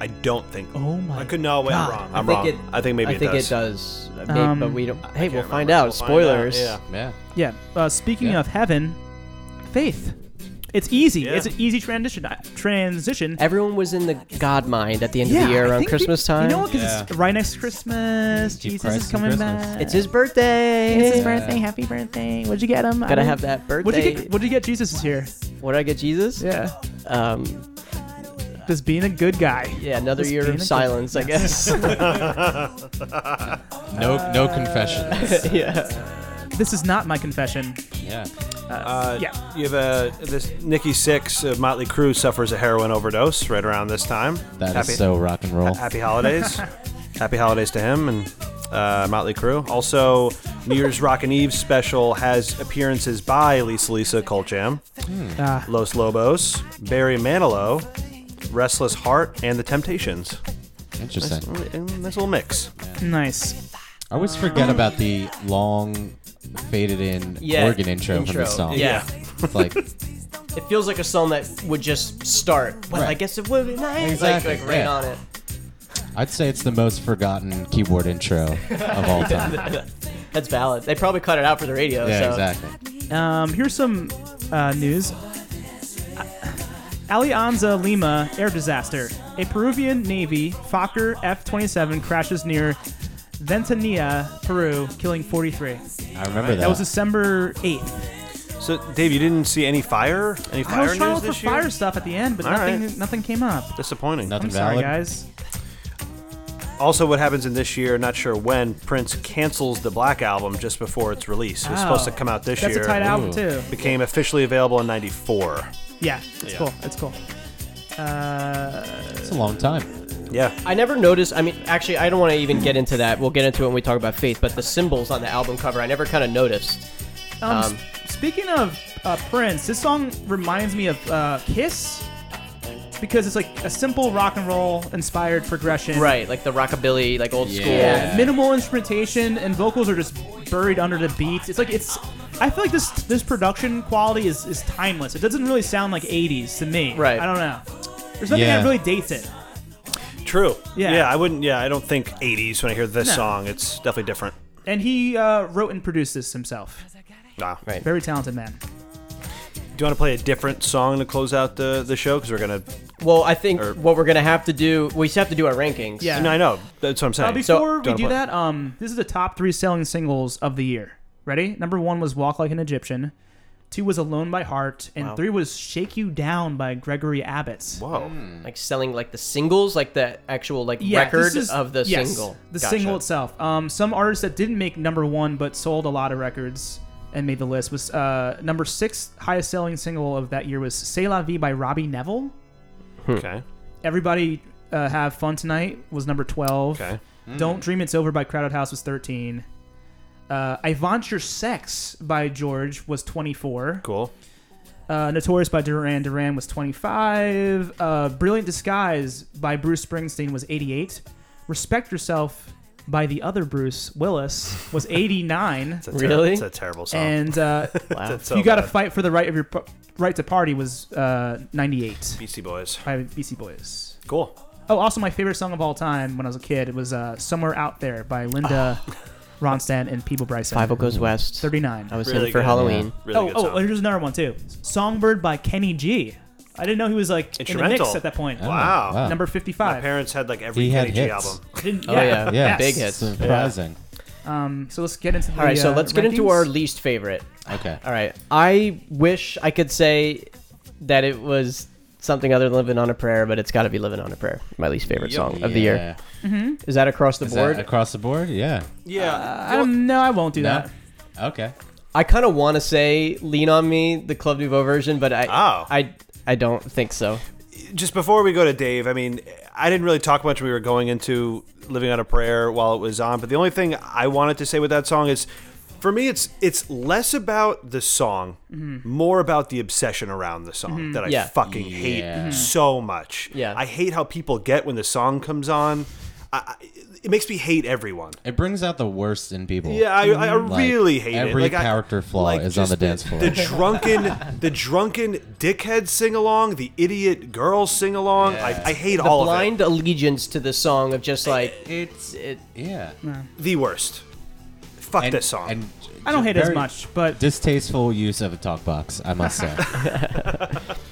[SPEAKER 2] I don't think.
[SPEAKER 1] Oh my
[SPEAKER 2] I could no wait.
[SPEAKER 1] God.
[SPEAKER 2] I'm wrong. I'm
[SPEAKER 3] think
[SPEAKER 2] wrong.
[SPEAKER 3] it-
[SPEAKER 2] I think maybe
[SPEAKER 3] I think
[SPEAKER 2] it does.
[SPEAKER 3] Uh, maybe-
[SPEAKER 1] Um,
[SPEAKER 3] but we don't. Hey, we'll
[SPEAKER 2] can't remember. We'll
[SPEAKER 3] find out.
[SPEAKER 2] find out,
[SPEAKER 3] Spoilers.
[SPEAKER 2] yeah.
[SPEAKER 4] Yeah.
[SPEAKER 1] Yeah. Uh, speaking
[SPEAKER 4] Yeah.
[SPEAKER 1] of heaven, faith. It's easy.
[SPEAKER 2] Yeah.
[SPEAKER 1] It's an easy transition. uh, Transition.
[SPEAKER 3] Everyone was in the God mind at the end of the year
[SPEAKER 1] I
[SPEAKER 3] around
[SPEAKER 1] think
[SPEAKER 3] Christmas
[SPEAKER 1] peop-
[SPEAKER 3] time.
[SPEAKER 1] You know what? 'Cause it's
[SPEAKER 4] Yeah.
[SPEAKER 1] right next to Christmas.
[SPEAKER 4] Keep
[SPEAKER 1] Jesus
[SPEAKER 4] Christ
[SPEAKER 1] is
[SPEAKER 4] in
[SPEAKER 1] coming
[SPEAKER 4] Christmas.
[SPEAKER 1] back.
[SPEAKER 3] it's his birthday.
[SPEAKER 1] It's his
[SPEAKER 4] Yeah.
[SPEAKER 1] birthday. Happy birthday. What'd you get him?
[SPEAKER 3] Gotta have that birthday.
[SPEAKER 1] What'd you get? What'd you get? Jesus is here.
[SPEAKER 3] What did I get, Jesus?
[SPEAKER 1] Yeah.
[SPEAKER 3] Um,
[SPEAKER 1] Just being a good guy.
[SPEAKER 3] yeah, another
[SPEAKER 1] Just
[SPEAKER 3] year
[SPEAKER 1] being a
[SPEAKER 3] of
[SPEAKER 1] good-
[SPEAKER 3] silence, I guess.
[SPEAKER 4] No, no confessions.
[SPEAKER 3] yeah.
[SPEAKER 1] This is not my confession.
[SPEAKER 4] Yeah.
[SPEAKER 2] Uh,
[SPEAKER 1] Yeah.
[SPEAKER 2] You have a this Nikki Six of Motley Crue suffers a heroin overdose right around this time.
[SPEAKER 4] That is
[SPEAKER 2] happy,
[SPEAKER 4] so rock and roll.
[SPEAKER 2] happy holidays. happy holidays to him and uh, Motley Crue. Also, New Year's Rockin' Eve special has appearances by Lisa Lisa Colt Jam,
[SPEAKER 1] Ah.
[SPEAKER 2] Los Lobos, Barry Manilow, Restless Heart, and The Temptations.
[SPEAKER 4] Interesting.
[SPEAKER 2] Mm, mm, Nice little mix.
[SPEAKER 1] Nice.
[SPEAKER 4] I always forget about the long, faded in
[SPEAKER 3] Yeah,
[SPEAKER 4] organ intro, from
[SPEAKER 3] intro.
[SPEAKER 4] the song.
[SPEAKER 3] Yeah.
[SPEAKER 4] It's like
[SPEAKER 3] It feels like a song that would just start. Well, I
[SPEAKER 4] Right.
[SPEAKER 3] guess it would be nice.
[SPEAKER 4] Exactly,
[SPEAKER 3] Like, like right
[SPEAKER 4] yeah.
[SPEAKER 3] on it.
[SPEAKER 4] I'd say it's the most forgotten keyboard intro of all time.
[SPEAKER 3] That's valid. They probably cut it out for the radio.
[SPEAKER 4] yeah,
[SPEAKER 3] so.
[SPEAKER 4] exactly.
[SPEAKER 1] Um, here's some uh, news. Alianza Lima air disaster. A Peruvian Navy Fokker F 27 crashes near Ventanilla, Peru, killing 43.
[SPEAKER 4] I remember that.
[SPEAKER 1] That was December 8th.
[SPEAKER 2] So, Dave, you didn't see any fire? Any
[SPEAKER 1] I
[SPEAKER 2] fire
[SPEAKER 1] was trying to
[SPEAKER 2] news
[SPEAKER 1] look for
[SPEAKER 2] this year?
[SPEAKER 1] fire stuff at the end, but
[SPEAKER 2] All
[SPEAKER 1] nothing
[SPEAKER 2] right.
[SPEAKER 1] nothing came up.
[SPEAKER 2] Disappointing.
[SPEAKER 4] Nothing
[SPEAKER 1] I'm sorry,
[SPEAKER 4] valid.
[SPEAKER 1] guys.
[SPEAKER 2] Also, what happens in this year? Not sure when Prince cancels the Black album just before its release. It was supposed to
[SPEAKER 1] Oh.
[SPEAKER 2] come out this
[SPEAKER 1] That's
[SPEAKER 2] year.
[SPEAKER 1] a tight album
[SPEAKER 4] Ooh.
[SPEAKER 1] too.
[SPEAKER 2] Became officially available in '94.
[SPEAKER 1] Yeah, it's
[SPEAKER 2] Yeah.
[SPEAKER 1] cool. It's cool. Uh,
[SPEAKER 4] It's a long time.
[SPEAKER 2] Yeah,
[SPEAKER 3] I never noticed. I mean, actually, I don't want to even get into that. We'll get into it when we talk about faith. But the symbols on the album cover, I never kind of noticed.
[SPEAKER 1] um,
[SPEAKER 3] Um,
[SPEAKER 1] s- speaking of uh, Prince, this song reminds me of uh, Kiss because it's like a simple rock and roll inspired progression.
[SPEAKER 3] Right, like the rockabilly, like old school.
[SPEAKER 4] Yeah.
[SPEAKER 1] Yeah, minimal instrumentation and vocals are just buried under the beats. It's like it's. I feel like this this production quality is, is timeless. It doesn't really sound like '80s to me.
[SPEAKER 3] Right.
[SPEAKER 1] I don't know. There's nothing
[SPEAKER 4] Yeah.
[SPEAKER 1] that really dates it.
[SPEAKER 2] true.
[SPEAKER 1] Yeah.
[SPEAKER 2] yeah. I wouldn't. Yeah, I don't think '80s when I hear this
[SPEAKER 1] No.
[SPEAKER 2] song. It's definitely different.
[SPEAKER 1] And he uh, wrote and produced this himself.
[SPEAKER 2] Nah.
[SPEAKER 3] Right.
[SPEAKER 1] Very talented man.
[SPEAKER 2] Do you want to play a different song to close out the the show? Because we're gonna.
[SPEAKER 3] Well, I think
[SPEAKER 2] Or-
[SPEAKER 3] what we're gonna have to do, we just have to do our rankings.
[SPEAKER 1] Yeah.
[SPEAKER 2] No, I know. That's what I'm saying.
[SPEAKER 1] Uh, before
[SPEAKER 2] Do you
[SPEAKER 1] we
[SPEAKER 2] wanna
[SPEAKER 1] do
[SPEAKER 2] play-
[SPEAKER 1] that, um, this is the top three selling singles of the year. Ready? Number one was "Walk Like an Egyptian." Two was "Alone by Heart," and three was "Shake You Down" by Gregory Abbott.
[SPEAKER 2] Whoa.
[SPEAKER 1] Hmm.
[SPEAKER 3] Like selling like the singles, like the actual like
[SPEAKER 1] Yeah,
[SPEAKER 3] record
[SPEAKER 1] this is-
[SPEAKER 3] of the
[SPEAKER 1] yes,
[SPEAKER 3] single.
[SPEAKER 1] The
[SPEAKER 3] Gotcha.
[SPEAKER 1] single itself. Um, some artists that didn't make number one but sold a lot of records and made the list was uh, number six highest selling single of that year was "Say La Vie" by Robbie Neville.
[SPEAKER 2] Okay.
[SPEAKER 1] Everybody uh, Have Fun Tonight was number 12.
[SPEAKER 2] Okay.
[SPEAKER 1] Don't Dream It's Over by Crowded House was 13. Uh, I Want Your Sex by George was 24.
[SPEAKER 2] Cool.
[SPEAKER 1] Uh, Notorious by Duran Duran was 25. Uh, Brilliant Disguise by Bruce Springsteen was 88. Respect Yourself by the other Bruce Willis was 89.
[SPEAKER 2] It's a ter-
[SPEAKER 3] Really?
[SPEAKER 2] It's a terrible song.
[SPEAKER 1] and uh,
[SPEAKER 3] Wow.
[SPEAKER 2] That's so
[SPEAKER 1] You Gotta
[SPEAKER 2] bad.
[SPEAKER 1] Fight for the Right of Your pro- Right to Party was uh, 98
[SPEAKER 2] Beastie Boys.
[SPEAKER 1] by BC Boys.
[SPEAKER 2] Cool.
[SPEAKER 1] Oh, also my favorite song of all time when I was a kid it was uh, "Somewhere Out There" by Linda Ronstadt and People Bryson.
[SPEAKER 3] Five goes west.
[SPEAKER 1] Thirty-nine.
[SPEAKER 3] I was
[SPEAKER 2] Really
[SPEAKER 3] in for
[SPEAKER 2] good.
[SPEAKER 3] Halloween.
[SPEAKER 2] Really
[SPEAKER 1] oh,
[SPEAKER 2] good
[SPEAKER 1] oh,
[SPEAKER 2] song.
[SPEAKER 1] and here's another one too. "Songbird" by Kenny G. I didn't know he was like in the mix
[SPEAKER 2] Instrumental.
[SPEAKER 1] at that
[SPEAKER 3] Oh,
[SPEAKER 1] point.
[SPEAKER 2] Wow.
[SPEAKER 4] Wow.
[SPEAKER 1] Number
[SPEAKER 2] My
[SPEAKER 1] fifty-five.
[SPEAKER 2] parents had like every
[SPEAKER 4] He had
[SPEAKER 2] Kenny G
[SPEAKER 4] hits.
[SPEAKER 2] album.
[SPEAKER 1] Didn't-
[SPEAKER 3] Oh, yeah.
[SPEAKER 4] Yeah.
[SPEAKER 3] Big
[SPEAKER 1] Yes.
[SPEAKER 3] hits.
[SPEAKER 4] Surprising.
[SPEAKER 1] Um, so let's get into. The,
[SPEAKER 3] All right, so
[SPEAKER 1] uh,
[SPEAKER 3] let's get into
[SPEAKER 1] rankings.
[SPEAKER 3] our least favorite.
[SPEAKER 4] Okay.
[SPEAKER 3] All right, I wish I could say that it was something other than "Living on a Prayer," but it's got to be "Living on a Prayer," my least favorite song of the year.
[SPEAKER 4] Yeah.
[SPEAKER 3] Is that across the
[SPEAKER 4] Is
[SPEAKER 3] board?
[SPEAKER 4] that across the board? Yeah.
[SPEAKER 2] Yeah.
[SPEAKER 1] Um, no, I won't do
[SPEAKER 4] No?
[SPEAKER 1] that.
[SPEAKER 4] Okay.
[SPEAKER 3] I kind of want to say "Lean on Me," the Club Nouveau version, but I,
[SPEAKER 2] Oh.
[SPEAKER 3] I, I don't think so.
[SPEAKER 2] just before we go to Dave, I mean, I didn't really talk much. We were going into living on a prayer while it was on, but the only thing I wanted to say with that song is, for me, it's it's less about the song,
[SPEAKER 1] Mm-hmm.
[SPEAKER 2] more about the obsession around the song that I
[SPEAKER 3] Yeah. Mm-hmm.
[SPEAKER 2] fucking hate
[SPEAKER 4] Yeah. Mhm.
[SPEAKER 2] so much.
[SPEAKER 3] Yeah.
[SPEAKER 2] I hate how people get when the song comes on. I, I, it makes me hate everyone.
[SPEAKER 4] It brings out the worst in people.
[SPEAKER 2] Yeah, I, I
[SPEAKER 4] Like,
[SPEAKER 2] really hate
[SPEAKER 4] every
[SPEAKER 2] it. Like, I-
[SPEAKER 4] character flaw
[SPEAKER 2] like,
[SPEAKER 4] is on
[SPEAKER 2] just
[SPEAKER 4] the dance floor.
[SPEAKER 2] The drunken, the drunken dickhead sing along, the idiot girl sing along.
[SPEAKER 4] Yeah.
[SPEAKER 2] I, I hate
[SPEAKER 3] The
[SPEAKER 2] all of
[SPEAKER 3] blind allegiance to the song of just like
[SPEAKER 4] It's
[SPEAKER 3] it.
[SPEAKER 4] yeah.
[SPEAKER 2] it. The worst. Fuck
[SPEAKER 4] And-
[SPEAKER 2] Mm. this song.
[SPEAKER 4] and
[SPEAKER 1] I don't hate it as
[SPEAKER 4] very
[SPEAKER 1] much, but
[SPEAKER 4] Distasteful use of a talk box, I must say.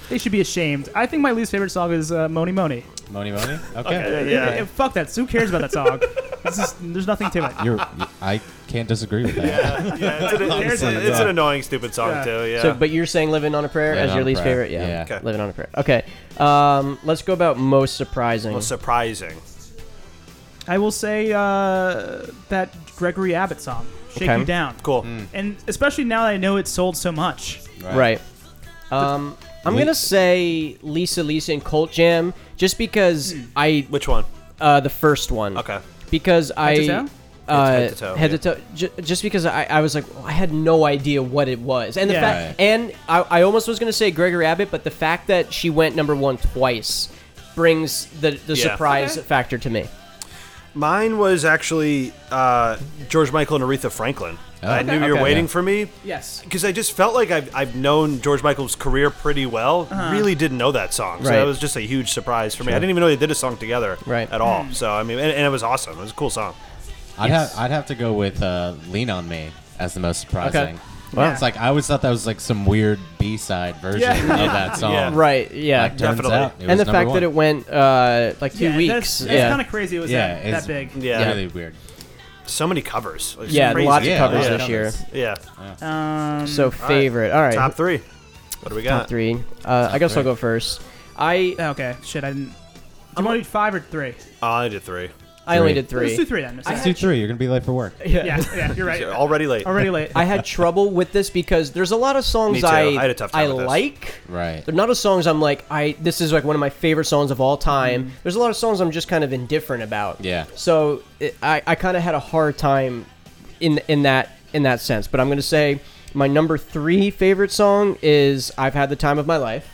[SPEAKER 1] they should be ashamed. I think my least favorite song is uh, "Money Money."
[SPEAKER 4] Moni Moni. Okay.
[SPEAKER 1] Yeah. fuck that. Who cares about that song? this is, there's nothing to it.
[SPEAKER 4] You're. I can't disagree with that.
[SPEAKER 2] yeah, it's, an, it's an- it's an annoying, stupid song
[SPEAKER 1] Yeah.
[SPEAKER 2] too. Yeah.
[SPEAKER 3] So, but you're saying "Living on a Prayer"
[SPEAKER 4] Living
[SPEAKER 3] as
[SPEAKER 4] on
[SPEAKER 3] your
[SPEAKER 4] a
[SPEAKER 3] least
[SPEAKER 4] Prayer,
[SPEAKER 3] favorite? Yeah,
[SPEAKER 4] yeah.
[SPEAKER 2] Okay.
[SPEAKER 3] "Living on a Prayer." Okay, um, let's go about most surprising.
[SPEAKER 2] Well, surprising.
[SPEAKER 1] I will say uh, that Gregory Abbott song, "Shake
[SPEAKER 3] Okay.
[SPEAKER 1] You Down,"
[SPEAKER 2] Cool.
[SPEAKER 4] Mm.
[SPEAKER 1] and especially now that I know it sold so much.
[SPEAKER 3] Right. Um, I'm
[SPEAKER 4] Le-
[SPEAKER 3] gonna say Lisa Lisa and Colt Jam just because I
[SPEAKER 2] Which one?
[SPEAKER 3] uh, the first one.
[SPEAKER 2] Okay.
[SPEAKER 3] Because I
[SPEAKER 1] to toe?
[SPEAKER 3] uh,
[SPEAKER 2] Head to toe,
[SPEAKER 3] head
[SPEAKER 2] yeah.
[SPEAKER 3] to toe. Ju- just because I, I was like I had no idea what it was, and the
[SPEAKER 1] Yeah.
[SPEAKER 3] fact and I, I almost was gonna say Gregory Abbott, but the fact that she went number one twice brings the the
[SPEAKER 2] Yeah.
[SPEAKER 3] surprise
[SPEAKER 1] Okay.
[SPEAKER 3] factor to me.
[SPEAKER 2] Mine was actually uh, George Michael and Aretha Franklin. I knew you were
[SPEAKER 3] Okay.
[SPEAKER 2] waiting
[SPEAKER 4] Oh, Yeah.
[SPEAKER 2] for me.
[SPEAKER 1] Yes.
[SPEAKER 2] because I just felt like I've, I've known George Michael's career pretty well. Really didn't know that song, so
[SPEAKER 3] Uh-huh. Right.
[SPEAKER 2] that was just a huge surprise for me. I didn't even know they did a song together
[SPEAKER 3] Right.
[SPEAKER 2] at all. So I mean, and, and it was awesome. It was a cool song.
[SPEAKER 4] I'd have I'd have to go with uh, "Lean on Me" as the most surprising.
[SPEAKER 3] Okay.
[SPEAKER 1] Wow.
[SPEAKER 4] It's like I always thought that was like some weird B side version
[SPEAKER 1] Yeah.
[SPEAKER 4] of that song.
[SPEAKER 2] Yeah.
[SPEAKER 3] Right. Yeah.
[SPEAKER 4] Like, turns
[SPEAKER 2] Definitely.
[SPEAKER 4] out, it
[SPEAKER 3] and
[SPEAKER 4] was
[SPEAKER 3] the
[SPEAKER 4] number
[SPEAKER 3] fact
[SPEAKER 4] one.
[SPEAKER 3] that it went uh, like two weeks.
[SPEAKER 1] That's, that's
[SPEAKER 3] yeah.
[SPEAKER 1] kind of crazy. It was
[SPEAKER 4] yeah,
[SPEAKER 1] that, that
[SPEAKER 4] it's
[SPEAKER 1] big.
[SPEAKER 2] Yeah.
[SPEAKER 4] really weird.
[SPEAKER 2] So many covers. Like,
[SPEAKER 3] yeah,
[SPEAKER 2] crazy.
[SPEAKER 3] lots of
[SPEAKER 4] Yeah,
[SPEAKER 3] covers
[SPEAKER 2] yeah.
[SPEAKER 3] this year.
[SPEAKER 2] Yeah.
[SPEAKER 1] Um,
[SPEAKER 3] So favorite. All right.
[SPEAKER 2] Top three. What do we got?
[SPEAKER 3] Top three. Uh, I guess i I'll
[SPEAKER 4] three.
[SPEAKER 3] go first. I
[SPEAKER 1] okay, shit, I didn't. Do you want to do five or three?
[SPEAKER 2] Oh, I did three.
[SPEAKER 3] I only
[SPEAKER 4] Three.
[SPEAKER 3] did
[SPEAKER 1] Let's do
[SPEAKER 3] three.
[SPEAKER 1] three then.
[SPEAKER 4] Let's do three. You're gonna be late for work.
[SPEAKER 1] Yeah, yeah, you're right.
[SPEAKER 2] Already late.
[SPEAKER 1] Already late.
[SPEAKER 3] I had trouble with this because there's a lot of songs
[SPEAKER 2] too.
[SPEAKER 3] I
[SPEAKER 2] I had a tough time
[SPEAKER 3] I
[SPEAKER 2] with this.
[SPEAKER 3] like.
[SPEAKER 4] Right.
[SPEAKER 3] They're not as songs I'm like I. This is like one of my favorite songs of all time.
[SPEAKER 2] Mm-hmm.
[SPEAKER 3] There's a lot of songs I'm just kind of indifferent about.
[SPEAKER 4] Yeah.
[SPEAKER 3] So it, I I kind of had a hard time in in that in that sense. But I'm gonna say my number three favorite song is I've had the time of my life.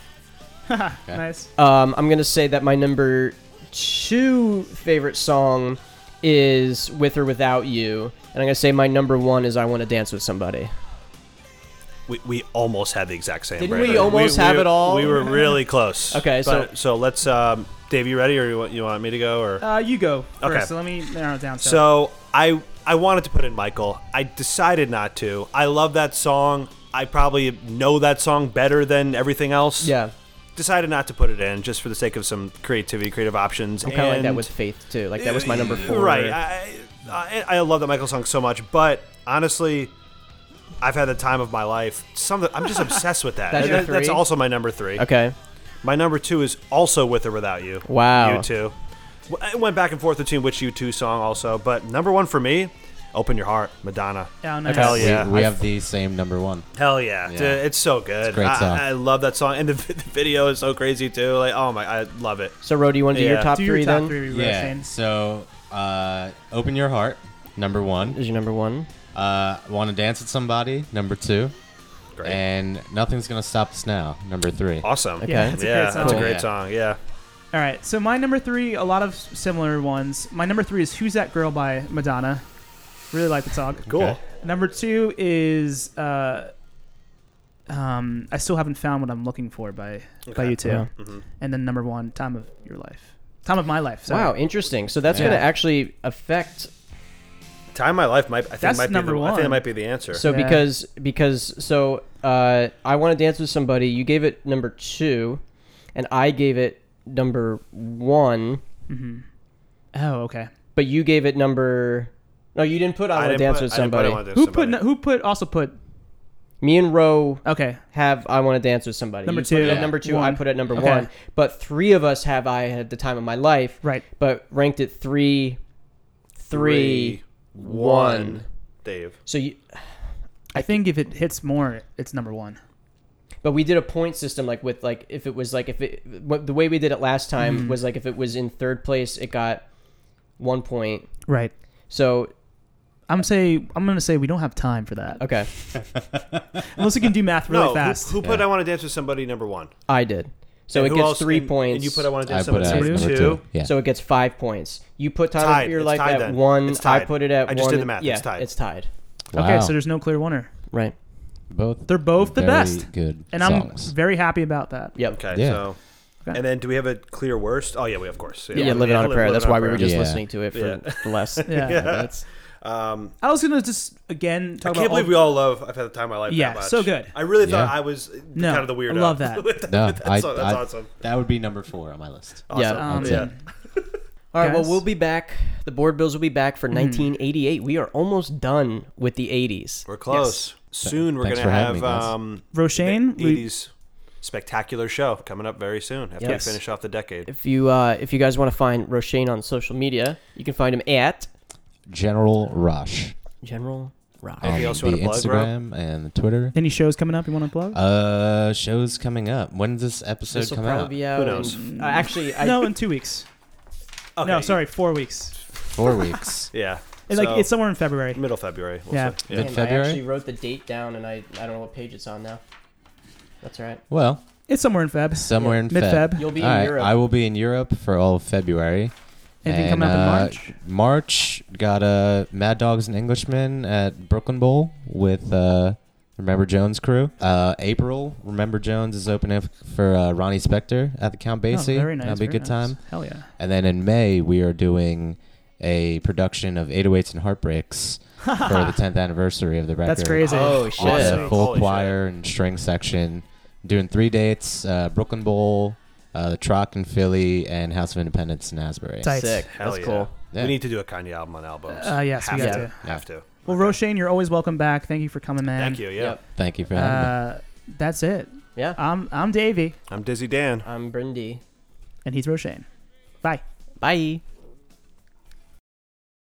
[SPEAKER 1] nice.
[SPEAKER 3] Um, I'm gonna say that my number two favorite song is With or Without You, and I'm gonna say my number one is I Want to Dance with Somebody.
[SPEAKER 2] We, we almost had the exact same.
[SPEAKER 3] Didn't
[SPEAKER 2] brain.
[SPEAKER 3] we almost have it all?
[SPEAKER 2] We were really close.
[SPEAKER 3] Okay, so-
[SPEAKER 2] But- so let's, um, Dave, you ready, or you want, you want me to go, or
[SPEAKER 1] Uh, you go first.
[SPEAKER 2] Okay.
[SPEAKER 1] So let me narrow it down. So,
[SPEAKER 2] So I I wanted to put in Michael. I decided not to. I love that song. I probably know that song better than everything else.
[SPEAKER 3] Yeah,
[SPEAKER 2] Decided not to put it in just for the sake of some creativity, creative options.
[SPEAKER 3] I'm kind of like that
[SPEAKER 2] and-
[SPEAKER 3] with Faith too. Like that was my number four.
[SPEAKER 2] Right. I, I I love that Michael song so much, but honestly, I've had the time of my life. Some of the- I'm just obsessed with that.
[SPEAKER 3] That's your
[SPEAKER 2] That- that's
[SPEAKER 3] three?
[SPEAKER 2] also my number three.
[SPEAKER 3] okay.
[SPEAKER 2] My number two is also with or without you.
[SPEAKER 3] Wow.
[SPEAKER 2] You two. W- I went back and forth between which you two song also, but number one for me, "Open Your Heart," Madonna.
[SPEAKER 1] yeah, nice.
[SPEAKER 2] Hell yeah.
[SPEAKER 4] We, we have the same number one.
[SPEAKER 2] Hell yeah,
[SPEAKER 4] Yeah.
[SPEAKER 2] Dude, it's so good.
[SPEAKER 4] great
[SPEAKER 2] I,
[SPEAKER 4] song.
[SPEAKER 2] I love that song, and the, vi- the video is so crazy too. Like, oh my, I love it.
[SPEAKER 3] So, Ro, do you want to do your
[SPEAKER 2] Yeah.
[SPEAKER 3] top
[SPEAKER 1] Do your
[SPEAKER 3] three
[SPEAKER 1] top
[SPEAKER 3] then?
[SPEAKER 1] three. We were
[SPEAKER 4] Yeah.
[SPEAKER 1] saying.
[SPEAKER 4] So, uh, open your heart. Number one.
[SPEAKER 3] Is your number one?
[SPEAKER 4] Uh, Want to dance with somebody. Number two.
[SPEAKER 2] Great,
[SPEAKER 4] And nothing's gonna stop us now. Number three.
[SPEAKER 2] awesome.
[SPEAKER 3] Okay.
[SPEAKER 2] yeah,
[SPEAKER 1] That's a great
[SPEAKER 2] yeah, that's a
[SPEAKER 1] song.
[SPEAKER 2] great
[SPEAKER 4] Yeah.
[SPEAKER 2] song. Yeah,
[SPEAKER 1] All right. So my number three, a lot of s- similar ones. My number three is "Who's That Girl" by Madonna. Really like the song.
[SPEAKER 2] cool.
[SPEAKER 4] Okay.
[SPEAKER 1] Number two is uh, um, I still haven't found what I'm looking for by by
[SPEAKER 2] Okay.
[SPEAKER 1] you two.
[SPEAKER 3] Yeah.
[SPEAKER 2] Mm-hmm.
[SPEAKER 1] And then number one, "Time of Your Life," "Time of My Life." Sorry.
[SPEAKER 3] Wow, interesting. So that's
[SPEAKER 4] Yeah.
[SPEAKER 3] gonna actually affect.
[SPEAKER 2] Time of my life might. I think
[SPEAKER 1] That's
[SPEAKER 2] might
[SPEAKER 1] number
[SPEAKER 2] be the, I think
[SPEAKER 1] one.
[SPEAKER 2] it might be the answer.
[SPEAKER 3] So
[SPEAKER 1] Yeah.
[SPEAKER 3] because because so uh, I want to dance with somebody. You gave it number two, and I gave it number one.
[SPEAKER 1] Oh, okay.
[SPEAKER 3] But you gave it number. No, you didn't put. I, want to
[SPEAKER 2] didn't
[SPEAKER 3] dance
[SPEAKER 2] put-
[SPEAKER 3] with
[SPEAKER 2] I didn't put
[SPEAKER 3] somebody.
[SPEAKER 2] I Wanna Dance
[SPEAKER 1] Who
[SPEAKER 2] With
[SPEAKER 1] put?
[SPEAKER 2] Somebody.
[SPEAKER 1] no- Who put? Also put.
[SPEAKER 3] Me and Ro
[SPEAKER 1] Okay.
[SPEAKER 3] have. I want to dance with somebody.
[SPEAKER 1] Number
[SPEAKER 3] You put it
[SPEAKER 1] two.
[SPEAKER 3] at number two. I
[SPEAKER 1] One.
[SPEAKER 3] put it at number
[SPEAKER 1] Okay.
[SPEAKER 3] one. But three of us have. I had the time of my life.
[SPEAKER 1] Right.
[SPEAKER 3] But ranked it three, three,
[SPEAKER 2] Three,
[SPEAKER 3] one.
[SPEAKER 2] Dave.
[SPEAKER 3] So you.
[SPEAKER 1] I think if it hits more, it's number one.
[SPEAKER 3] But we did a point system, like with like if it was like if it what, the way we did it last time
[SPEAKER 1] Mm-hmm.
[SPEAKER 3] was like if it was in third place, it got one point.
[SPEAKER 1] Right.
[SPEAKER 3] So
[SPEAKER 1] I'm say I'm gonna say we don't have time for that.
[SPEAKER 3] okay,
[SPEAKER 1] Unless you can do math really
[SPEAKER 2] no,
[SPEAKER 1] fast.
[SPEAKER 2] who, who put
[SPEAKER 4] Yeah.
[SPEAKER 2] "I Want to Dance with Somebody" number one?
[SPEAKER 3] I did. So
[SPEAKER 2] And
[SPEAKER 3] it
[SPEAKER 2] who
[SPEAKER 3] gets
[SPEAKER 2] else-
[SPEAKER 3] three
[SPEAKER 2] and-
[SPEAKER 3] points.
[SPEAKER 2] And you put "I Want to
[SPEAKER 4] I
[SPEAKER 2] Dance
[SPEAKER 4] put
[SPEAKER 2] with
[SPEAKER 4] it as
[SPEAKER 2] Somebody"
[SPEAKER 1] Somebody's
[SPEAKER 4] number
[SPEAKER 2] two.
[SPEAKER 4] two. Yeah.
[SPEAKER 3] So it gets five points. You put time
[SPEAKER 2] Tied.
[SPEAKER 3] of your
[SPEAKER 2] It's
[SPEAKER 3] life
[SPEAKER 2] tied
[SPEAKER 3] at
[SPEAKER 2] then.
[SPEAKER 3] one.
[SPEAKER 2] It's
[SPEAKER 3] I
[SPEAKER 2] tied.
[SPEAKER 3] put it at
[SPEAKER 2] I
[SPEAKER 3] one.
[SPEAKER 2] just did the math.
[SPEAKER 3] Yeah,
[SPEAKER 2] It's tied.
[SPEAKER 3] It's tied.
[SPEAKER 1] Okay,
[SPEAKER 4] Wow.
[SPEAKER 1] so there's no clear winner.
[SPEAKER 3] Right.
[SPEAKER 4] both.
[SPEAKER 1] They're both the
[SPEAKER 4] very
[SPEAKER 1] best.
[SPEAKER 4] Good.
[SPEAKER 1] And
[SPEAKER 4] songs.
[SPEAKER 1] I'm very happy about that.
[SPEAKER 3] Yep.
[SPEAKER 2] Okay,
[SPEAKER 4] Yeah.
[SPEAKER 2] so.
[SPEAKER 1] Okay.
[SPEAKER 2] And then, do we have a clear worst? Oh yeah, we of course.
[SPEAKER 3] Yeah, living on a
[SPEAKER 2] Live-
[SPEAKER 3] prayer.
[SPEAKER 2] Living
[SPEAKER 3] That's
[SPEAKER 2] on a
[SPEAKER 3] why we
[SPEAKER 2] Prayer.
[SPEAKER 3] were just
[SPEAKER 4] Yeah.
[SPEAKER 3] listening to it for
[SPEAKER 2] Yeah.
[SPEAKER 3] the last.
[SPEAKER 1] Yeah.
[SPEAKER 3] yeah. That's,
[SPEAKER 2] Um,
[SPEAKER 1] I was gonna just again
[SPEAKER 2] I
[SPEAKER 1] talk
[SPEAKER 2] can't
[SPEAKER 1] about all-
[SPEAKER 2] believe we all love "I've Had the Time of My Life."
[SPEAKER 1] Yeah,
[SPEAKER 2] that much.
[SPEAKER 1] so good.
[SPEAKER 2] I really thought
[SPEAKER 4] Yeah.
[SPEAKER 2] I was
[SPEAKER 1] No,
[SPEAKER 2] kind of the
[SPEAKER 1] I
[SPEAKER 2] weirdo.
[SPEAKER 1] love that.
[SPEAKER 2] With that-
[SPEAKER 4] No,
[SPEAKER 2] with that
[SPEAKER 4] I,
[SPEAKER 2] song.
[SPEAKER 4] I-
[SPEAKER 2] that's awesome.
[SPEAKER 4] That would be number four on my list.
[SPEAKER 3] Yeah.
[SPEAKER 2] Awesome.
[SPEAKER 1] Um,
[SPEAKER 4] Yeah.
[SPEAKER 3] All right.
[SPEAKER 1] Guys?
[SPEAKER 3] Well, we'll be back. The board bills will be back
[SPEAKER 4] Mm-hmm.
[SPEAKER 3] for 1988. We are almost done with the 80s.
[SPEAKER 2] We're close. Soon we're
[SPEAKER 4] Thanks
[SPEAKER 2] gonna
[SPEAKER 4] for having
[SPEAKER 2] have
[SPEAKER 4] me, guys.
[SPEAKER 2] um
[SPEAKER 1] Roshane, we-
[SPEAKER 2] eighties spectacular show coming up very soon after
[SPEAKER 3] Yes.
[SPEAKER 2] we finish off the decade.
[SPEAKER 3] If you uh, if you guys want to find Roshane on social media, you can find him at
[SPEAKER 4] General Rush.
[SPEAKER 3] General Rock.
[SPEAKER 4] on
[SPEAKER 2] else you
[SPEAKER 4] the
[SPEAKER 2] wanna plug, bro?
[SPEAKER 4] Instagram and the Twitter.
[SPEAKER 1] any shows coming up you want to plug?
[SPEAKER 4] Uh, shows coming up. When does this episode
[SPEAKER 3] This will
[SPEAKER 4] come
[SPEAKER 3] probably
[SPEAKER 4] out?
[SPEAKER 3] be out.
[SPEAKER 2] Who knows?
[SPEAKER 3] in- uh, actually, I,
[SPEAKER 1] no, in two weeks.
[SPEAKER 2] Okay.
[SPEAKER 1] No, sorry, four weeks.
[SPEAKER 4] Four weeks.
[SPEAKER 2] Yeah.
[SPEAKER 1] It's
[SPEAKER 2] So,
[SPEAKER 1] like it's somewhere in February.
[SPEAKER 2] middle February. We'll
[SPEAKER 1] Yeah.
[SPEAKER 2] see.
[SPEAKER 3] Damn,
[SPEAKER 4] Mid
[SPEAKER 3] I actually
[SPEAKER 4] February.
[SPEAKER 3] wrote the date down, and I, I don't know what page it's on now. That's all right.
[SPEAKER 4] Well,
[SPEAKER 1] It's somewhere in Feb.
[SPEAKER 4] somewhere in
[SPEAKER 1] Mid Feb.
[SPEAKER 3] You'll be
[SPEAKER 4] All
[SPEAKER 3] in
[SPEAKER 4] right,
[SPEAKER 3] Europe.
[SPEAKER 4] I will be in Europe for all of February.
[SPEAKER 1] Anything
[SPEAKER 4] And,
[SPEAKER 1] coming up in
[SPEAKER 4] uh,
[SPEAKER 1] March?
[SPEAKER 4] March got uh, Mad Dogs and Englishmen at Brooklyn Bowl with uh, Remember Jones crew. Uh, April, Remember Jones is opening up for uh, Ronnie Spector at the Count
[SPEAKER 1] Oh,
[SPEAKER 4] Basie.
[SPEAKER 1] very nice.
[SPEAKER 4] That'll be a
[SPEAKER 1] very
[SPEAKER 4] good
[SPEAKER 1] nice.
[SPEAKER 4] time.
[SPEAKER 1] Hell yeah.
[SPEAKER 4] And then in May we are doing a production of 808s and Heartbreaks for the 10th anniversary of the record.
[SPEAKER 1] That's crazy.
[SPEAKER 3] Oh
[SPEAKER 4] With a
[SPEAKER 3] shit!
[SPEAKER 2] Awesome.
[SPEAKER 4] full
[SPEAKER 2] Holy
[SPEAKER 4] choir and string section. Doing three dates: uh, Brooklyn Bowl, uh, the Troc in Philly, and House of Independence in Asbury.
[SPEAKER 1] Tight.
[SPEAKER 3] Sick.
[SPEAKER 2] Hell
[SPEAKER 3] That's
[SPEAKER 2] yeah.
[SPEAKER 3] cool.
[SPEAKER 4] Yeah.
[SPEAKER 2] We need to do a Kanye album on albums.
[SPEAKER 1] Uh, yes,
[SPEAKER 2] have
[SPEAKER 1] we got
[SPEAKER 2] to.
[SPEAKER 1] to.
[SPEAKER 2] Have to.
[SPEAKER 1] Well, Roshane, you're always welcome back. Thank you for coming, man.
[SPEAKER 2] Thank you. Yeah.
[SPEAKER 3] Yep.
[SPEAKER 4] Thank you for having me.
[SPEAKER 1] Uh, that's it.
[SPEAKER 3] Yeah.
[SPEAKER 1] I'm I'm Davey,
[SPEAKER 2] I'm Dizzy Dan.
[SPEAKER 3] I'm Brindy.
[SPEAKER 1] and he's Roshane. Bye.
[SPEAKER 3] Bye.